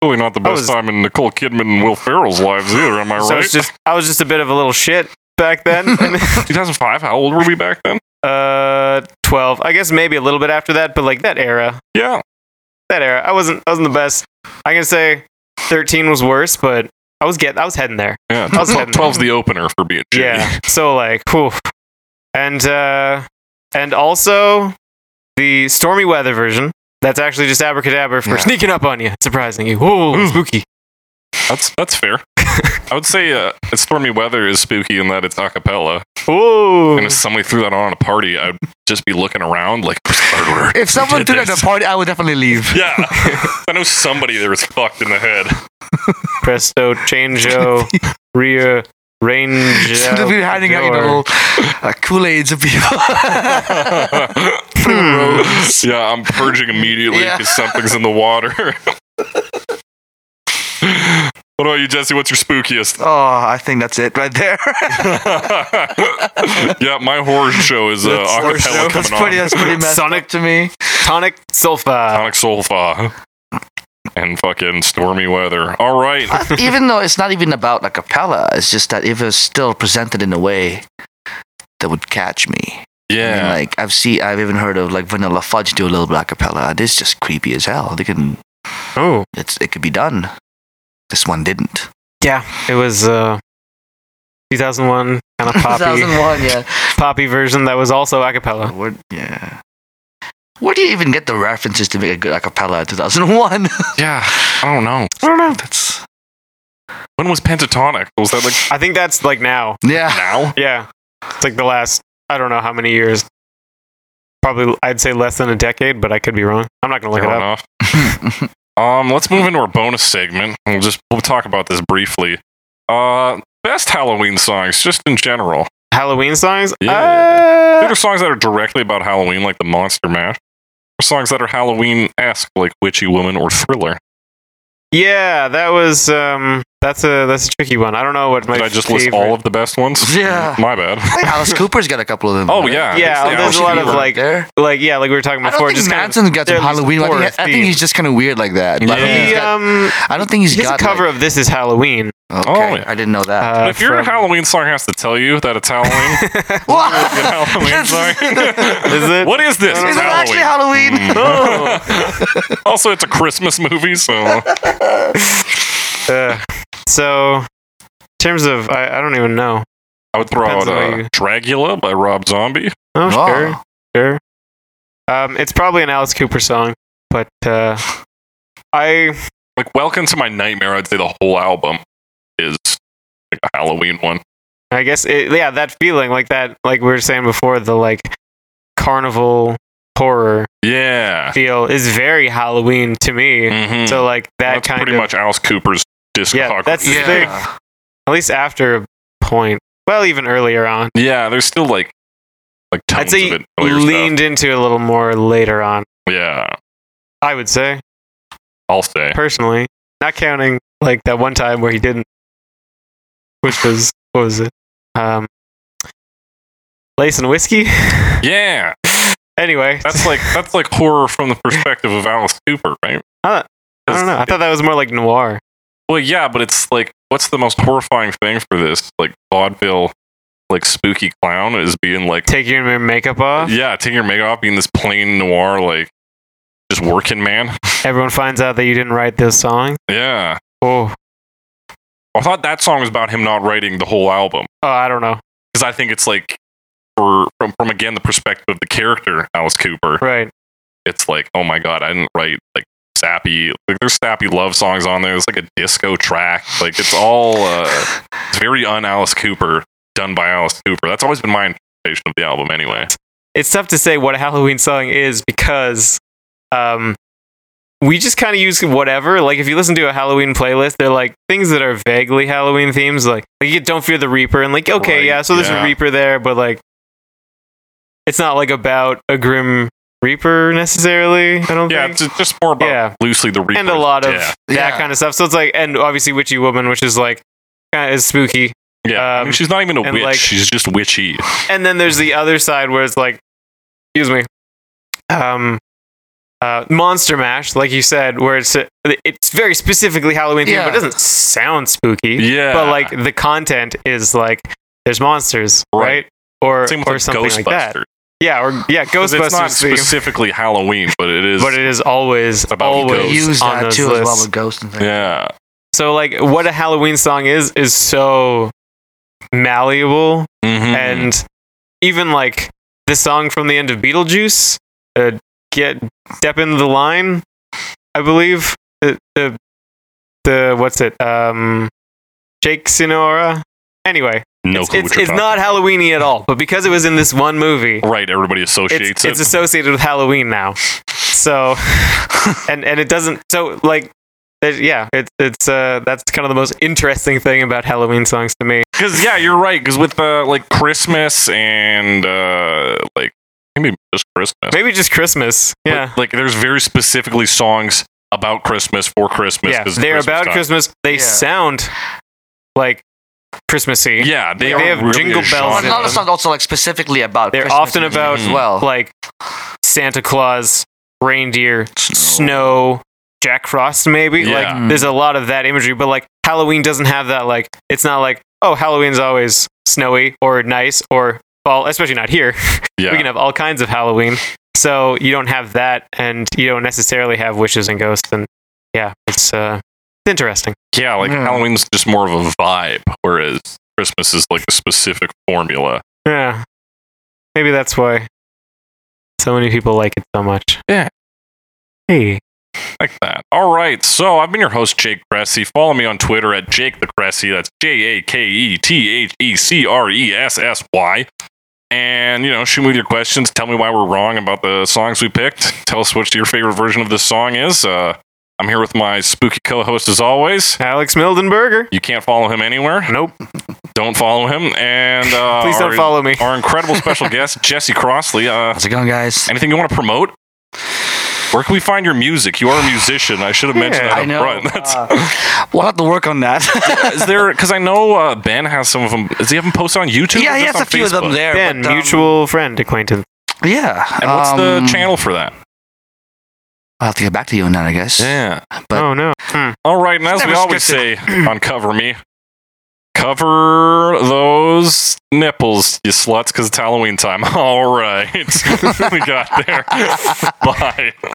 Speaker 1: Really not the best
Speaker 2: was-
Speaker 1: time in Nicole Kidman and Will Ferrell's lives either. Am I
Speaker 2: so I
Speaker 1: right?
Speaker 2: was just I was just a bit of a little shit back then. And-
Speaker 1: 2005. How old were we back then?
Speaker 2: uh 12. I guess maybe a little bit after that, but like that era,
Speaker 1: Yeah.
Speaker 2: that era. I wasn't I wasn't the best. I can say thirteen was worse, but I was get I was heading there.
Speaker 1: Yeah.
Speaker 2: I
Speaker 1: Twelve-
Speaker 2: was heading there.
Speaker 1: 12's the opener for being shitty.
Speaker 2: Yeah. So like whew. And uh and also the stormy weather version. That's actually just abracadabra for
Speaker 3: Yeah.
Speaker 2: sneaking up on you, surprising you. Whoa,
Speaker 1: Ooh.
Speaker 2: spooky.
Speaker 1: That's that's fair. I would say uh, stormy weather is spooky in that it's a cappella.
Speaker 2: Ooh.
Speaker 1: And if somebody threw that on at a party, I'd just be looking around like "Who's the murderer.
Speaker 3: if someone
Speaker 1: did
Speaker 3: did it at
Speaker 1: this?"
Speaker 3: the party, I would definitely leave.
Speaker 1: Yeah, I know somebody there is fucked in the head.
Speaker 2: Presto, changeo, rear, range.
Speaker 3: They'll be handing out you know, uh, Kool Aids of people.
Speaker 2: Hmm.
Speaker 3: Rose.
Speaker 1: yeah, I'm purging immediately
Speaker 3: Yeah.
Speaker 1: because something's in the water. what about you, Jesse? What's your spookiest?
Speaker 3: oh, I think that's it right there.
Speaker 1: yeah, my horror show is uh,
Speaker 2: That's horror show.
Speaker 1: acapella
Speaker 3: that's
Speaker 1: coming
Speaker 3: pretty.
Speaker 1: on.
Speaker 3: That's pretty messed
Speaker 2: Sonic-
Speaker 3: up to me.
Speaker 2: Tonic sulfa.
Speaker 1: Sonic Solfa and fucking stormy weather. All right.
Speaker 3: I- even though it's not even about a cappella, it's just that if it's still presented in a way that would catch me. I mean,
Speaker 1: Yeah.
Speaker 3: like I've seen, I've even heard of like Vanilla Fudge do a little bit a cappella. This is just creepy as hell. They can,
Speaker 2: Oh.
Speaker 3: it's it could be done.
Speaker 8: This one didn't.
Speaker 2: Yeah, it was uh, 2001 kind of poppy
Speaker 3: 2001, yeah.
Speaker 2: poppy version that was also a cappella.
Speaker 3: Where, yeah. Where do you even get the references to make a good acapella? Two thousand one.
Speaker 1: Yeah, I don't know.
Speaker 2: I don't know.
Speaker 1: That's when was Pentatonic? Was that like
Speaker 2: I think that's like now.
Speaker 3: yeah.
Speaker 1: now?
Speaker 2: Yeah, it's like the last I don't know how many years. Probably I'd say less than a decade, but I could be wrong. I'm not gonna look it
Speaker 1: Fair
Speaker 2: up.
Speaker 1: enough. um, let's move into our bonus segment. We'll just we'll talk about this briefly. Uh, best Halloween songs, just in general.
Speaker 2: Halloween songs.
Speaker 1: Yeah.
Speaker 2: Uh,
Speaker 1: There are songs that are directly about Halloween, like the Monster Mash. Or songs that are Halloween esque, like Witchy Woman or Thriller.
Speaker 2: Yeah, that was um that's a that's a tricky one. I don't know what my
Speaker 1: Did I just list all of the best ones?
Speaker 3: Yeah.
Speaker 1: My bad.
Speaker 3: I think Alice Cooper's got a couple of them.
Speaker 1: Oh
Speaker 3: right?
Speaker 1: yeah.
Speaker 2: Yeah,
Speaker 1: It's the
Speaker 2: there's a
Speaker 1: Alice
Speaker 2: lot of,
Speaker 1: Cooper.
Speaker 2: like,
Speaker 3: there.
Speaker 2: like yeah, like we were talking
Speaker 3: I don't
Speaker 2: before
Speaker 3: think
Speaker 2: just kind
Speaker 3: Manson's got
Speaker 2: they're
Speaker 3: some
Speaker 2: at least
Speaker 3: Halloween. I
Speaker 2: horror
Speaker 3: think, I think
Speaker 2: themed.
Speaker 3: he's just kind of weird like that. I don't think
Speaker 1: Yeah.
Speaker 3: he's
Speaker 2: He,
Speaker 3: got,
Speaker 2: um,
Speaker 3: I don't think he's
Speaker 2: he has a
Speaker 3: got,
Speaker 2: cover of "This Is Halloween."
Speaker 3: like-
Speaker 1: Oh,
Speaker 3: okay,
Speaker 1: yeah.
Speaker 3: I didn't know that.
Speaker 2: Uh,
Speaker 1: But if your
Speaker 2: from-
Speaker 1: Halloween song has to tell you that it's Halloween,
Speaker 3: What?
Speaker 1: it's a Halloween song.
Speaker 2: is it? Oh.
Speaker 1: what is this?
Speaker 2: Is
Speaker 1: It's
Speaker 3: Is it actually
Speaker 1: Halloween. Hmm.
Speaker 3: Halloween?
Speaker 1: also, it's a Christmas movie, so
Speaker 2: Uh, so, in terms of, I, I don't even know.
Speaker 1: I would throw out
Speaker 2: Depends on how
Speaker 1: uh,
Speaker 2: you-
Speaker 1: Dracula by Rob Zombie.
Speaker 2: Oh,
Speaker 3: Wow.
Speaker 2: sure, sure. Um, it's probably an Alice Cooper song, but uh, I
Speaker 1: Like Welcome to My Nightmare. I'd say the whole album is like a Halloween one.
Speaker 2: I guess it, yeah, that feeling like that, like we were saying before, the like carnival horror
Speaker 1: Yeah.
Speaker 2: feel is very Halloween to me.
Speaker 1: Mhm.
Speaker 2: So like that
Speaker 1: that's
Speaker 2: kind
Speaker 1: pretty
Speaker 2: of
Speaker 1: much Alice Cooper's discography.
Speaker 2: Yeah, that's the
Speaker 3: Yeah.
Speaker 2: thing. At least after a point. Well, even earlier on.
Speaker 1: Yeah, there's still like like
Speaker 2: I'd
Speaker 1: tons
Speaker 2: say
Speaker 1: of it. earlier stuff.
Speaker 2: leaned into it a little more later on.
Speaker 1: Yeah,
Speaker 2: I would say,
Speaker 1: I'll say.
Speaker 2: personally. Not counting like that one time where he didn't which was what was it? Um Lace and Whiskey?
Speaker 1: Yeah,
Speaker 2: anyway.
Speaker 1: that's like that's like horror from the perspective of Alice Cooper, right?
Speaker 2: I I don't know. I thought that was more like noir.
Speaker 1: Well, yeah, but it's like what's the most horrifying thing for this? Like vaudeville, like spooky clown is being like,
Speaker 2: Taking your makeup off.
Speaker 1: yeah, taking your makeup off, being this plain noir, like just working man.
Speaker 2: Everyone finds out that you didn't write this song.
Speaker 1: Yeah,
Speaker 2: Oh.
Speaker 1: I thought that song was about him not writing the whole album.
Speaker 2: Oh, I don't know.
Speaker 1: because I think it's like for from, from again the perspective of the character Alice Cooper,
Speaker 2: Right.
Speaker 1: it's like oh my god, I didn't write like sappy like there's sappy love songs on there. It's like a disco track. Like it's all uh, it's very un Alice Cooper done by Alice Cooper. That's always been my interpretation of the album anyway.
Speaker 2: it's tough to say what a Halloween song is because um, we just kind of use whatever. Like if you listen to a Halloween playlist, they're like things that are vaguely Halloween themes, like like you get Don't Fear the Reaper, and like okay,
Speaker 1: Right,
Speaker 2: yeah, so there's
Speaker 1: yeah.
Speaker 2: a Reaper there, but like it's not like about a grim Reaper necessarily. I don't
Speaker 1: Yeah,
Speaker 2: think.
Speaker 1: it's just more about
Speaker 2: Yeah.
Speaker 1: loosely the Reaper
Speaker 2: and a lot of
Speaker 1: yeah,
Speaker 2: that
Speaker 3: Yeah.
Speaker 2: kind of stuff. So it's like, and obviously Witchy Woman, which is like kind of is spooky.
Speaker 1: yeah. I mean,
Speaker 2: um,
Speaker 1: she's not even a
Speaker 2: and,
Speaker 1: witch;
Speaker 2: like-
Speaker 1: she's just witchy.
Speaker 2: and then there's the other side where it's like, excuse me, um, uh, Monster Mash, like you said, where it's it's very specifically Halloween themed,
Speaker 3: Yeah.
Speaker 2: but it doesn't sound spooky.
Speaker 1: Yeah,
Speaker 2: But like the content is like there's monsters, right? Or
Speaker 1: same with
Speaker 2: or
Speaker 1: like
Speaker 2: something like that.
Speaker 1: Ghostbusters.
Speaker 2: Yeah, or yeah,
Speaker 1: 'Cause It's not
Speaker 2: Ghostbusters. theme,
Speaker 1: specifically Halloween, but it is.
Speaker 2: but it is always
Speaker 1: about
Speaker 3: They
Speaker 1: ghosts.
Speaker 2: always
Speaker 3: use
Speaker 2: on
Speaker 3: that
Speaker 2: those
Speaker 3: too as well
Speaker 2: lists.
Speaker 3: with ghosts and things.
Speaker 1: yeah,
Speaker 2: So like, what a Halloween song is is so malleable
Speaker 1: Mhm.
Speaker 2: and even like the song from the end of Beetlejuice, uh, "Get Step into the Line," I believe the the, the what's it, um, Jake Sinora. Anyway,
Speaker 1: no
Speaker 2: it's
Speaker 1: clue
Speaker 2: it's,
Speaker 1: what you're
Speaker 2: it's
Speaker 1: talking
Speaker 2: not Halloweeny at all, but because it was in this one movie,
Speaker 1: Right, everybody
Speaker 2: it's,
Speaker 1: associates
Speaker 2: it's
Speaker 1: it.
Speaker 2: associated with Halloween now. So, and and it doesn't. So like. there's- Yeah, it's it's uh that's kind of the most interesting thing about Halloween songs to me.
Speaker 1: Because yeah, you're right. Because with uh, like Christmas and uh, like maybe just Christmas.
Speaker 2: Maybe just Christmas.
Speaker 1: But,
Speaker 2: Yeah,
Speaker 1: like there's very specifically songs about Christmas for Christmas.
Speaker 2: yeah,
Speaker 1: 'cause it's
Speaker 2: they're
Speaker 1: Christmas
Speaker 2: about
Speaker 1: time.
Speaker 2: Christmas. They
Speaker 3: Yeah.
Speaker 2: sound like Christmassy.
Speaker 1: Yeah, they,
Speaker 2: They
Speaker 1: are
Speaker 2: have
Speaker 1: really
Speaker 2: jingle
Speaker 1: a
Speaker 2: bells
Speaker 3: Well,
Speaker 1: genre.
Speaker 3: and a lot of songs also like specifically about.
Speaker 2: They're
Speaker 3: Christmas Hmm.
Speaker 2: often
Speaker 3: and stuff
Speaker 2: about
Speaker 3: as well.
Speaker 2: like Santa Claus, reindeer, snow, Jack Frost. Maybe
Speaker 1: Yeah.
Speaker 2: like there's a lot of that imagery, but like Halloween doesn't have that. Like it's not like oh Halloween's always snowy or nice or fall, especially not here.
Speaker 1: yeah.
Speaker 2: We can have all kinds of Halloween. So you don't have that, and you don't necessarily have wishes and ghosts, and yeah, it's uh, interesting.
Speaker 1: Yeah, like
Speaker 2: Hmm.
Speaker 3: Yeah.
Speaker 1: Halloween's just more of a vibe, whereas Christmas is like a specific formula.
Speaker 2: Yeah. Maybe that's why so many people like it so much.
Speaker 1: Yeah.
Speaker 2: Hey.
Speaker 1: like that. All right. So I've been your host, Jake Cressy. Follow me on Twitter at Jake the Cressy. That's J A K E T H E C R E S S Y. And, you know, shoot me with your questions. Tell me why we're wrong about the songs we picked. Tell us what your favorite version of this song is. Uh, I'm here with my spooky co host, as always.
Speaker 2: Alex Mildenberger.
Speaker 1: You can't follow him anywhere.
Speaker 2: Nope.
Speaker 1: Don't follow him. And uh,
Speaker 2: Please don't
Speaker 1: our,
Speaker 2: follow me.
Speaker 1: Our incredible special guest, Jesse Crossley. Uh,
Speaker 3: How's it going, guys?
Speaker 1: anything you want to promote? Where can we find your music? You are a musician. I should have mentioned
Speaker 2: Yeah,
Speaker 1: that
Speaker 3: I
Speaker 1: up
Speaker 3: know.
Speaker 1: front. That's-
Speaker 3: uh, we'll have to work on that.
Speaker 1: is there because I know uh, Ben has some of them. Does he have them posted on YouTube?
Speaker 3: yeah,
Speaker 1: or
Speaker 3: he
Speaker 1: just
Speaker 3: has
Speaker 1: on
Speaker 3: a few of them
Speaker 1: Facebook?
Speaker 3: there.
Speaker 2: Ben,
Speaker 3: but, um,
Speaker 2: mutual friend acquaintance.
Speaker 3: Yeah.
Speaker 1: And what's
Speaker 3: um,
Speaker 1: the channel for that?
Speaker 3: I'll have to get back to you on that, I guess.
Speaker 1: Yeah.
Speaker 3: But-
Speaker 2: oh no. Hmm.
Speaker 1: All right, and as
Speaker 3: Never
Speaker 1: we always say
Speaker 3: scripted.
Speaker 1: on Cover Me, cover those nipples, you sluts, because it's Halloween time. All right, we got there. Bye.